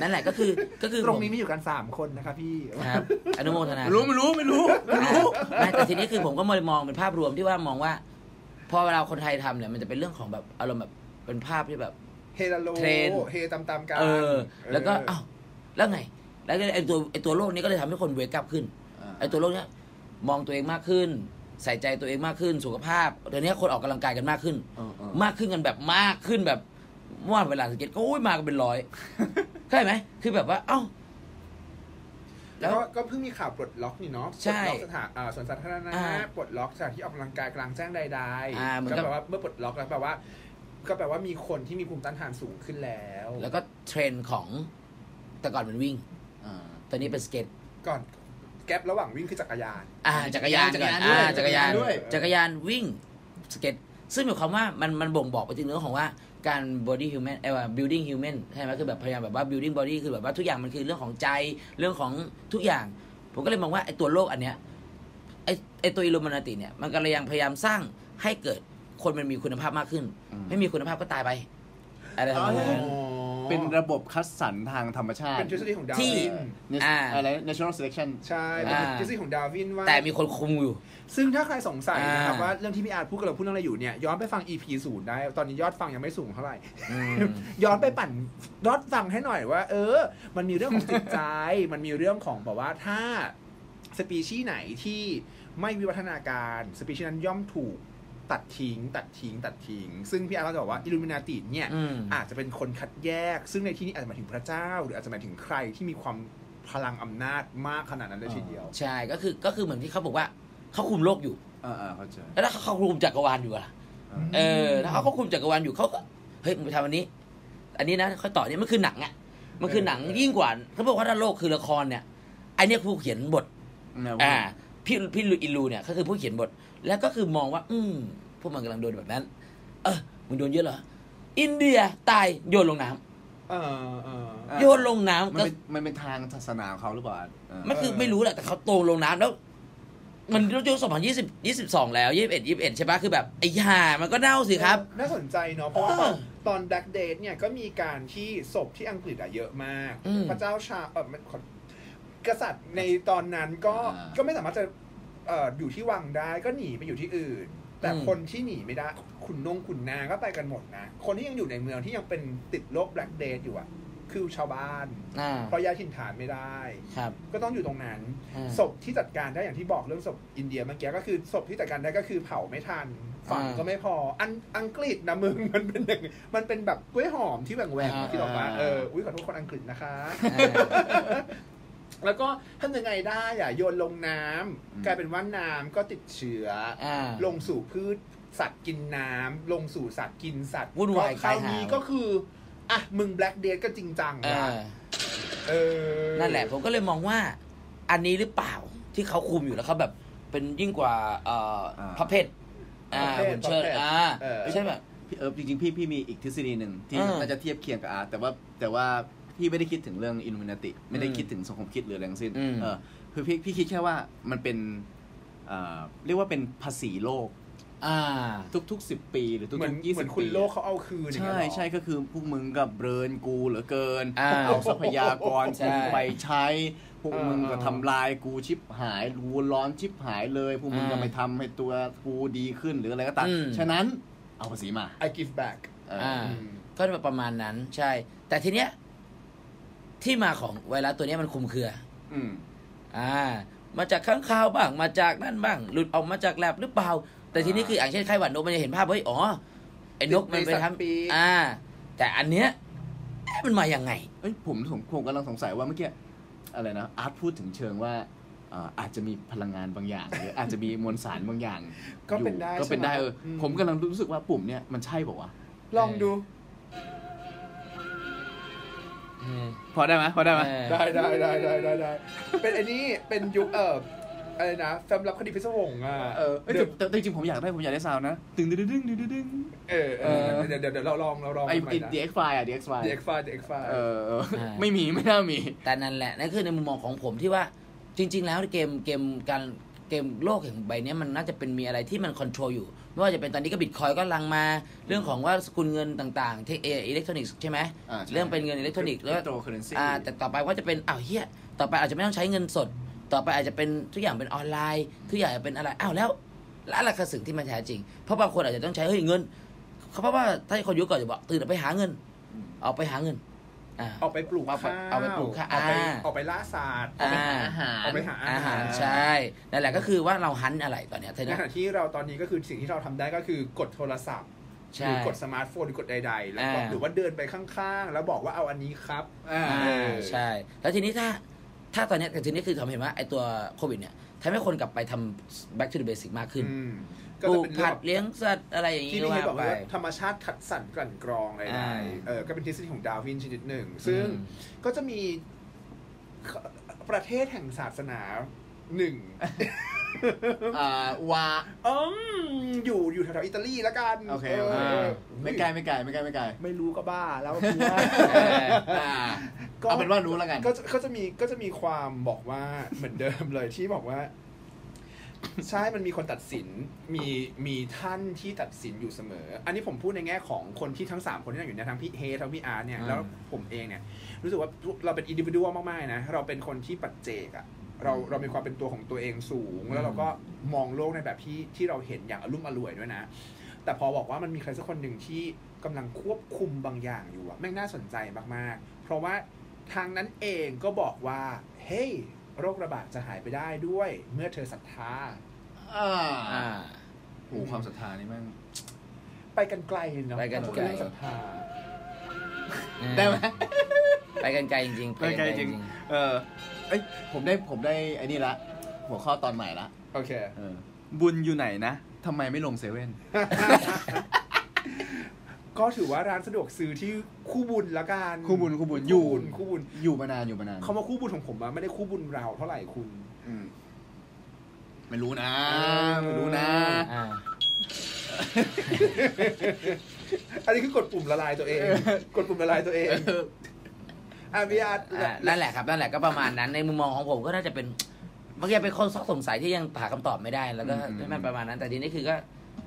B: นั่นแหละก็คือก็คือ
A: ตรงนี้
B: ผม
A: มีอยู่กันสามคนนะคะพี่
B: ครับอนุโมทนา
C: ไม่รู้ไม่รู้ไม่รู้ไม่รู้
B: ไม่แต่ทีนี้คือผมก็มองมองเป็นภาพรวมที่ว่ามองว่า พอเวลาคนไทยทำเนี่ยมันจะเป็นเรื่องของแบบอารมณ์แบบเป็นภาพที่แบบ
A: เฮลาโล
B: เทรน
A: เฮตามๆกัน
B: เออ แล้วก็
A: เออ
B: เอ้าแล้วไง แล้วก็ไอตัวไอตัวโลกนี้ก็เลยทำให้คนเวกับขึ้น ไอ้ตัวโรคเนี้ยมองตัวเองมากขึ้น ใส่ใจตัวเองมากขึ้นสุขภาพเดี๋ยวนี้คนออกกำลังกายกันมากขึ้น
C: เออเออ
B: มากขึ้นกันแบบมากขึ้นแบบเมื่อวานเวลาสังเกตก็อุ้ยมากันเป็นร้อย เข้าใจไหมคือแบบว่า เอ้า
A: แล้วก็ก็เพิ่งมีข่าวปลดล็อกนี่เนาะ
B: ใช่
A: ปลดล็อกสถานอ่าสวนสาธารณะ
B: อ่า
A: ปลดล็อกสถานที่ออกกำลังกายกลางแจ้งใด
B: อ่ามัน
A: ๆ
B: ก็
A: ก็แปลว่าเมื่อปลดล็อกแล้วแปลว่า ก็แปลว่ามีคนที่มีภูมิต้านทานสูงขึ้นแล้ว
B: แล้วก็เทรนด์ของแต่ก่อนเป็นวิ่ง
C: อ่า
B: ตอนนี้เป็นสเก็ต
A: ก่อนแกลบระหว่างวิ่งคือจักรยาน
B: อ่าจักรยาน
C: จักรยาน
B: อ่า
C: ด้วย
B: จักรยาน
C: ด้วย
B: จักรยานวิ่งสเก็ตซึ่งหมายความว่ามันมันบ่งบอกไปถึงเรื่องของว่าการ body human เอ่อ building human ใช่ไหมคือแบบพยายามแบบว่า building body คือแบบว่าทุกอย่างมันคือเรื่องของใจเรื่องของทุกอย่าง ผมก็เลยมองว่าไอ้ตัวโลกอันเนี้ยไอ้ไอ้ตัวอิลูมินาติเนี่ยมันก็เลยยังพยายามสร้างให้เกิดคนมันมีคุณภาพมากขึ้น
C: อืม
B: ไม่มีคุณภาพก็ตายไปอะไรทำนองนั้น
C: เป็นระบบคัดสรรทางธรรมชาติ
A: เป็นทฤษฎีของดา
B: ที่
A: วิน
C: Nat-
B: อ่า
C: อะไร natural selection
A: ใช่เป็น
B: อ่า
A: ทฤษฎีของดาวินว่า
B: แต่มีคนคุมอยู่
A: ซึ่งถ้าใครสงสัยนะครับ
B: อ่า
A: ว่าเรื่องที่พี่อาร์ตพูดกับเราพูดเรื่องอะไรอยู่เนี่ยย้อนไปฟัง EP ศูนย์ได้ตอนนี้ยอดฟังยังไม่สูงเท่าไหร่
B: อืม
A: ย้อนไปปั่นรอดฟังให้หน่อยว่า เออ มันมีเรื่องของจิต ใจ มันมีเรื่องของแบบว่าถ้าสปีชีส์ไหนที่ไม่วิวัฒนาการสปีชีส์นั้นย่อมถูกตัดทิ้ง ตัดทิ้ง ตัดทิ้ง ซึ่งพี่อาร์ตก็จะบอกว่าอิลูมินาติเนี่ย
B: อืม
A: อาจจะเป็นคนคัดแยก ซึ่งในที่นี้อาจจะหมายถึงพระเจ้า หรืออาจจะหมายถึงใครที่มีความพลังอำนาจมากขนาดนั้นเลยทีเดียว
B: ใช่ก็คือก็คือเหมือนที่เขาบอกว่าเขาคุมโลกอยู่
C: อ่าอ่าเข้าใจ
B: แล้วถ้าเขาคุมจักรวาลอยู่อะล่ะ เออถ้าเขาควบคุมจักรวาลอยู่เขาก็เฮ้ยมึงไปทำอันนี้ อันนี้นะเขาต่อเนี่ยมันคือหนังอะมันคือหนัง
A: เออ
B: ยิ่งกว่าเขาบอกว่าถ้าโลกคือละครเนี่ยไอันนี้ผู้เขียนบท อ่าพี่พี่ลูอิลูเนี่ยก็คือผู้เขียนบท แล้วก็คือมองว่า อืมพวกมันกำลังโดนแบบนั้น เออมึงโดนเยอะเหรออินเดียตายโยนลงน้ำ
A: เออเออ
C: อ่า
B: โยนลงน้ำ
C: มัน
B: ก็
C: เป็นมันเป็นทางศาสนาของเขาหรือเปล่าเออ
B: ไม่คือ
A: เออ
B: ไม่รู้แหละแต่เขาโตลงน้ำแล้ว มันยุคสองพันยี่สิบยี่สิบสองแล้วยี่สิบเอ็ดยี่สิบเอ็ดใช่ปะคือแบบไอ้ห่ามันก็เน่าสิครับ
A: น่าสนใจเนาะเพราะว่าตอน
B: เออ
A: ตอนดักเดทเนี่ยก็มีการที่ศพที่อังกฤษอะเยอะมาก
B: อืม
A: พระเจ้าชาเออมันขอกษัตริย์ในตอนนั้นก็
C: อ่า
A: ก็ไม่สามารถจะเอ่ออยู่ที่วังได้ก็หนีไปอยู่ที่อื่น แต่
B: อืม
A: คนที่หนีไม่ได้ขุนนงขุนนางก็ไปกันหมดนะ คนที่ยังอยู่ในเมืองที่ยังเป็นติดโรคแบล็กเดทอยู่อะคือชาวบ้าน
B: อ่า
A: เพราะย้ายถิ่นฐานไม่ได้
B: ครับ
A: ก็ต้องอยู่ตรงนั้น
B: อ่า
A: ศพที่จัดการได้อย่างที่บอกเรื่องศพอินเดียเมื่อกี้ก็คือศพที่จัดการได้ก็คือเผาไม่ทันฝัง
B: อ่า
A: ก็ไม่พออันอังกฤษนะมึง มันเป็นอย่างมันเป็นแบบกล้วยหอมที่แหวงแหวง
B: อ่า
A: ที่บอกว่าเอออุ้ยขอโทษคนอังกฤษนะคะ
B: อ่า
A: แล้วก็ทำยังไงได้อ่ะโยนลงน้ำ
C: อืม
A: กลายเป็นว่าน้ำก็ติดเชื้ออ
B: อ่า
A: ลงสู่พืชสัตว์กินน้ำลงสู่สัตว์กินสัตว์
B: วุ่นวาย
A: ก็คราวนี้
B: ขายหา
A: ก็คืออ่ะมึงแบล็กเดทก็จริงจัง
B: เอ
A: นะ
B: อ
A: เออ
B: นั่นแหละผมก็เลยมองว่าอันนี้หรือเปล่าที่เขาคุมอยู่แล้วเขาแบบเป็นยิ่งกว่าเอ่ออา พระเพทอ่า
A: พระเพท
B: คุณเชิด
A: พระเพท
B: อ่า
A: เออ
B: ใช่ไหม
C: พี่เออจริงๆพี่พี่มีอีกทฤษฎีหนึ่งที่
B: อ่า
C: น่าจะเทียบเคียงกับอาร์ตแต่ว่าแต่ว่าพี่ไม่ได้คิดถึงเรื่องอิลูมินาติ ไม่ได้คิดถึงสังคมคิดหรืออะไรทั้งสิ้น
B: อืม
C: เออคือพี่พี่คิดแค่ว่ามันเป็นเอ่อเรียกว่าเป็นภาษีโลก
B: อ่า
C: ทุกๆ 10 ปีหรือทุก
A: เหมือน
C: ๆยี่
A: เห
C: สิ
A: มือ
C: บ
A: น
C: ปี
A: คุณโลกเขาเอาคืนอย่าง
C: ใช่
A: เงี้ยเหรอ
C: ใช่ก็คือพวกมึงกับเบรนกูเหลือเกิน
B: อ้าว
C: เอาทรัพยากร
B: ใช่
C: กูไปใช้พวก
A: เออ
C: มึงก็
A: เออ
C: ทำลายกูชิบหายกูร้อนชิบหายเลยพวกมึงก็ไม่ทำให้ตัวกูดีขึ้นหรืออะไรก็ตาม
B: อืม
C: ฉะนั้นเอาภาษีมา
A: I give back
C: เอออ
B: อ่า
A: ม
B: ก็ประมาณนั้นใช่ แต่ทีเนี้ยที่มาของไวรัสตัวเนี้ยมันคลุมเครือ
C: อืม
B: อ่า มาจากข้างข่าวบ้างมาจากนั่นบ้าง หลุดออกมาจากแลบหรือเปล่า แต่ทีนี้คืออย่างเช่นไข้หวัดนกมันจะเห็นภาพเฮ้ยอ๋อไอ้นกมันไป
A: ติดปีสัตว์
B: ทำ
A: ปี
B: อ่า แต่อันเนี้ยเอ๊ะมันมาอย่างไง
C: เอ้ยผมผมผมกำลังสงสัยว่าเมื่อกี้อะไรนะอาร์ตพูดถึงเชิงว่า เอ่ออาจจะมีพลังงานบางอย่าง หรืออาจจะมีมวลสารบางอย่าง
A: ก็เป็นได้
C: อยู่ก็เป็นได้
A: ใช่ไหม
C: เอออ
A: ม
C: ผมกำลังรู้สึกว่าปุ่มเนี่ยมันใช่บอกว่าว
A: ลองดู
C: ะพอได้ไหมพอได้ไหม
A: ได้ได้ได้ได้ได้ได้ เป็นไอ้นี่เป็นยุคเอ่ออะไรนะแฟมรับคดีพิศวงอ่ะ
C: เออเอ้ยแต่แต่แต่จริงๆผมอยากได้ผมอยากได้ซาวน์นะตึงดึงดึงดึงดึงดึง
A: เออเออเดี๋ยวเดี๋ยวเดี๋ยวเราลองเราลอง
C: ไอ้
A: ใหม่
C: ไอ้
A: นะ
C: DX file อะ DX file
A: เด็กฟาเด็กฟา
C: เออเออ ไม่มี ไม่น่ามี
B: แต่นั่นแหละนั่นคือในมุมมองของผมที่ว่าจริง ๆ แล้วเกมเกมการเกมโลกแห่งใบเนี้ยมันน่าจะเป็นมีอะไรที่มันคอนโทรลอยู่ ไม่ว่าจะเป็นตอนนี้ก็บิตคอยก็ลังมา เรื่องของว่าสกุลเงินต่างๆเทคเออิเล็กทรอนิกส์ใช่ไหม
C: อ่าใช่
B: เรื่องเป็นเงินอิเล็กทรอนิกส์แล้วก็
C: cryptocurrency
B: อ่าแต่ต่อไปว่าจะเป็นอ้าวเฮียต่อไปอาจจะไม่ต้องใช้เงินสด ต่อไปอาจจะเป็นทุกอย่างเป็นออนไลน์ทุกอย่างเป็นอะไรอ้าวแล้วแล้วอะไรคือสิ่งที่มันแท้จริง เพราะบางคนอาจจะต้องใช้เฮ้ยเงินเขาเพราะว่าถ้าคนยุคก่อนจะบอกตื่นออกไปหาเงิน เอาไปหาเงินอ่า
A: เอาไปปลูก
B: เอาไป
A: ข้าว
B: เอาไปปลูกข้าว
A: เอาไป
B: อ่า
A: เอาไปล่าสัตว์
B: อ่า
A: เอาไปหาอา
B: อา
A: หา
B: หาร รใช่นั่นแหละก็คือว่าเราหันอะไรตอนเนี้ยเธอ
A: ใน
B: นะ
A: ขณะที่เราตอนนี้ก็คือสิ่งที่เราทำได้ก็คือกดโทรศัพท์ห
B: ใช่
A: รือกดสมาร์ทโฟนหรือกดใดๆแล้วก็
B: อ่า
A: หรือว่าเดินไปข้างๆ แล้วบอกว่าเอาอันนี้ครับ
C: อ่า
B: อ่า
A: เออ
B: ใช่ แล้วทีนี้ถ้าถ้าตอนเนี้ยแต่ทีนี้คือทำเห็นว่าไอ้ตัวโควิดเนี่ยทำให้คนกลับไปทำ back to the basic มากขึ้น
A: อืม
B: ปลู
A: จะ
B: ก
A: เป็น
B: ผัด
A: เรื่อง
B: เลี้ยงสัตว์อะไรอย่าง
A: ที่
B: งี้
A: พี่เค
B: ว่าย
A: บอก
B: ไป
A: ว่าธรรมชาติคัดสรรกลั่นกรองใด
B: อ่า
A: ๆเออก็เป็นทฤษฎีของดาร์วินชนิดหนึ่ง ซึ่ง ก็จะมีประเทศแห่งศาสนาหนึ่ง
C: อ่าว่า
A: อืมอยู่อยู่แถวๆอิตาลีแล้วกัน
C: โอเค
A: อ
C: โอเค
A: อ
C: ไม่ไกลไม่ไกลไม่ไกลไม่ไกล
A: ไม่รู้ก็บ้าแล้ว
B: เออ
C: อ่าเอาเป็นว่ารู้แล้วกัน
A: ก็จะก็จะมีก็จะมีความบอกว่าเหมือนเดิมเลยที่บอกว่า ใช่มันมีคนตัดสินมีมีท่านที่ตัดสินอยู่เสมอ อันนี้ผมพูดในแง่ของคนที่ทั้ง 3 คนที่นั่งอยู่เนี่ยทั้งพี่เฮทั้งพี่อาร์ตเนี่ย
C: อ่า
A: แล้วผมเองเนี่ย รู้สึกว่าเราเป็นอินดิวิวมากๆนะ เราเป็นคนที่ปัจเจกอะเราเรามีความเป็นตัวของตัวเองสูง แล้วเราก็มองโลกในแบบที่ที่เราเห็นอย่างอลุ่มอร่วยด้วยนะ แต่พอบอกว่ามันมีใครสักคนหนึ่งที่กำลังควบคุมบางอย่างอยู่อะแม่งน่าสนใจมากๆ เพราะว่าทางนั้นเองก็บอกว่า เฮ้ยโรคระบาดจะหายไปได้ด้วย เมื่อเธอศรัทธา
C: อ่า
B: อ่า
C: โอ้โหความศรัทธานี่แม่ง
A: ไปกันไกลเนาะ
B: ไปกันไกล
A: เรื่องศรัทธา
C: ได้ไหม
B: ไปกันไกลจริงๆ
C: ไปไกลจริง เออเอ้ยผมได้ผมได้ไอ้นี่ละ หัวข้อตอนใหม่ละ
A: โอเค
C: เออบุญอยู่ไหนนะทำไมไม่ลงเซเว่น
A: ก็ถือว่าร้านสะดวกซื้อที่คู่บุญละกัน
C: คู่บุญคู่บุญอ
A: คู่
C: ยู่
A: บุญคู่บุญ
C: อยู่มานานอยู่มานาน
A: คำว่าคู่บุญของผมอะไม่ได้คู่บุญเราเท่าไหร่คุณ
C: อืมไม่รู้นะ
A: เออ
C: ไม่รู้นะ
B: อ่า
A: อันนี้คือกดปุ่มละลายตัวเอง กดปุ่มละลายตัวเองอ่ะพี่อาร์ต
B: อ่านั่นแหละครับนั่นแหละก็ประมาณนั้นในมุมมองของผมก็น่าจะเป็นบางทีเป็นคนซอกสงสัยที่ยังหาคำตอบไม่ได้แล้วก็
C: อืม
B: ให้มันประมาณนั้น แต่ทีนี้คือก็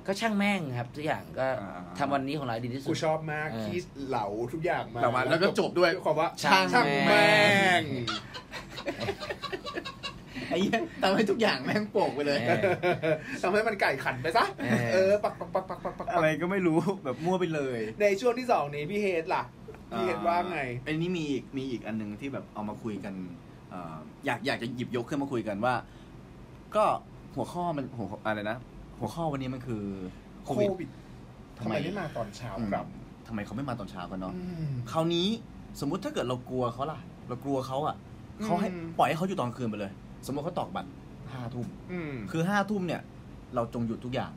B: ก็ช่างแม่งครับทุกอย่างก็
C: อ่า
B: ทำวันนี้ของเราให้ดีที่สุ
A: กู
B: ด
A: ชอบมาก
B: เออ
A: ที่เหลาทุกอย่างมา
C: เหลามาแล้วก็จบด้วย
A: ความว่า
B: ช่าง
A: ช่าง
B: แม่
A: แม่ง
B: ง
C: ไอ้เหี้ยทำให้ทุกอย่างแม่งโปกไปเลย
B: เออ
A: ทำให้มันไก่ขันไปซะ
B: เออ
A: เออ ปักปักปักปักปักปัก
C: อะไรก็ไม่รู้แบบมั่วไปเลย
A: ในช่วงที่สองนี้พี่เฮดล่ะ พี่เฮดว่าไง
C: ไอ้นี่มีอีกมีอีกอันหนึงที่แบบเอามาคุยกันเอ่ออยากอยากจะหยิบยกขึ้นมาคุยกันว่า ก็หัวข้อมันหัวข้ออะไรนะ หัวข้อวันนี้มันคือ
A: โควิดทำไมไม่มาตอนเช้า
C: อืม
A: ครับ
C: ทำไมเขาไม่มาตอนเช้ากันเนาะ
A: อืม
C: คราวนี้สมมุติถ้าเกิดเรากลัวเขาล่ะ เรากลัวเขาอ่ะ
A: อืม
C: เขาให้ปล่อยให้เขาอยู่ตอนคืนไปเลย สมมติเขาตอกบัตรห้าทุ่ม
A: อืม
C: คือห้าทุ่มเนี่ย เราจงหยุดทุกอย่าง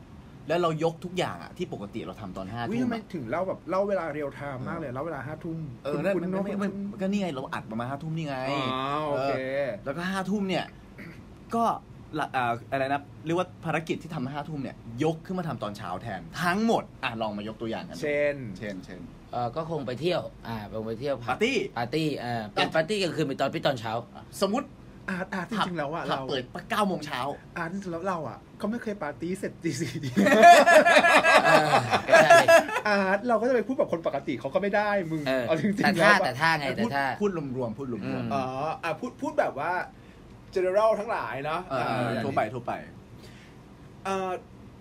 C: แล้วเรายกทุกอย่างอ่ะที่ปกติเราทำตอนห้า
A: วิ่ทำ
C: ทุ่ม
A: ไม
C: อะ
A: ถึงเล่าแบบเล่าเวลาเรียลไทม์มากเลยเล่าเวลาห้าทุ่ม
C: เออนั่น
A: คุณ
C: มัน
A: คุณ
C: ไม่ไม่ไม่ก็นี่ไงเราอัดประมาณห้าทุ่มนี่ไง
A: อ๋อโอเค
C: แล้วก็ห้าทุ่มเนี่ย ก็ละเอ่ออะไรนะเรียกว่าภารกิจที่ทำห้าทุ่มเนี่ย ยกขึ้นมาทำตอนเช้าแทน ทั้งหมดอ่ะลองมายกตัวอย่างกัน
A: เช่น
C: เช่นเช่น
B: เออก็คงไปเที่ยว อ่าคงไปเที่ยวผั
C: ปา
B: บ
C: ร์ตี้
B: ปาร์ตี้อ่าเป็นปาร์ตี้กลางคืนเป็นตอนพี่ตอนเช้า
C: สมมติ
A: อาร์ตอาร์ตจริงๆแล้วอะ
C: ผับ
A: เรา
C: เปิดเก้าโมงเช้า
A: อาร์ตจริงๆแล้วเราอะก็ไม่เคยปาร์ตี้เสร็จตีสี่ ดี
B: เออก็ใช่
A: อาร์ตเราก็จะไปพูดแบบคนปกติเขาก็ไม่ได้มึง
B: เออ
A: เอาจริง
B: แต่
A: ๆ
B: ท่า
A: แล้ว
B: แต่
A: อะ
B: ท่าไงแต่
C: พูด
B: ท่า
C: พูดรวมๆพูดรวม
B: อืม
A: อ๋ออ่ะพูดพูดแบบว่า general ทั้งหลายเนาะ
C: ๆเออเออ
A: เออ
C: ทั่วไปทั่วไป
A: เอ่อ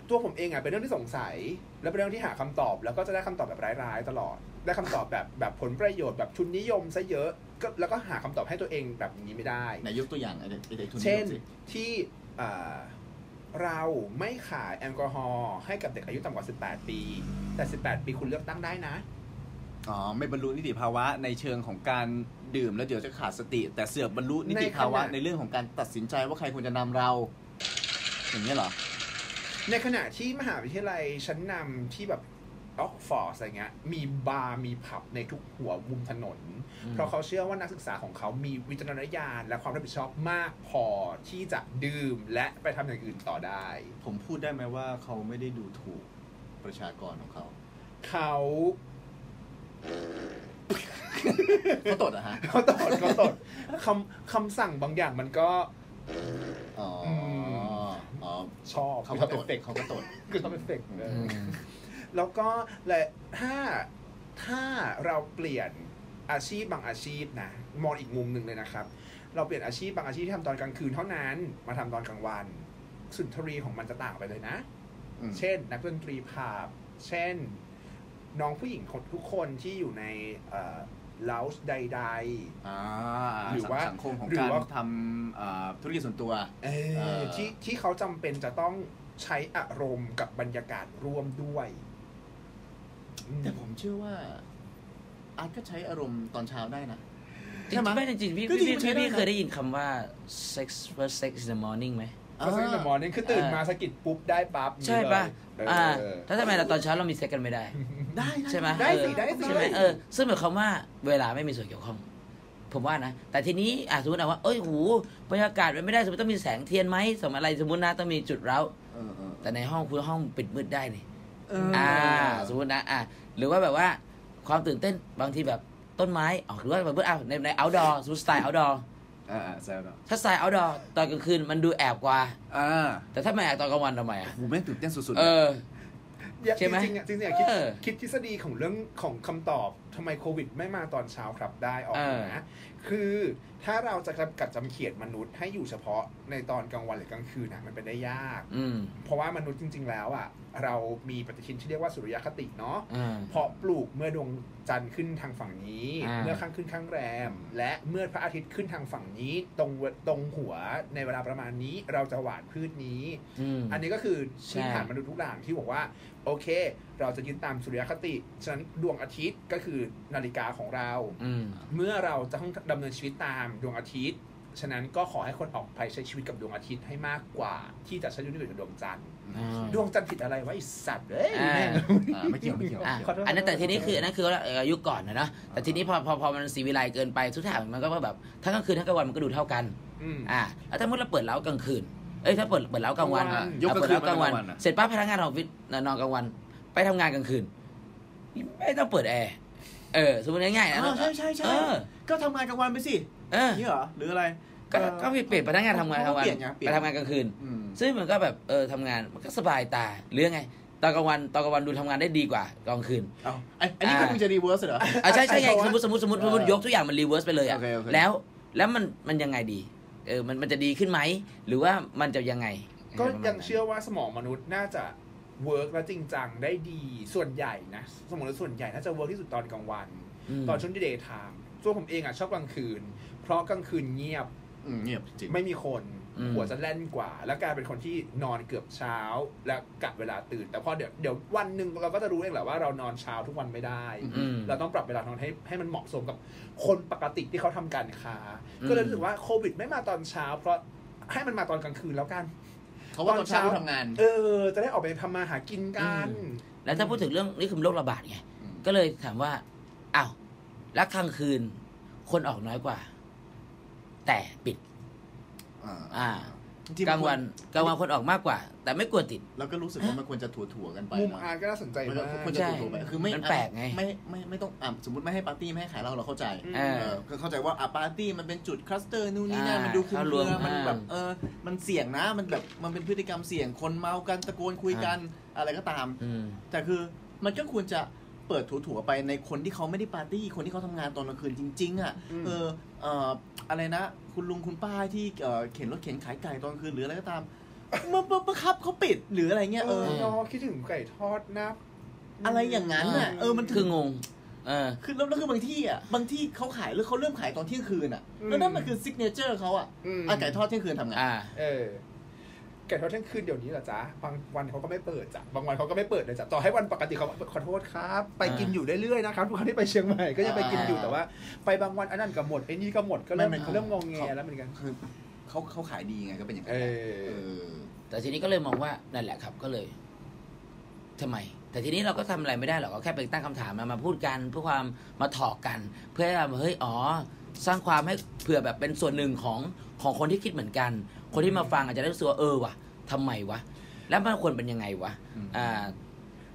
A: ตัวผมเองอะเป็นเรื่องที่สงสัย แล้วเป็นเรื่องที่หาคำตอบ แล้วก็จะได้คำตอบแบบร้ายๆตลอด ได้คำตอบแบบแบบผลประโยชน์แบบทุนนิยมซะเยอะก็แล้วก็หาคำตอบให้ตัวเองแบบนี้ไม่ได้
C: ไหนยกตัวอย่างไอ้เด็กไอ้เด็กทุน
A: เช่น
C: สิ
A: ที่อ่าเราไม่ขายแอลกอฮอล์ให้กับเด็กอายุต่ำกว่า 18 ปี แต่ 18 ปีคุณเลือกตั้งได้นะ
C: อ๋อไม่บรรลุนิติภาวะในเชิงของการดื่มแล้วเดี๋ยวจะขาดสติ แต่เสือกบรรลุนิติภาวะ
A: ในขณะ
C: ในเรื่องของการตัดสินใจว่าใครควรจะนำเรา อย่างนี้ยเหรอ
A: ในขณะที่มหาวิทยาลัยชั้นนำที่แบบออกฟอร์สอะไรเงี้ยมีบาร์มีผับในทุกหัวมุมถนน
B: อืม
A: เพราะเขาเชื่อว่านักศึกษาของเขามีวิจารณญาณ และความรับผิดชอบมากพอที่จะดื่มและไปทำอย่างอื่นต่อได้
C: ผมพูดได้ไหมว่าเขาไม่ได้ดูถูกประชากรของเขา
A: เขา
C: เขาตดเหรอะฮะ
A: เขาตอดเขาตอดคำคำสั่งบางอย่างมันก็
C: อ๋ออ๋อ
A: ชอบ
C: เขาก็ตด
A: เฟก
C: เขาก็ตด
A: คือ ชอบเอฟเฟกต์
B: อืม
A: แล้วก็และถ้าถ้าเราเปลี่ยนอาชีพบางอาชีพนะมองอีกมุมหนึ่งเลยนะครับ เราเปลี่ยนอาชีพบางอาชีพที่ทำตอนกลางคืนเท่านั้นมาทำตอนกลางวัน สุนทรีของมันจะต่างไปเลยนะ เช่น นักดนตรีภาพ เช่น น้องผู้หญิงคนทุกคนที่อยู่ในเอ่อ lounge ใด
C: อ่า
A: หรือว่า
C: สังคมของ
A: หรื
C: กา
A: อ
C: ร
A: ว่า
C: ทำอ่าธุรกิจส่วนตัว
A: ๆเออ
C: เออ
A: ที่ที่เขาจำเป็นจะต้องใช้อารมณ์กับบรรยากาศร่วมด้วยอืม
C: แต่ผมเชื่อว่า อาร์ตก็ใช้อารมณ์ตอนเช้าได้นะ
B: จริงๆไม่จริงๆพี่
C: ก็จริ
B: พี่
C: งๆใช้ได้
B: พี่
C: นะ
B: พี่เคยได้ยินคำว่า sex first sex in the morning ไหม
A: ก็ซึ่งแต่มอนี่คือตื่นมา
B: อ่า
A: สะกิดปุ๊บได้ปั๊บ
B: ใช่ป่ะ
A: เอออ
B: อ่า
A: เออ
B: ถ้าทำไมเราตอนเช้าเรามีเซ็กกันไม่ได้
C: ได้
B: ใช่ไหม
A: ได้สิ
B: เออ
A: ได้สิ
B: ใช่ไหมเออซึ่งหมายความว่าเวลาไม่มีส่วนเกี่ยวข้อง ผมว่านะ แต่ทีนี้อ่ะสมมติเอาว่า เอ้ยหูบรรยากาศมันไม่ได้สมมติต้องมีแสงเทียนไหมสมมติอะไรสมมตินะต้องมีจุดเร้า
C: เออเออ
B: แต่ในห้องคุณห้องปิดมืดได้นี่
C: เออ
B: อ่า สมมตินะอ่ะหรือว่าแบบว่าความตื่นเต้นบางทีแบบต้นไม้อ๋อหรือว่าแบบว่าอ้าวในใน outdoor สมมติสไตล์ outdoor
C: อ่าอ่าแซวเนาะ
B: ถ้าสไตล์ outdoor ตอนกลางคืนมันดูแอบกว่า
C: อ่า
B: แต่ถ้ามาแอบตอนกลางวันทำไมอ่ะ
C: โหูแม่งตื่นเต้นสุดๆ
B: เอ
C: เลย
B: อ
A: อยาก
B: ใช่ไหม
A: จริงๆอะจริงๆอยากคิด
B: เออ
A: คิดทฤษฎีของเรื่องของคำตอบทำไมโควิดไม่มาตอนเช้าครับได้ออก
B: เออ
A: นะคือถ้าเราจะจำกัดจำเขียดมนุษย์ให้อยู่เฉพาะในตอนกลางวันหรือกลางคืนนะมันเป็นได้ยาก
B: อืม
A: เพราะว่ามนุษย์จริง ๆ แล้วอ่ะเรามีปฏิทินที่เรียกว่าสุริยคติเนาะ
B: อ่า
A: เพราะปลูกเมื่อดวงจันทร์ขึ้นทางฝั่งนี้
B: อ่า
A: เมื่อข้างขึ้นข้างแรม และเมื่อพระอาทิตย์ขึ้นทางฝั่งนี้ ตรงเวตรงหัวในเวลาประมาณนี้เราจะหว่านพืชนี้
B: อืม
A: อันนี้ก็คือ
B: ใช่
A: พื้นฐานมนุษย์ทุกอย่างที่บอกว่า โอเค เราจะยึดตามสุริยคติ ฉะนั้นดวงอาทิตย์ก็คือนาฬิกาของเรา
B: อืม
A: เมื่อเราจะต้องดำเนินชีวิตตามดวงอาทิตย์ ฉะนั้นก็ขอให้คนออกไปใช้ชีวิตกับดวงอาทิตย์ให้มากกว่า ที่จะใช้ชีวิตอยู่กับดวงจันทร์
B: อ่า
A: ดวงจันทร์ผิดอะไรวะไอสัตว์เอ้ยแม่ง
C: อ่าไม่เกี่ยวไม่เกี่ยว
B: อ่ะ
C: ไม่เกี่ยว
A: ขอโทษ
B: อันนั้นแต่ทีนี้คืออันนั้นคือเอ่อยุคก่อนนะเนาะแต่
C: อ่า
B: ทีนี้พอพอพอมันสีวิไลเกินไปทุกอย่างมันก็แบบทั้งกลางคืนทั้งกลางวันมันก็ดูเท่ากัน
A: อืม
B: อ่าแล้วถ้าเมื่อเราเปิดเล้ากลางคืนเอ้ยถ้าเปิดเปิดเล้ากลางวัน
A: กลางวัน
B: อ่ะเปิดเล้ากลางวัน
C: ยกกลางคืนมากลางวันอ่ะ
B: เสร็จปั๊บพนักงานออฟฟิศนอนกลางวัน ไปทำงานกลางคืน ไม่ต้องเปิดแอร์เออสมมติง่ายๆนะ
C: อ๋อใช่ใช่
B: เอ
C: ใช่
B: อ
C: ก็ทำงานกลางวันไปสิ
B: เออ
C: นี่เหรอหรืออะไร
B: ก็
C: เออ
B: ก็เปลี่ยนพนักงานทำงานกลางวัน
C: เปลี่ยนไงเปลี่ยน
B: ไปทำงานกลางคืน
C: อืม
B: ซึ่งมันก็แบบเออทำงานมันก็สบายตาหรือไงตอนกลางวันตอนกลางวันดูทำงานได้ดีกว่ากลางคืน
C: เอาไอ้อันนี้ก็มึงจะรีเวิร์สเหรอ
B: อ่ะใช่ใช่ไง
A: ใช่เพราะว่า
B: สมมติสมมติสมมติสมมติ
C: เออย
B: กทุกอย่างมันรีเวิร์สไปเลยอ่ะ
C: โอเคโอเค
B: แล้วแล้วมันมันยังไงดีเออมันมันจะดีขึ้นไหม หรือว่ามันจะยังไง
A: ก็
B: ะไรป
A: ยัง
B: ระมาณนั้น
A: เชื่อว่าสมองมนุษย์น่าจะเวิร์กและจริงจังได้ดีส่วนใหญ่นะ สมองส่วนใหญ่น่าจะเวิร์กที่สุดตอนกลางวัน
B: ม
A: ตอนช่วงที่เดย์ไทม์ตัวผมเองอ่ะชอบกลางคืน เพราะกลางคืนเงียบ
C: อืมเงียบจริง
A: ไม่มีคน หัวจะแล่นกว่า แล้วกลายเป็นคนที่นอนเกือบเช้า และกะเวลาตื่น แต่พอเดี๋ยวเดี๋ยววันหนึ่งเราก็จะรู้เองแหละว่าเรานอนเช้าทุกวันไม่ได้
B: อืม
A: เราต้องปรับเวลานอนให้ให้มันเหมาะสมกับคนปกติที่เขาทำการค้า
B: อืม
A: ก็เลยรู้สึกว่าโควิดไม่มาตอนเช้า เพราะให้มันมาตอนกลางคืนแล้วกัน
C: เขาว่าตอนเช้าทำงาน
A: เออ จะได้ออกไปทำมาหากินกัน
B: แล้วถ้าพูดถึงเรื่องนี่คือโรคระบาดไง
C: อืม
B: ก็เลยถามว่าอ้าวแล้วกลางคืน คนออกน้อยกว่า แต่ปิด อ่า
C: ที่
B: กลางวันกลางวันคนออกมากกว่า แต่ไม่กลัวติด
C: เราก็รู้สึกว่ามันควรจะถั่วๆกันไป
A: มุม
C: นะ
A: อาร์ตก็น่าสนใจ
C: มัน
A: มา
C: ก็
A: ก
C: ควรจะถั่วๆไปคือไม่
B: มันแปลกไง
C: ไม่ไม่ไม่ต้องอ่ะสมมติไม่ให้ปาร์ตี้ไม่ให้ขายเราเราเข้าใจ
A: อืม
B: เอ
C: เอ
B: อ
C: อคือเข้าใจว่าอ่ะปาร์ตี้มันเป็นจุดคลัสเตอร์นู่นนี่นั่น
B: อ่ามั
C: มันดูคลุม
B: เข้า
C: เค
B: รว
C: รื
B: ม
C: อมัน
B: อ่า
C: แบบเออมันเสี่ยงนะมันแบบมันเป็นพฤติกรรมเสี่ยงคนเมากันตะโกนคุยกันอะไรก็ตาม
B: อืม
C: แต่คือมันก็ควรจะเปิดถั่วๆไปในคนที่เขาไม่ได้ปาร์ตี้คนที่เขาทำงานตอนกลางคืนจริง ๆ อ่ะ
A: อืม
C: เออเอ่ออะไรนะ คุณลุงคุณป้าที่เอ่อเข็นรถเข็นขายไก่ตอนกลางคืนหรืออะไรก็ตามเมื่อประคับเขาปิดหรืออะไรเงี้ย
A: เอ
C: เอ
A: อ
C: อ
A: เนอะคิดถึงไก่ทอดนะ
C: อะไรอย่างนั้นน่ะเออมัน
B: คืองง เออ
C: คือแล้วแล้วคือบางที่อ่ะบางที่เขาขายหรือเขาเริ่มขายตอนเที่ยงคืนอ่ะแล้วนั่นมันคือซิกเนเจอร์เขาอ่ะ
A: ม
C: อ่ะไก่ทอดเที่ยงคืนทำไง
B: อ่า
A: เออ แก่เท่าเที่ยงคืนเดี๋ยวนี้เหรอจ๊ะบางวันเขาก็ไม่เปิดจ้ะบางวันเขาก็ไม่เปิดเลยจ้ะต่อให้วันปกติเขาบอกขอโทษครับ ไปกินอยู่เรื่อยๆนะครับทุกครั้งที่ไปเชียงใหม่ก็จะไปกินอยู่แต่ว่า ไปบางวันอันนั้นก็หมดไอ้นี่ก็หมดก็เริ่ม
C: ไม่ไม่
A: เริ่มงงแงแล้วเหมือนกัน
C: คือเขาเขาขายดีไงก็เป็นอย่างนั้
A: เอน
C: แหละ
A: อ
C: เออ
B: แต่ทีนี้ก็เลยมองว่านั่นแหละครับก็เลยทำไม แต่ทีนี้เราก็ทำอะไรไม่ได้หรอกก็แค่ไปตั้งคำถามมามาพูดกันเพื่อความมาถอกกัน เพื่อให้เราเฮ้ยอ๋อ สร้างความให้เผื่อแบบเป็นส่วนหนึ่งของของคนที่คิดเหมือนกัน คนที่มาฟังอาจจะได้รู้สึกว่าเออวะทำไมวะ แล้วมันควรเป็นยังไงวะ
C: อืม
B: อ่า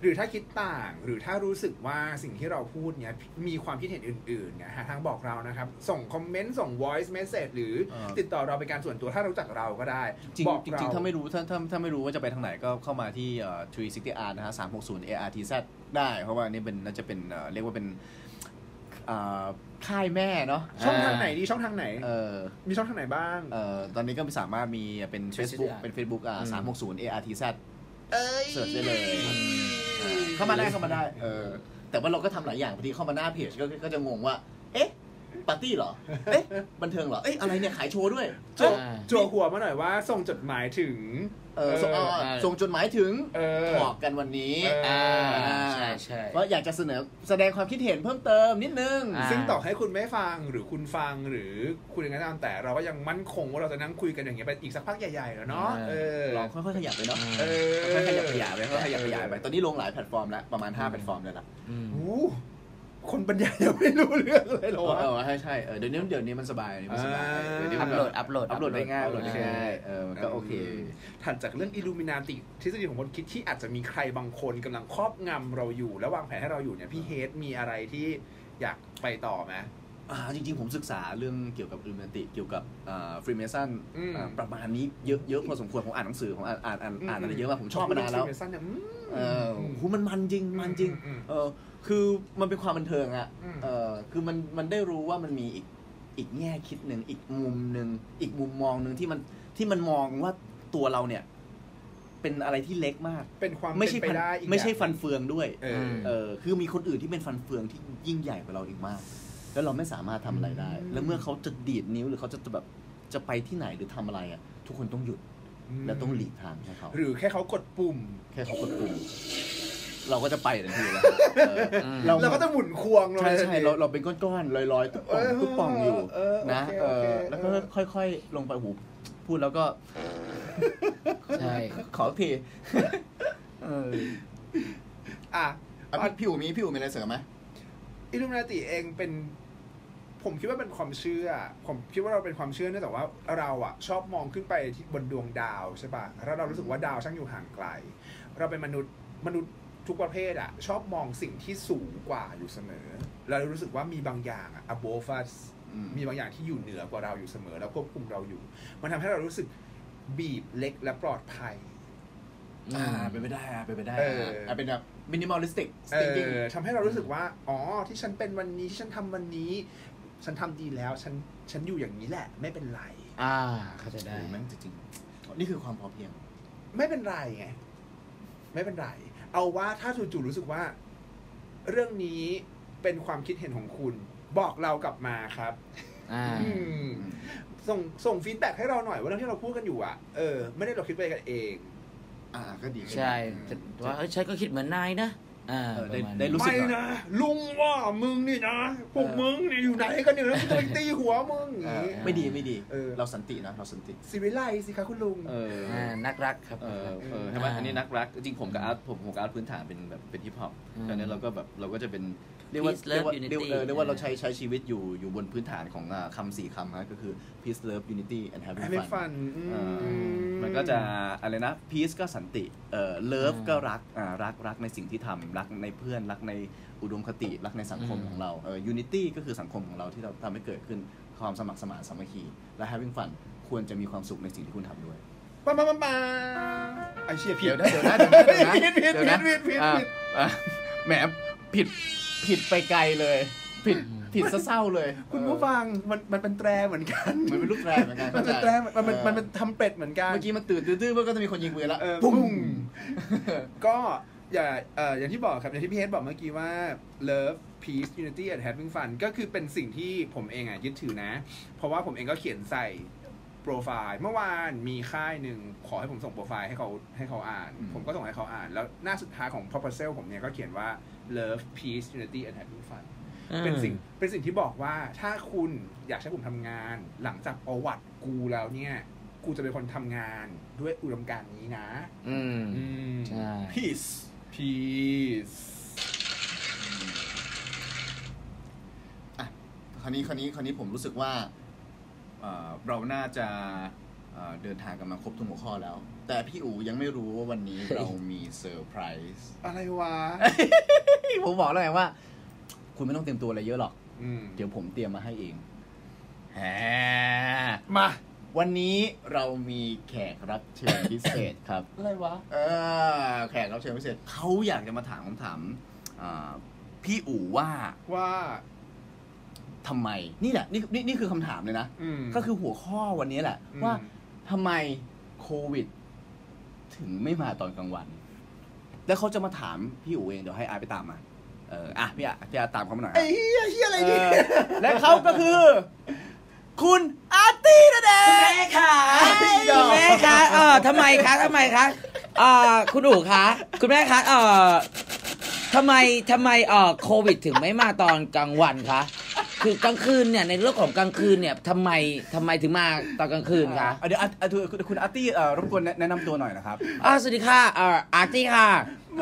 A: หรือถ้าคิดต่างหรือถ้ารู้สึกว่าสิ่งที่เราพูดเนี้ยมีความคิดเห็นอื่นๆเนี่ยหาทางบอกเรานะครับ ส่งคอมเมนต์ ส่ง voice message หรือ
C: เออ
A: ติดต่อเราเป็นการส่วนตัวถ้ารู้จักเราก็ได้
C: จริง
A: บอก
C: จริง
A: เ
C: ๆถ้าไม่รู้ถ้าถ้าถ้าไม่รู้ว่าจะไปทางไหนก็เข้ามาที่เอ่อ360 R นะฮะ360 ARTZ ได้ เพราะว่านี่เป็นน่าจะเป็นเอ่อเรียกว่าเป็นเอ่อค่ายแม่เนาะ
A: ช่องทางไหนดีช่องทางไหน
C: เออ
A: มีช่องทางไหนบ้าง
C: เอ่อตอนนี้ก็สามารถมีเป็น Facebook
B: 360
C: เป็น Facebook อ่า
B: อืม
C: 360 ARTZ
A: เอ้ย
C: เสิร์ชได้เลยอ่าเข้ามาได้เข้ามาได้เออแต่ว่าเราก็ทำหลายอย่างบางทีเข้ามาหน้าเพจก็ก็จะงงว่า เอ๊ะปาร์ตี้เหรอ เอ๊ะบันเทิงเหรอเอ๊ะอะไรเนี่ยขายโชว์ด้วย
A: จวจั่วหัวมาหน่อยว่า ส่งจดหมายถึง
C: เออส่ง
A: เออ
C: ส่งจดหมายถึง
A: เออ
C: ถอกกันวันนี้
A: เออ
B: อ่าใช่ใช่
C: เพราะอยากจะเสนอแสดงความคิดเห็นเพิ่มเติมนิดนึง
B: อ่า
A: ซึ่งต่อให้คุณไม่ฟังหรือคุณฟังหรือคุณยังไงก็ตามแต่เราก็ยังมั่นคงว่าเราจะนั่งคุยกันอย่างเงี้ยไปอีกสักพักใหญ่ๆแล้วเนาะเออ
C: ลองค่อยๆขยับไปเนาะ
A: เออ
C: ค่อยๆขยับขยายไปค่อยๆขยับขยายไป ตอนนี้ลงหลายแพลตฟอร์มแล้ว ประมาณ 5 แพลตฟอร์มเลยละ
B: อืม
A: โอ้โหคนบรรยายยังไม่รู้เรื่องเลยเหรอวะ
C: เออใช่ใช่เออเดี๋ยวนี้เดี๋ยวนี้มันสบายเดี๋ยวนี้มันสบาย
A: อ่า
C: เดี๋ยวนี้
B: อั
C: มัน
B: พ
C: แบ
B: โหล
C: บ
B: ด อัพโหลด
C: อัพโหลดได้ง่ายอัพโหลดได้
A: อัพโหลดได้
C: ง่า
A: ง่าย ย
C: เออมันก็โอเค
A: ถัดจากเรื่องอิลูมินาติทฤษฎีของคนคิดที่อาจจะมีใครบางคนกำลังครอบงำเราอยู่ และวางแผนให้เราอยู่เนี่ยพี่เฮดมีอะไรที่อยากไปต่อไหม
C: อ่าจริงๆ ผมศึกษาเรื่องเกี่ยวกับอิลูมินติเกี่ยวกับฟรีเมซัน
A: อืม
C: ประมาณนี้เยอะเยอะพอสมควรผมอ่านหนังสือผมอ่านอ่านอ่านอ่านอะไรเยอะมากผมชอบมานานแล้ว
A: เรื่อง Freemason เนี่ยอืม
C: เออโหมันมันจริง มันจริง
A: อืม
C: เออ คือมันเป็นความบันเทิงอะ
A: อืม
C: เออ คือมัน มันได้รู้ว่ามันมีอีก อีกแง่คิดหนึ่ง อีกมุมหนึ่ง อีกมุมมองหนึ่งที่มัน ที่มันมองว่าตัวเราเนี่ย เป็นอะไรที่เล็กมาก
A: เป็นความ
C: ไม่ใช่
A: เป็นไป
C: ฟัน
A: ได้อีก
C: ไม่ใช่
A: แบบ
C: ฟันเฟืองด้วย
A: เออ
C: เออ คือมีคนอื่นที่เป็นฟันเฟืองที่ยิ่งใหญ่กว่าเราอีกมาก แล้วเราไม่สามารถทำอะไรได้
A: อืม
C: แล้วเมื่อเขาจะดีดนิ้วหรือเขาจะแบบ จะไปที่ไหนหรือทำอะไรอะทุกคนต้องหยุด และต้องหลีกทางให้เขา
A: หรือแค่เขากดปุ่ม
C: แค่เขากดปุ่มเราก็จะไปทันที แล้ว
B: อืม
C: เรา
A: เราก็จะหมุนควงลง
C: ใช่
A: ไป
C: ใช่เราเราเป็นก้อนๆลอยๆตุ๊บป่องตุ๊บป่องอยู่
A: เ
C: นะ
A: เโเค
C: เอ
A: โเค
C: อแล้วก็ค่อยๆ ลงไปหูพูดแล้วก็
B: ใช่
C: ขออีกทีเออ
A: อ่ะ
C: อ่ะพี่พี่อู๋มีพี่อู๋มีอะไรเสริมไหม
A: อิลูมินาติเองเป็นผมคิดว่าเป็นความเชื่อ ผมคิดว่าเราเป็นความเชื่อเนื่องจากว่าเราอะชอบมองขึ้นไปที่บนดวงดาวใช่ปะแล้วเรารู้สึกว่าดาวช่างอยู่ห่างไกล เราเป็นมนุษย์มนุษย์ทุกประเภทอะชอบมองสิ่งที่สูงกว่าอยู่เสมอเรารู้สึกว่ามีบางอย่างอะ above us
C: อืม
A: มีบางอย่างที่อยู่เหนือกว่าเราอยู่เสมอ แล้วควบคุมเราอยู่ มันทำให้เรารู้สึกบีบเล็กและปลอดภัย
C: อ่าเป็นไปได้อ่ะเป็นไปได้
A: เออ
C: อ่ะเป็นแบบมินิมอลลิสติกส
A: เอ
C: ติ๊กิ้ง
A: อทำให้เรารู้สึกว่า อ๋อ ที่ฉันเป็นวันนี้ที่ฉันทำวันนี้ ฉันทำดีแล้ว ฉัน ฉันอยู่อย่างนี้แหละ ไม่เป็นไร
B: อ่าเข้าใจได้
C: แม่งจริงๆนี่คือความพอเพียง
A: ไม่เป็นไรไง ไม่เป็นไร เอาว่าถ้าจู่ๆรู้สึกว่า เรื่องนี้เป็นความคิดเห็นของคุณ บอกเรากลับมาครับ
B: อ่า
A: อืม ส่ง ส่งฟีดแบ็กให้เราหน่อยว่าเรื่องที่เราพูดกันอยู่อ่ะ เออ ไม่ได้เราคิดไปกันเอง
C: อ่าก็ดี
B: ใช่แต่ว่าเอ้ยฉันก็คิดเหมือนนายนะอ่า
C: เออได้
B: ประมาณ
C: ได้รู้
B: นั้น
C: สึก
A: ไม่
C: เหรอ
A: นะ ลุงว่ามึงนี่นะ พวก
C: เออ
A: มึงนี่อยู่ไหนกันเนี่ยแล้วกูจะไปตีหัวมึงอย่าง
C: อ่า
A: งี้
C: ไม่ดีไม่ดี
A: เออ
C: เราสันตินะเราสันติ
A: สิวิไลสิคะคุณลุง
C: เออ
B: อ่านักรักครับ
C: เออเออใช่ไหม
B: อ่า
C: อันนี้นักรัก จริงๆผมกับอาร์ตผมผมกับอาร์ตพื้นฐานเป็นแบบเป็นฮิปฮอป
B: อืม
C: ดังนั้นเราก็แบบเราก็จะเป็นเรียกว่า
B: Peace
C: เรียกว่า
B: Love
C: เรียก
B: Unity
C: เออเรียกว่า
B: อ่า
C: เราใช้ใช้ชีวิตอยู่อยู่บนพื้นฐานของอ่าคำสี่คำฮะก็คือ peace love unity and
A: แอ
C: having
A: มเบ
C: fun
A: ฟันอืม
C: เออมันก็จะอะไรนะ peace ก็สันติเอ่อ love
B: อ่า
C: ก็รักอ่ารักรักในสิ่งที่ทำรักในเพื่อนรักในอุดมคติรักในสังคม
B: อืม
C: ของเราเออ unity ก็คือสังคมของเราที่เราทำให้เกิดขึ้นความสมัครสมานสามัคคีและ having fun ควรจะมีความสุขในสิ่งที่คุณทำด้วย
A: ปังปังปังปังไอเชี่ยผิด
C: เดี๋ ยวนะเดี๋ยวนะเดี๋ยวนะเดี๋ยวนะ
A: ผิดผิดผิ
C: เยวนะ
A: ดผิด
C: อ่ะ
A: ผิด
C: อ่ะ แหมผิดผิดไปไกลเลย ผิดผิดซะเศร้าเลย
A: คุณผู้ฟังมันมันเป็นแตรเหมือนกัน
C: มันเป็นลูกแตรเหมือนกัน
A: มันเป็นแตรมันมันมันมัน
C: เ
A: ทำเป็ดเหมือนกั
C: อน อเมื่อกี้มันตื่นตื้อๆเพื่อก็จะมีคนยิงปืนแล้ว
A: เออ
C: ปุ้ง
A: ก็อย่าเอ่ออย่างที่บอกครับอย่างที่พี่เฮดบอกเมื่อกี้ว่า love peace unity and having fun ก็คือเป็นสิ่งที่ผมเองอ่ะยึดถือนะ เพราะว่าผมเองก็เขียนใส่ โปรไฟล์เมื่อวานมีค่ายหนึ่งขอให้ผมส่งโปรไฟล์ให้เขาให้เขาอ่าน
C: อืม
A: ผมก็ส่งให้เขาอ่าน แล้วหน้าสุดท้ายของ proposal ผมเนี่ยก็เขียนว่า love peace unity and having fun เป็นสิ่งเป็นสิ่งที่บอกว่าถ้าคุณอยากใช้ผมทำงาน หลังจากประวัติกูแล้วเนี่ย กูจะเป็นคนทำงานด้วยอุดมการณ์นี้นะ
B: อืม
A: อืม
B: ใช่
C: peace
A: peace
C: คราวนี้คราวนี้คราวนี้ผมรู้สึกว่าเอ่อเราน่าจะเอ่อเดินทางกันมาครบทุกหัวข้อแล้ว แต่พี่อูยังไม่รู้ว่าวันนี้เรามีเซอร์ไพรส์
A: อะไรวะ
C: ผมบอกแล้วไงว่า คุณไม่ต้องเตรียมตัวอะไรเยอะหรอก
A: อืม
C: เดี๋ยวผมเตรียมมาให้เองแหม
A: มา
C: วันนี้เรามีแขกรับเชิญพิเศษครับ
B: อะไรวะ
C: เอ อแขกรับเชิญพิเศษเขาอยากจะมาถามคำถามอ่าพี่อู๋ว่า
A: ว่า
C: ทำไม นี่แหละนี่นี่นี่คือคำถามเลยนะ
A: อืม
C: ก็คือหัวข้อวันนี้แหละ
A: อืม
C: ว่าทำไมโควิด ถึงไม่มาตอนกลางวัน แล้วเขาจะมาถามพี่อู๋เองเดี๋ยวให้อาร์ตไปตามมาเอออ่ะพี่อาร์ตพี่อาร์ตตามเขามาหน่อยครับ
A: ไอ้เฮียเฮียอะไร
C: เอ
A: เนี่ย
C: อและเขาก็คือ คุณอาร์ตี้นั่นเอง
B: คุณแม่ค่ะคุณแม่คะเออทำไมคะทำไมคะเออคุณอู๋คะ คุณแม่คะเออทำไมทำไมเออโควิดถึงไม่มาตอนกลางวันคะ คือกลางคืนเนี่ยในเรื่องของกลางคืนเนี่ยทำไมทำไมถึงมาตอนกลางคืนคะ
C: อ่ะเดี๋ยวอาร์ตอ่ะคุณคุณอาร์ตี้เอ่อรบกวนแนะแนะนำตัวหน่อยนะครับ
B: อ้าวสวัสดีค่ะเอออาร์ตี้ค่ะ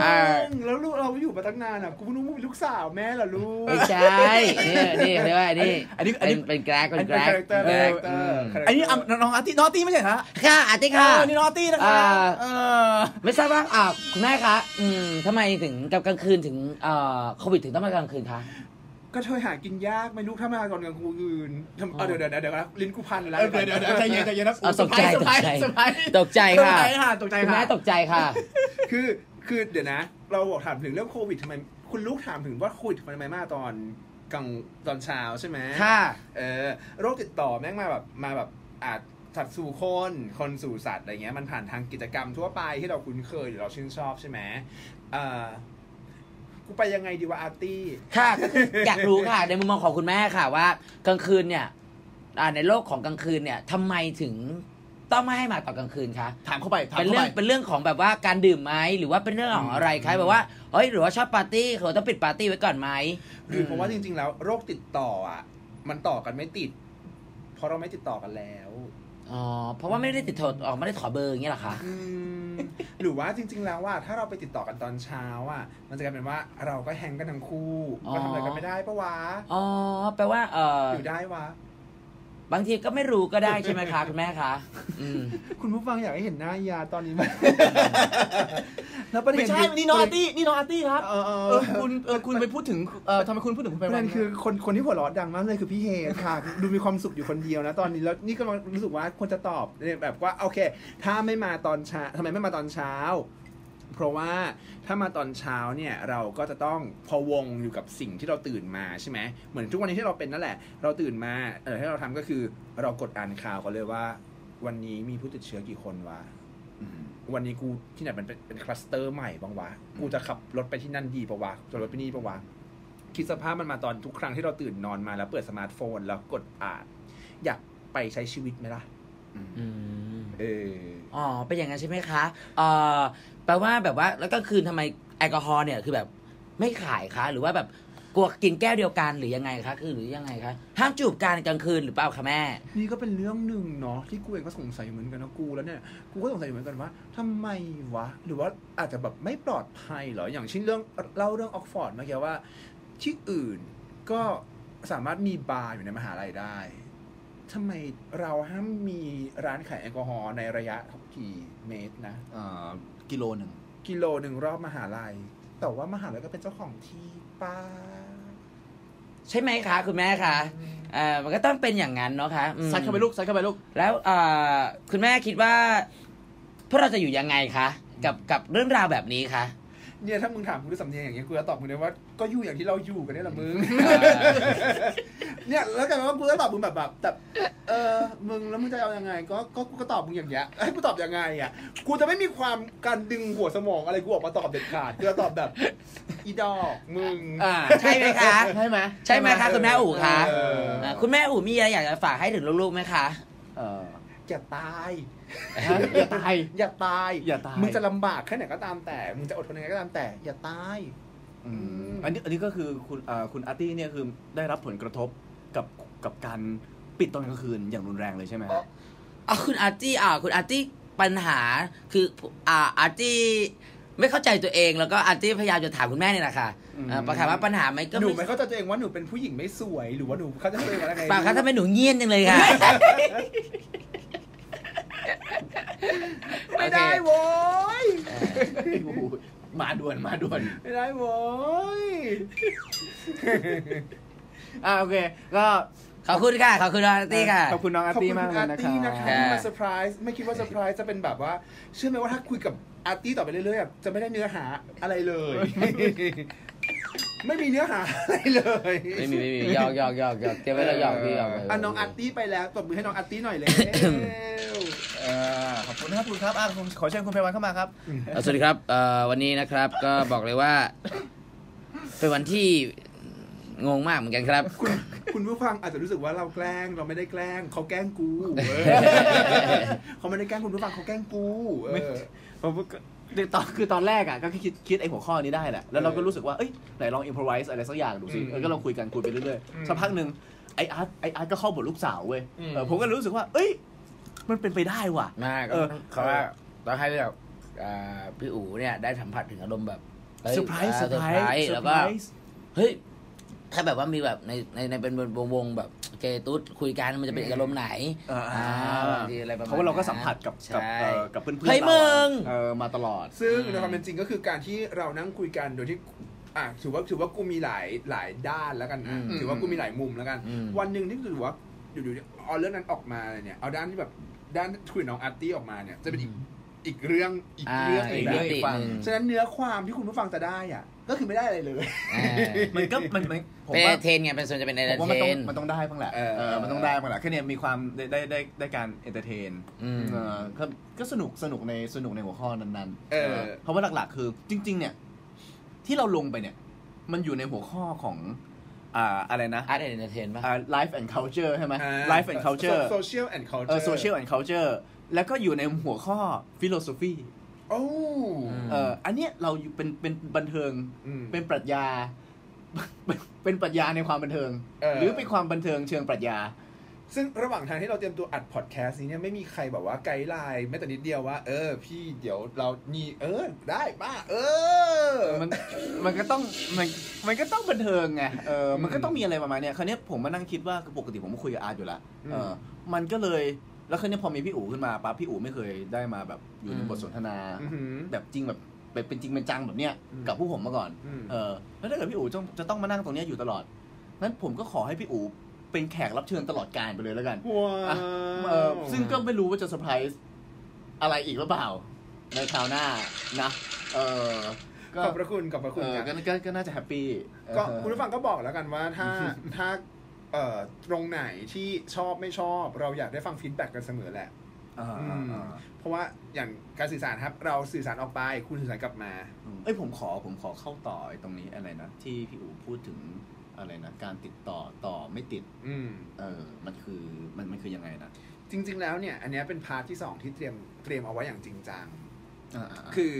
B: เอ
A: มึ
B: อง
A: แล้วลูกเราอยู่มาตั้งนานอ่ะ กูเพิ่งรู้ว่ามีลูกสาวแม่เหรอลูก
B: ไม่ใช่นี่นี่เรียกว่านี่
C: อันนี้อัน
B: เป็
C: นี้
B: นเป็นแกร็กเป็นแก
A: เป็น
B: ร็ก
A: คาแรคเตอร์
B: แก
A: คา
B: ร็
A: แร
B: ก
A: คเตอ
B: อื
A: ร์
B: ม
A: คาแรคเตร์
C: อันนี้อ่ะน้องอาร์ตี้น้องอาร์ตี้ไม่ใช่เหรอ
B: ค่ะอาร์ตี้
C: เอ
B: ค่ะ
C: อนี่น้องอาร์ตี้นะครับ
B: อ่า
C: เออ
B: ไม่ทราบว่าอ่าคุณแม่คะ อืมทำไมถึงกับกลางคืนถึงเอ่อโควิดถึงต้องมากลางคืนคะ
A: ก็เธอหากินยากไหม่ลูกถ้ามาก่อนกลางคืนทำ
B: อ๋อ
A: เอาเดี๋ยวเดี๋ยวเดี๋ยวนะลิ้นกูพันแล้ว
C: เออเดี๋ยวเดี๋ยวเดี๋ยวใจเย็นใจเย็นนะ
B: อ่ะตกใจ
C: เซอร์ไพร
B: ตกใจ
C: ส์เซอร์ไพรส์
B: ตกใจ
C: เซอร์
B: ค่ะ
C: ไพรส์ค่ะตกใจ
B: คุณ
C: ค่ะ
B: แม่ตกใจค่ะ
A: คือคือเดี๋ยวนะ เราบอกถามถึงเรื่องโควิดทำไม คุณลูกถามถึงว่าโควิดทำไมมาตอนกลางตอนเช้าใช่ไหม
B: ค่ะ
A: เออโรคติดต่อแม่งมาแบบมาแบบอาจสัตว์สู่คน คนสู่สัตว์อะไรเงี้ยมันผ่านทางกิจกรรมทั่วไปที่เราคุ้นเคยหรือเราชื่นชอบใช่ไหมเออกูไปยังไงดีวะอาร์ตี้
B: ค่ะก็คืออยากรู้ค่ะ ในมุมมองของคุณแม่ค่ะว่ากลางคืนเนี่ยอ่าในโลกของกลางคืนเนี่ยทำไมถึงต้องไม่ให้มาตอนกลางคืนคะ
C: ถามเข้าไปถาม
B: เป็น
C: เข้า
B: เรื่อ
C: ไป
B: งเป็นเรื่องของแบบว่าการดื่มไหมหรือว่าเป็นเรื่องของอะไรคะ
A: อืม
B: แบบว่าเฮ้ยหรือว่าชอบปาร์ตี้เขาต้องปิดปาร์ตี้ไว้ก่อนไหม
A: คือเพราะว่าจริง ๆ แล้วโรคติดต่ออ่ะ มันต่อกันไม่ติด เพราะเราไม่ติดต่อกันแล้ว
B: อ๋อเพราะว่าไม่ได้ติดต่อออกไม่ได้ขอเบอร์อย่างเงี้ยเหรอคะ
A: อืมหรือว่าจริง ๆ แล้วว่าถ้าเราไปติดต่อกันตอนเช้าอ่ะ มันจะกลายเป็นว่าเราก็แฮงกันทั้งคู่
B: อ๋อ
A: ก็ทำอะไรกันไม่ได้ปะวะ
B: อ๋อแปลว่าเอ่อ
A: อยู่ได้วะ
B: บางทีก็ไม่รู้ก็ ได้ใช่ไหมคะ คุณแม่คะอืม
A: คุณผู้ฟังอยากให้เห็นหน้ายาตอน นี้ไหม แล้วประเด็น
C: ไม่ใช่
A: คือ
C: นี่น้องอาร์ตี้นี่น้องอาร์ตี้ครับ
A: เออเออ
C: เออคุณเออคุณไปพูดถึงเออทำไมคุณพูดถึงคุณไป
A: ประ
C: วั
A: เด็
C: น
A: นคือคนคนที่หัวเราะดังมากเลยคือพี่เฮค่ะ ดูมีความสุขอยู่คนเดียวนะตอนนี้แล้วนี่ก็รู้สึกว่าควรจะตอบเนี่ยแบบว่าโอเค ถ้าไม่มาตอนเช้าทำไมไม่มาตอนเช้า เพราะว่าถ้ามาตอนเช้าเนี่ยเราก็จะต้องพะวงอยู่กับสิ่งที่เราตื่นมาใช่ไหมเหมือนทุกวันนี้ที่เราเป็นนั่นแหละ เราตื่นมาเออให้เราทำก็คือเรากดอ่านข่าวกันเลยว่า วันนี้มีผู้ติดเชื้อกี่คนวะ
C: อืม
A: วันนี้กูที่ไหนมันเป็นเป็นคลัสเตอร์ใหม่บ้างวะ
C: อืม
A: กูจะขับรถไปที่นั่นดีปะวะจะรถไปนี่ปะวะ คิดสภาพมันมาตอนทุกครั้งที่เราตื่นนอนมาแล้วเปิดสมาร์ทโฟนแล้วกดอ่าน อยากไปใช้ชีวิตไหมล่ะ
C: อืม
B: อืม
A: เออ
B: อ๋อเป็นอย่างนั้นใช่ไหมคะเอ่อแปลว่าแบบว่าแล้วก็คืนทำไมแอลกอฮอล์เนี่ยคือแบบไม่ขายคะ หรือว่าแบบกลัวกินแก้วเดียวกันหรือยังไงคะคือหรือยังไงคะห้ามจูบกันกลางคืนหรือเปล่าคะแม่
A: นี่ก็เป็นเรื่องหนึ่งเนาะที่กูเองก็สงสัยอยู่เหมือนกันนะกูแล้วเนี่ย กูก็สงสัยอยู่เหมือนกันว่าทำไมวะ หรือว่าอาจจะแบบไม่ปลอดภัยเหรอ อย่างเช่นเรื่องเล่าเรื่องออกฟอร์ดเมื่อกี้ว่า ที่อื่นก็สามารถมีบาร์อยู่ในมหาลัยได้ทำไมเราห้ามมีร้านขายแอลกอฮอล์ในระยะกี่เมตรนะ
C: เอ่อกิโลหนึ่ง
A: กิโลหนึ่งรอบมหาลัย แต่ว่ามหาลัยก็เป็นเจ้าของที่ป้า
B: ใช่ไหมคะคุณแม่คะเอ่อมันก็ต้องเป็นอย่างนั้นเนาะคะอืม
C: ซัดเข้าไปลูกซัดเข้าไปลูก
B: แล้วเอ่อคุณแม่คิดว่าพวกเราจะอยู่ยังไงคะกับกับเรื่องราวแบบนี้คะ
A: เนี่ยถ้ามึงถามกูด้วยสำเนียงอย่างเงี้ยกูจะตอบมึงเลยว่าก็อยู่อย่างที่เราอยู่กันนี่แหละมึง เนี่ยแล้วกันว่ากูก็ตอบมึงแบบแบบแต่เออมึงแล้วมึงจะเอายังไง ก็ก็กูก็ตอบมึงอย่างเงี้ยให้กูตอบยังไงอ่ะกูจะไม่มีความการดึงหัวสมองอะไรกูออกมาตอบเด็ดขาดกูจะตอบแบบ อีดอกมึง
B: อ่าใช่ไหมคะ
C: ใช่ไหม
B: ใช่ไหมคะคุณแม่อู๋คะ
A: เออ
B: เอ่อคุณแม่อู๋มีอะไรอยากจะฝากให้ถึงลูกๆไหมคะ
C: เออ
A: อย่าตาย
C: ฮะอย่าตาย
A: อย่าตาย
C: อย่าตาย
A: มึงจะลำบากแค่ไหนก็ตามแต่ มึงจะอดทนยังไงก็ตามแต่ อย่าตาย
C: อืมอันนี้อันนี้ก็คือคุณอ่าคุณอาร์ตี้เนี่ยคือได้รับผลกระทบกับกับการปิดตอนกลางคืนอย่างรุนแรงเลยใช่ไหมฮะ
B: เอาคุณอาร์ตี้อ่าคุณอาร์ตี้ปัญหาคืออ่าอาร์ตี้ไม่เข้าใจตัวเองแล้วก็อาร์ตี้พยายามจะถามคุณแม่เนี่ยแหละค่ะ
C: อืม
B: อ่าประคามว่าปัญหาไหมก็
A: หนู
B: ไม่
A: ไม่เข้าใจตัวเองว่าหนูเป็นผู้หญิงไม่สวย หรือว่าหนูเข้าใจตัวเองว่าอะไรไง
B: ปากคะทำไมหนูเงียบจังเลยค่ะ
A: ไม่ได้โว้ย
C: โอ้โหมาด่วนมาด่วน
A: ไม่ได้โว้ย
C: อ่าโอเคก็
B: ขอบคุณค่ะ ขอบคุณอาร์ตี้ค่ะ
C: ขอบคุณน้องอาร์ตี้มากเลย
A: ขอบ
C: นะค
A: คุณคุณอาร์ตี้นะคะ
C: รับ
A: ที่มาเซอร์ไพรส์ไม่คิดว่าเซอร์ไพรส์จะเป็นแบบว่า เชื่อไหมว่าถ้าคุยกับอาร์ตี้ต่อไปเรื่อยๆอ่ะจะไม่ได้เนื้อหาอะไรเลย ไม่มีเนื้อหาอะไรเลย
B: ไม่มีไม่มีหยอกหยอกหยอกหยอกเก็บไว้แล้วหยอกพี่หยอกไว้
A: อ่ะน้องอาร์ตี้ไปแล้วตบมือให้น้องอาร์ตี้หน่อยเลย
C: เออขอบคุณนะครับคุณครับอ่ะผมขอเชิญคุณไพวันเข้ามาครับ
B: เอ่อสวัสดีครับเอ่อวันนี้นะครับ ก็บอกเลยว่า เป็นวันที่งงมากเหมือนกันครับ
A: คุณคุณผู้ฟังอาจจะรู้สึกว่าเราแกล้งเราไม่ได้แกล้งเขาแกล้งกูเออ เขาไม่ได้แกล้งคุณผู้ฟังเขาแกล้งกูเอ
C: ไม่
A: อ
C: ผมก็คือตอนคือตอนแรกอ่ะก็คิดคิดไอ้หัวข้อนี้ได้แหละ แล้วเราก็รู้สึกว่า เอ้ยไหนลองอิ p พ o ไวส์อะไรสักอย่างดูสิ
A: อืม
C: เออก็ลองคุยกันคุยไปเรื่อย
A: อืม
C: ๆสักพักหนึ่งไออาร์ตไออาร์ตก็เข้าบทลูกสาวเว้ย
A: อืม
C: เออผมก็รู้สึกว่า เอ้ย มันเป็นไปได้ว่ะ
B: มาก
C: เออ
B: เขาว่าต้องให้แบบอ่าพี่อู๋เนี่ยได้สัมผัสถึงอารมณ์แบบฮ้ย
C: เซอร์ไพรส์
B: า
C: เซอร์ไพรส์
B: แล้วก็ เฮ้ย ถ้าแบบว่ามีแบบในในในเป็นวงวงๆแบบเจตุ๊ดคุยกันมันจะเป็น
A: อืม
B: เอกอารมณ์ไหน
C: อ่า
B: อ่าบางทีอะไรประมาณ
C: เพราะว่าเราก็สัมผัสกับกับ
B: ใช่
C: เอ่อกับเพื่อนๆ
B: เฮ้ย
C: ราอะ
B: มึง
C: เออมาตลอด
A: ซึ่ง
B: อืม
A: ในความเป็นจริงก็คือการที่เรานั่งคุยกันโดยที่อ่ะถือว่าถือว่ากูมีหลายหลายด้านแล้วกันนะ
B: อืม
A: ถือว่ากูมีหลายมุมแล้วกัน
B: อืม
A: วันหนึ่งที่ถือว่าอยู่ๆเอาเรื่องนั้นออกมาเนี่ยเอาด้านที่แบบด้านคุยกับน้องอาร์ตี้ออกมาเนี่ยจะเป็นอีกอีกเรื่องอีก
B: อ่า
A: เรื่อง
B: อี
A: อี
B: ก
A: ก
B: เรื่
A: เรื่
B: อ
A: อง ง
B: อีกหนึ่ง
A: ฉะนั้นเนื้อความที่คุณผู้ฟังจะได้อ่ะก็คือไม่ได้อะไรเลย
B: อ่า
C: มันก็มันมันผม
B: เป็น
C: ว่า
B: เทนไงเป็นส่วนจะเป็นเอ
C: ผมว่า
B: เท
C: มันต้องมั
B: น
C: นต้องได้บ้างแหละ
A: เออ
C: เออมันต้องได้บ้างแหละแค่เนี้มีความได้ได้ได้ได้การเอนเตอร์เทน
B: อืม
C: เออก็ก็สนุกสนุกในสนุกในหัวข้อนั้นๆ
A: เออ
C: เพราะว่าหลักๆ คือจริง ๆ เนี่ย ที่เราลงไปเนี่ย มันอยู่ในหัวข้อของอ่าอะไรนะ
B: อาร์ตเอนเตอร์เทนป่ะ
C: อ่า life and culture ใช่ไหม life and culture
A: social and culture
C: เออ social and culture แล้วก็อยู่ในหัวข้อ philosophy
A: โอ้
B: อืม
C: เอออันเนี้ยเราอยู่เป็นเป็นบันเทิง
A: อืม
C: เป็นปรัชญา เป็นปรัชญาในความบันเทิง
A: เออ
C: หรือเป็นความบันเทิงเชิงปรัชญา
A: ซึ่งระหว่างทางที่เราเตรียมตัวอัดพอดแคสต์นี้เนี่ยไม่มีใครแบบว่าไกด์ไลน์แม้แต่นิดเดียวว่า เออ พี่เดี๋ยวเรานี่เออ ได้ป้าเออ
C: มันมันก็ต้องมันมันก็ต้องบันเทิงไงเออมันก็ต้องมีอะไรประมาณเนี้ยคราวเนี้ยผมมานั่งคิดว่าคือปกติผมก็คุยกับอาร์ตอยู่และเอออ
A: ม
C: มันก็เลยแล้วคราวเนี้ยพอมีพี่อู๋ขึ้นมาปั๊บพี่อู๋ไม่เคยได้มาแบบอยู่ใน
B: อืม
C: บทสนทนา
A: อื้อหือ
C: แบบจริงแบบแบบเป็นจริงเป็นจังแบบเนี้ย
A: อืม
C: กับผู้ผมมาก่อน
A: อืม
C: เออแล้วถ้าเกิดพี่อู๋จะจะต้องมานั่งตรงเนี้ยอยู่ตลอดงั้นผมก็ขอให้พี่อู๋เป็นแขกรับเชิญตลอดการไปเลยแล้วกัน อ่ะ เออซึ่งก็ไม่รู้ว่าจะเซอร์ไพรส์อะไรอีกหรือเปล่า ในคราวหน้านะเออก็
A: ขอบพระคุณขอบพระคุณ
C: เออ
A: ครับ
C: ก็ก็ก็น่าจะแฮปปี้
A: ก็
C: เออ
A: คุณผู้ฟังก็บอกแล้วกันว่าถ้า ถ้าเอ่อตรงไหนที่ชอบไม่ชอบ เราอยากได้ฟังฟีดแบ็กกันเสมอแหละ
C: อ่า
A: อืม
C: อ่า
A: เพราะว่าอย่างการสื่อสารครับ เราสื่อสารออกไป คุณสื่อสารกลับมา
C: อืมเอ้ยผมขอผมขอเข้าต่อไอ้ตรงนี้อะไรนะ ที่พี่อู๋พูดถึงอะไรนะ การติดต่อต่อไม่ติด
A: อืม
C: เออมันคือมันมันคือยังไงนะ
A: จริง ๆ แล้วเนี่ย อันเนี้ยเป็นพาร์ทที่สองที่เตรียมเตรียมเอาไว้อย่างจริงจัง
C: อ่าาา
A: คือ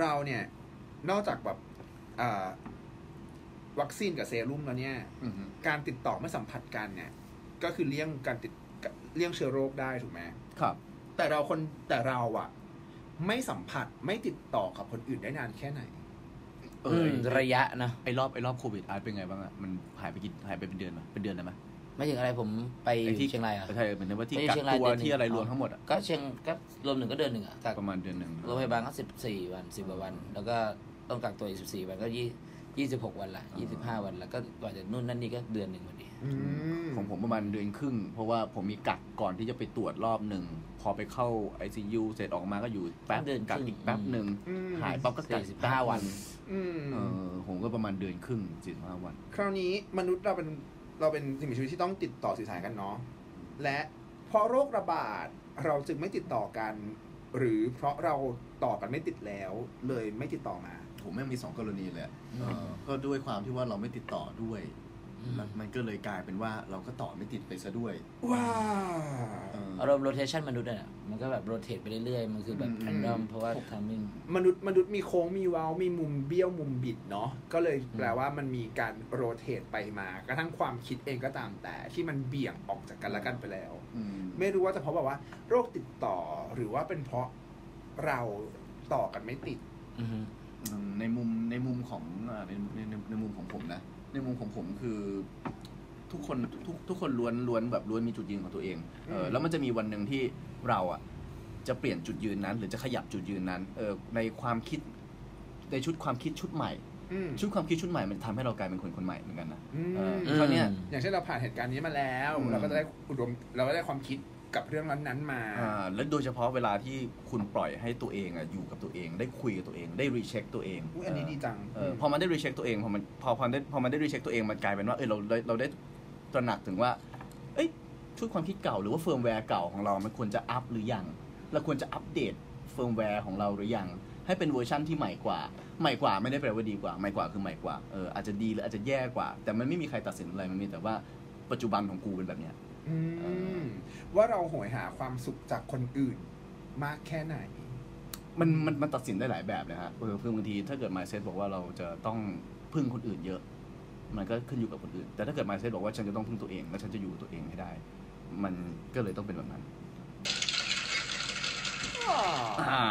A: เราเนี่ย นอกจากแบบอ่าวัคซีนกับเซรุ่มแล้วเนี่ย
C: มฮึ
A: การติดต่อไม่สัมผัสกันเนี่ย ก็คือเลี่ยงการติดเลี่ยงเชื้อโรคได้ถูกไหม
C: ครับ
A: แต่เราคนแต่เราอะไม่สัมผัสไม่ติดต่อกับคนอื่นได้นานแค่ไหน
C: เอ
B: อื
C: อ
B: ม
C: ไอ้
B: ระยะนะ
C: ไอ้รอบไอ้รอบโควิดอาร์ตเป็นไงบ้างอะมันหายไปกี่หายไปเป็นเดือนไหมเป็นเดือนเลยไหม
B: ไม่ถึงอะไรผมไป
C: ไอ้ที่
B: เชียงรายเหรอ่ะ
C: ใช่เหมือนกับว่าที่
B: ไม่ใช่
C: กัก
B: เชียงราย
C: ตัว
B: เดือนหนึ่ง
C: ที่อะไรรวมทั้งหมดอะ
B: ก็เชียงก็รวมหนึ่งก็เดือนหนึ่งอ่ะจาก
C: ประมาณเดือนหนึ่ง
B: โรงพยาบาลก็สิบสี่วันสิบกว่าวัน แล้วก็ต้องกักตัวอีกสิบสี่วันก็ยี่ยี่สิบหกวันละยี่สิบห้าวันละก็กว่าจะนู่นนั่นนี่ก็เดือนหนึ่งพอดี
A: อืม
C: ของผมประมาณเดือนครึ่ง เพราะว่าผมมีกักก่อนที่จะไปตรวจรอบหนึ่งพอไปเข้า ICU เสร็จออกมาก็อยู่แป๊บ
B: เดือนค
C: กั
B: รึ่
C: ก
B: ง
C: อีกแป๊บหนึ่ง
A: อืม
C: หายปั๊บก็กัก
B: สี่สิบห้าวัน
A: อืม
C: เออผมก็ประมาณเดือนครึ่งสี่สิบห้าวัน
A: คราวนี้มนุษย์เราเป็นเราเป็นสิ่งมีชีวิตที่ต้องติดต่อสื่อสารกันเนาะและเพราะโรคระบาดเราจึงไม่ติดต่อกัน หรือเพราะเราต่อกันไม่ติดแล้ว เลยไม่ติดต่อมา
C: ผมแม่งมีสองกรณีเลยอะ
B: อืม
C: เออก็ด้วยความที่ว่าเราไม่ติดต่อด้วย
B: อืม
C: แล้วมันก็เลยกลายเป็นว่าเราก็ต่อไม่ติดไปซะด้วย
A: ว้า
C: เออ
B: อารมณ์โรเทชันมนุษย์น่ะมันก็แบบโรเท e ไปเรื่อยๆ มันคือแบบ
C: อืม
B: แรนดอมเพราะว่าทามมิ่ง
A: มนุษย์มนุษย์มีโค้งมีเว้ามีมุมเบี้ยวมุมบิดเนาะก็เลยแปลว่ามันมีการโรเทตไปมากระทั่งความคิดเองก็ตามแต่ที่มันเบี่ยงออกจากกันและกันไปแล้ว
C: อืม
A: ไม่รู้ว่าจะเพราะแบบว่า โรคติดต่อหรือว่าเป็นเพราะเราต่อกันไม่ติด
C: อืมในมุมในมุมของอ่าในในในในมุมของผมนะ ในมุมของผมคือ ทุกคนทุกทุกคนล้วนล้วนแบบล้วนมีจุดยืนของตัวเองเออ
A: อืม
C: แล้วมันจะมีวันหนึ่งที่เราอ่ะ จะเปลี่ยนจุดยืนนั้น หรือจะขยับจุดยืนนั้นเออในความคิดในชุดความคิดชุดใหม่
A: อืม
C: ชุดความคิดชุดใหม่มันทำให้เรากลายเป็นคนคนใหม่เหมือนกันนะ
A: อืม
C: เออ คราวเนี้ย
A: อย่างเช่นเราผ่านเหตุการณ์นี้มาแล้ว
C: อืม
A: เราก็จะได้อุดมเราก็ได้ความคิดกับเรื่องนั้นๆมา
C: อ่าแล้วโดยเฉพาะเวลาที่คุณปล่อยให้ตัวเองอ่ะอยู่กับตัวเอง ได้คุยกับตัวเองได้รีเช็คตัวเอง
A: อุ้ยอันนี้ดีจัง
C: เออพอมันได้รีเช็คตัวเองพอมันพอพอได้พอมันได้รีเช็คตัวเองมันกลายเป็นว่าเออเราเราเราได้ตระหนักถึงว่า เอ้ยชุดความคิดเก่าหรือว่าเฟิร์มแวร์เก่าของเรา มันควรจะอัพหรือยังเราควรจะอัปเดตเฟิร์มแวร์ของเราหรือยังให้เป็นเวอร์ชั่นที่ใหม่กว่า ใหม่กว่าไม่ได้แปลว่าดีกว่าใหม่กว่าคือใหม่กว่าเอออาจจะดีหรืออาจจะแย่กว่า แต่มันไม่มีใครตัดสินอะไรมันมีแต่ว่าปัจจุบันของกูเป็นแบบเนี้ย
A: อืม
C: เออ
A: ว่าเราโหยหาความสุขจากคนอื่นมากแค่ไหน
C: มันมันมันตัดสินได้หลายแบบนะฮะเออคือบางทีถ้าเกิด mindset บอกว่าเราจะต้องพึ่งคนอื่นเยอะ มันก็ขึ้นอยู่กับคนอื่น แต่ถ้าเกิด mindset บอกว่าฉันจะต้องพึ่งตัวเองและฉันจะอยู่กับตัวเองให้ได้ มันก็เลยต้องเป็นแบบนั้น อ่า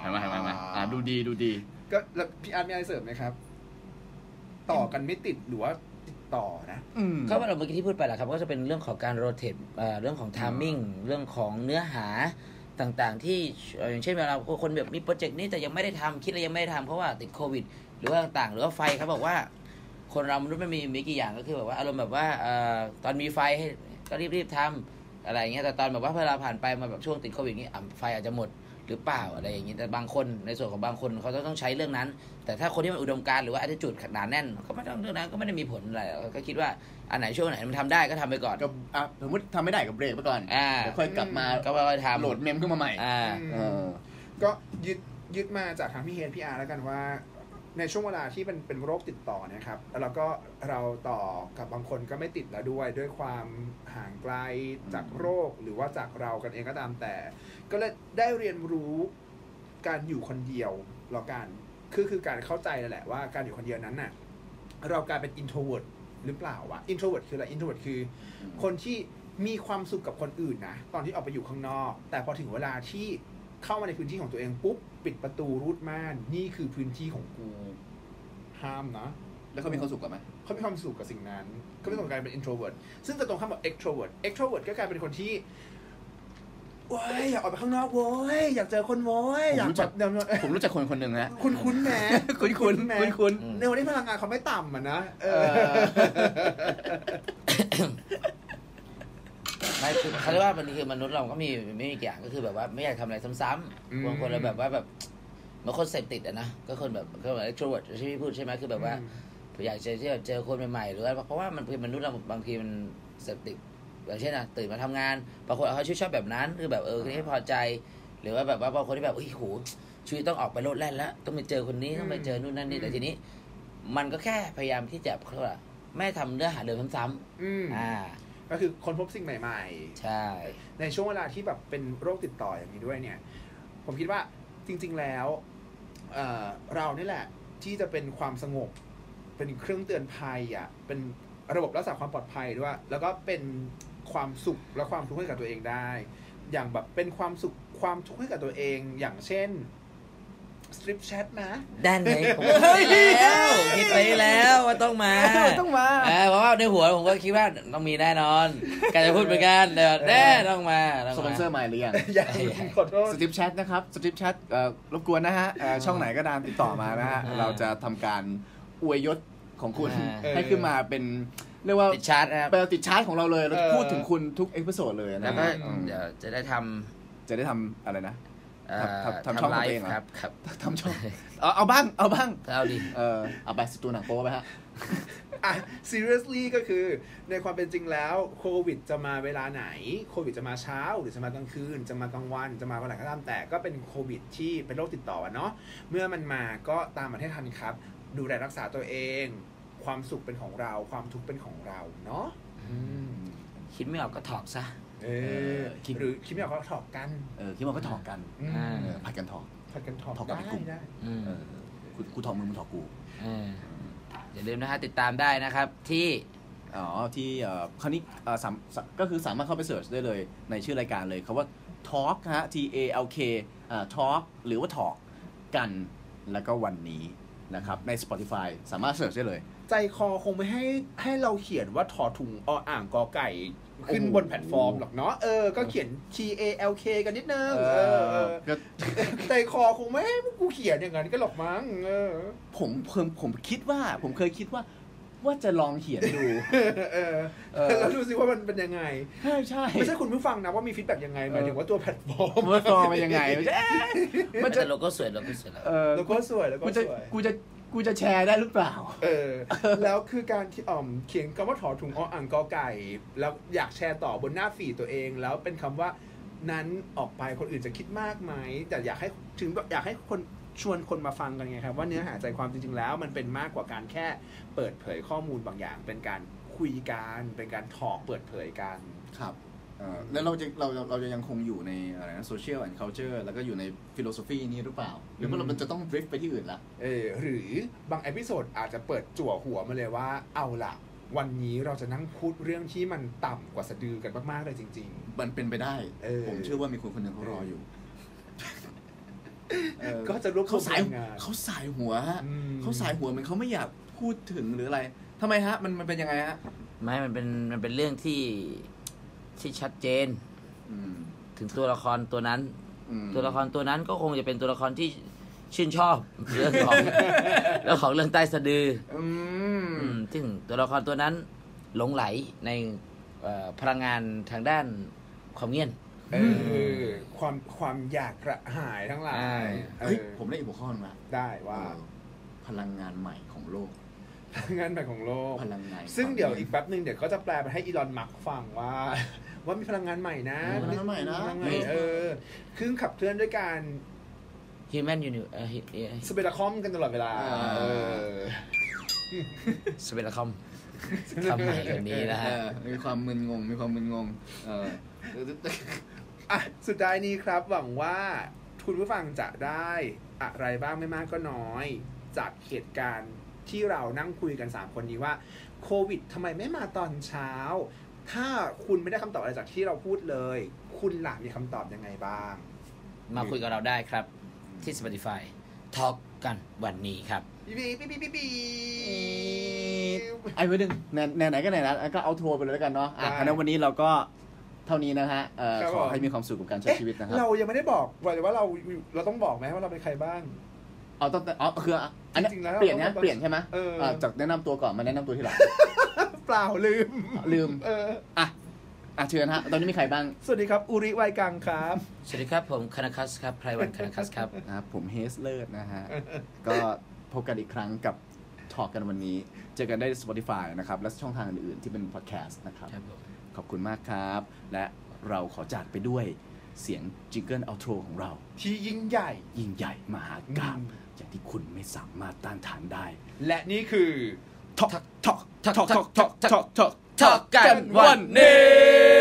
C: เห็นไหมเห็นไหมเห็นไหมอ่าดูดีดูดี
A: ก็แล้วพี่อาร์ตมีอะไรเสริมไหมครับ ต่อกันไม่ติดหรือว่าติดต่อนะ
C: อืม
B: ก็ว่าเราเมื่อกี้ที่พูดไปแหละครับก็จะเป็นเรื่องของการโรเตทเรื่องของทามมิ่งเรื่องของเนื้อหาต่างๆ ที่เอ่ออย่างเช่นเวลาคนแบบมีโปรเจกต์นี้แต่ยังไม่ได้ทำคิดแล้วยังไม่ได้ทำเพราะว่าติดโควิด หรือว่าต่างๆ หรือว่าไฟเขาบอกว่า คนเรามนุษย์มันมีมีกี่อย่างก็คือแบบว่าอารมณ์แบบว่าเอ่อตอนมีไฟให้ก็รีบๆทำอะไรอย่างเงี้ยแต่ตอนแบบว่าเวลาผ่านไปมาแบบช่วงติดโควิดนี้อ่ะไฟอาจจะหมดหรือเปล่าอะไรอย่างเงี้ยแต่บางคนในส่วนของบางคนเขาต้องใช้เรื่องนั้น แต่ถ้าคนที่มันอุดมการณ์หรือว่า attitude หนาแน่นก็ไม่ต้องเรื่องนั้นก็ไม่ได้มีผลอะไรก็คิดว่า อันไหนช่วงไหนมันทำได้ก็ทำไปก่อน
C: ก็อ่ะสมมติทำไม่ได้กับเบรกไปก่อน
B: อ่า
C: เดี๋ยวค่อยกลับมา
B: ก็ค่อยๆทำ
C: โหลดเมมขึ้นมาใหม่
B: อ่า
C: เออ
A: ก็ยึดยึดมาจากทางพี่เฮนพี่อาร์แล้วกันว่า ในช่วงเวลาที่มันเป็นโรคติดต่อเนะครับ แล้วก็เราต่อกับบางคนก็ไม่ติดแล้วด้วย ด้วยความห่างไกลจากโรคหรือว่าจากเรากันเองก็ตามแต่ ก็เลยได้เรียนรู้การอยู่คนเดียวแล้วกันคือคือการเข้าใจนั่นแหละว่าการอยู่คนเดียวนั้นน่ะเรากลายเป็น introvert หรือเปล่าวะ introvert คืออะไร introvert คือ คนที่มีความสุขกับคนอื่นนะ ตอนที่ออกไปอยู่ข้างนอก แต่พอถึงเวลาที่เข้ามาในพื้นที่ของตัวเองปุ๊บ ปิดประตูรูดม่านนี่คือพื้นที่ของกูห้ามนะ
C: แล้วเขามีความสุขกับไหม
A: เขามีความสุขกับสิ่งนั้น เขาไม่ต้องการเป็น introvert ซึ่งจะตรงข้ามกับ extrovert extrovert ก็กลายเป็นคนที่โอ้ยอยากออกไปข้างนอกโว้ยอยากเจอคนโว้ยอยากแบบเดี๋ยวๆ
C: ผมรู้จักคนคนหนึ่งฮะ
A: คุณคุ้นๆแหม
C: คุณคุณ
A: ๆแหม
C: คุณคุณ
B: อืม
A: ในวันที่พลังงานเขาไม่ต่ำอ่ะนะเออ
B: ไม่คือเขาเรียกว่ามันคือมนุษย์เราก็มีไม่มีอย่างก็คือแบบว่าไม่อยากทำอะไรซ้ำ
A: อืม
B: ๆบางคนเราแบบว่าแบบบางคนเสพติดอะนะก็คนแบบก็แบบ extrovert ที่พี่พูดใช่ไหมคือแบบว่า อยากจะที่แบบเจอคนใหม่ๆหรือว่าเพราะว่ามันเป็นมนุษย์เราบางทีมันเสพติดอย่างเช่นอ่ะตื่นมาทำงานบางคนเขาชื่นชอบแบบนั้นคือแบบเออคนนี้พอใจ หรือว่าแบบว่าบางคนที่แบบอุ้ยโหชีวิตต้องออกไปโลดแล่นแล้วต้องไปเจอคนนี้ต้องไปเจอนู่นนั่นนี่แต่ทีนี้ มันก็แค่พยายามที่จะเขาเรียกว่าไม่ทำเนื้อหาเดิมซ้ำ
A: อืม
B: ๆอ่า
A: ก็คือคนพบสิ่งใหม่ ๆ
B: ใช่
A: ในช่วงเวลาที่แบบเป็นโรคติดต่ออย่างนี้ด้วยเนี่ย ผมคิดว่าจริง ๆแล้วเอ่อเรานี่แหละที่จะเป็นความสงบ เป็นเครื่องเตือนภัยอ่ะเป็นระบบรักษาความปลอดภัยด้วยแล้วก็เป็นความสุขและความทุกข์ให้กับตัวเองได้ อย่างแบบเป็นความสุขความทุกข์ให้กับตัวเอง อย่างเช่นสตริปแชทนะ
B: ด้านไหนผมก็คิดไปแล้วคิดไปแล้วว่าต้องมา
A: ต้องมา
B: เออเพราะว่าในหัวผมก็คิดว่าต้องมีแน่นอนการจะพูดเหมือนกันแต่ว่าแน่ต้องมาต้ง
C: สปอน
B: มา
C: เซอร์ใหม่หรือยัง
A: อย่าขอโทษ
C: สติปแชทนะครับสติปแชทเอ่อรบกวนนะฮะเอ่อช่องไหนก็ตามติดต่อมานะฮะ
B: อ่า
C: เราจะทำการอวยยศของคุณ
B: อ่า
C: ให้ขึ้นมาเป็น เรียกว่า
B: ติดชาร์จนะครับ
C: เป็นติดชาร์ตของเราเลย เราจะพูดถึงคุณทุกเอพิโซดเลย
B: แล้
C: นะ
B: วก็
C: ฮะอืม
B: เดี๋ยวจะได้ท
C: จะได้ทำอะไรนะ
B: ำเอ่อ
C: ทำทำช่อง
B: ไล
C: ของตัวเอง
B: ฟ์
C: เหรอ
B: ครับครับ
C: ทำช่องเอาเอาบ้าง เอาบ้าง
B: เอาดิ
C: เออเอาไปสตูหนังโป๊ไปฮะ
A: อ่ะ seriously ก็คือในความเป็นจริงแล้วโควิดจะมาเวลาไหน โควิดจะมาเช้า หรือจะมากลางคืน จะมากลางวัน จะมาวันไหนก็ตามแต่ก็เป็นโควิดที่เป็นโรคติดต่ออะเนาะเมื่อมันมาก็ตามมันให้ทันครับ ดูแลรักษาตัวเอง ความสุขเป็นของเราความทุกข์เป็นของเราเนาะอืม
B: คิดไม่ออกก็ถอกซะ
A: เออ
C: อคิด
A: หรือคิดไม่ออกก็ถอกกัน
C: เออคิดว่าก็ถอกกัน
A: อืม
B: อ่า
C: เออผัดกันถอก
A: ถอกกันถอก
C: ถอกกั
A: ได้
C: นเป็นกลุ่ม
A: ได้
B: อืม
C: เออกูกูถอกมึงมึงถอกกู
B: เอออย่าลืมนะฮะติดตามได้นะครับ ที่
C: อ๋อที่เอ่อคราวนี้เอ่อสามสามก็คือสามารถเข้าไปเสิร์ชได้เลยในชื่อรายการเลยคาว่า Talk ฮะ T A L K อ่า Talk หรือว่า Talk กันแล้วก็วันนี้นะครับใน Spotify สามารถเสิร์ชได้เลย
A: ใจคอคงไม่ให้ให้เราเขียนว่าถอถุงออ่างกอไก่ ขึ้นบนแพลตฟอร์มหรอกเนาะเออก็เขียน T A L K กันนิดนึงเออเออ
C: ก็
A: ใจคอคงไม่ให้พวกกูเขียนอย่างนั้นก็หรอกมั้งเออ
C: ผมผมผมคิดว่าผมเคยคิดว่าว่าจะลองเขียนดู
A: เออ
C: เออ
A: แล้วดูสิว่ามันเป็นยังไง
C: ใช่ใช่
A: ไม่ใช่คุณผู้ฟังนะว่ามีฟีดแบ็กยังไงหมายถึงว่าตัวแพลตฟอร์
C: ผม มว่าลองมันยังไงมันจะเอ๊ะ
B: มั
C: มัน น
B: จะ
C: จะ
B: โลโก้สวยโลโก้สวยแล้ว
C: เออ
A: แล้วก็สวยแล้วก็
C: กูจะ
A: สวย
C: กูจะกูจะแชร์ได้หรือเปล่า
A: เออ แล้วคือการที่อ่อมเขียนคำว่าถอถุงออ่างกอไก่ แล้วอยากแชร์ต่อบนหน้าฟีดตัวเอง แล้วเป็นคำว่านั้นออกไปคนอื่นจะคิดมากไหมแต่อยากให้ถึงอยากให้คนชวนคนมาฟังกันไงครับ ว่าเนื้อหาใจความจริงๆแล้ว มันเป็นมากกว่าการแค่เปิดเผยข้อมูลบางอย่าง เป็นการคุยกันเป็นการถอกเปิดเผยกัน
C: ครับเอ่อแล้วเราจะเราเราจะยังคงอยู่ในอะไรนะโซเชียลแอนด์เคาน์เตอร์แล้วก็อยู่ในฟิโลโซฟีนี้หรือเปล่า หรือว่า
A: อืม
C: เรามันจะต้องดริฟต์ไปที่อื่นละ
A: เออหรือบางเอพิโซดอาจจะเปิดจั่วหัวมาเลยว่าเอาล่ะ วันนี้เราจะนั่งพูดเรื่องที่มันต่ำกว่าสะดือกันมาก ๆ เลยจริง
C: มันเป็นไปได้
A: เออ
C: ผมเชื่อว่ามีคนคนหนึ่งเขารออยู่เออ
A: ๆ ก็จะรวบร
C: เขา
A: วม
C: สาย
A: ผลงาน
C: เขาสายหัวฮะ
A: อืม
C: เขาสายหัวเหมันเขาไม่อยากพูดถึงหรืออะไรทำไมฮะ มันมันเป็นยังไงฮะ
B: ไม่ มันเป็น มันเป็นเรื่องที่ ที่ชัดเจน
C: อืม
B: ถึงตัวละครตัวนั้น
C: อืม
B: ตัวละครตัวนั้นก็คงจะเป็นตัวละครที่ชื่นชอบ เรื่อง ของ เรื่องของเรื่องใต้สะดือ
C: อืม
B: อืมซึ่งตัวละครตัวนั้นหลงไหลในเอ่อพลังงานทางด้านความเงียน
A: เออความความอยากกระหายทั้งหลา
B: อ่า
A: ยเอ
C: เฮ้ย
A: อ
C: ผมได้อีกหัวข้อหนึงละ
A: ได้ว่า
C: เออพลังงานใหม่ของโลก
A: งานใหม่ของโลก
C: พลังงาน
A: ซึ่งเดี๋ยวอีกแป๊บหนึ่งเดี๋ยวก็จะแปลไปให้อีลอนมัสก์ฟังว่า ว่ามีพลังงานใหม่นะ
C: พลังงานใหม่นะ
A: พลังงานใหม่เออครึ่งขับเคลื่อนด้วยการ
B: human u n i
A: สเปรดคอมกันตลอดเวลา
C: อ่า
A: เออ
B: สเปรคอมคำใหม่วันนี้นะ
C: เอ
B: ฮะ
C: อมีความมึนงง มีความมึนงง เออ
A: อ่ะสุดท้ายนี้ครับหวังว่าคุณผู้ฟังจะได้อะไรบ้างไม่มากก็น้อย จากเหตุการณ์ที่เรานั่งคุยกัน 3 คนนี้ว่าโควิดทำไมไม่มาตอนเช้า ถ้าคุณไม่ได้คำตอบอะไรจากที่เราพูดเลย คุณหลังมีคำตอบยังไงบ้าง
B: มาคุยกับเราได้ครับ ที่ Spotify ท็อปกันวันนี้ครับ
A: บีบีบีบีบีบี
C: ไอ้เว้ยหนึ่งไหนไหนๆก็ไหนนะก็เอาโทรไปเลยแล้วกันเนาะอ่ะ
A: ได้
C: อันนั้นวันนี้เราก็เท่านี้นะฮะเอ่อ
A: ครับ
C: ข
A: ผ
C: อ
A: ม
C: ให้มีความสุขกับการใช้
A: เอ๊ะ
C: ชีวิตนะครับ
A: เรายังไม่ได้บอกเลยว่าเราเราต้องบอกไหมว่าเราเป็นใครบ้าง
C: เอาต้องแต่อ๋อคืออันนี้
A: จริงๆแล้ว
C: เปลี่ยน
A: เรา
C: นะ
A: ต้อง
C: เปลี่ยนใช่ไหม
A: เออ
C: เอ่อจากแนะนำตัวก่อนมาแนะนำตัวที หลัง
A: เปล่าลืม
C: ลืม
A: เออ
C: อ่ะ อ่ะเชิญฮะ ตอนนี้มีใครบ้าง
A: สวัสดีครับ อุริไวกังครับ
B: สวัสดีครับ ผมคณคัสครับไพรวันคณคัสครับ
C: นะครับผมเฮสเลิศนะ ฮะ ก็พบกันอีกครั้งกับทอ l k กันวันนี้ เจอกันได้ Spotify นะครับ และช่องทางอื่นๆที่เป็นพอดแคสต์นะครับ
B: ครับผม
C: ขอบคุณมากครับ และเราขอจากไปด้วยเสียงจิงเกิลเอาโทรของเรา
A: ที่ยิ่งใหญ่
C: ยิ่งใหญ่มหากาพ
A: อื
C: ย์
A: ม
C: อย่างที่คุณไม่สามารถต้านทานได้
A: และนี่คือ
C: ทอกทอกทอกทอกทอกทอกทอก
B: ท็อปกันวันนี้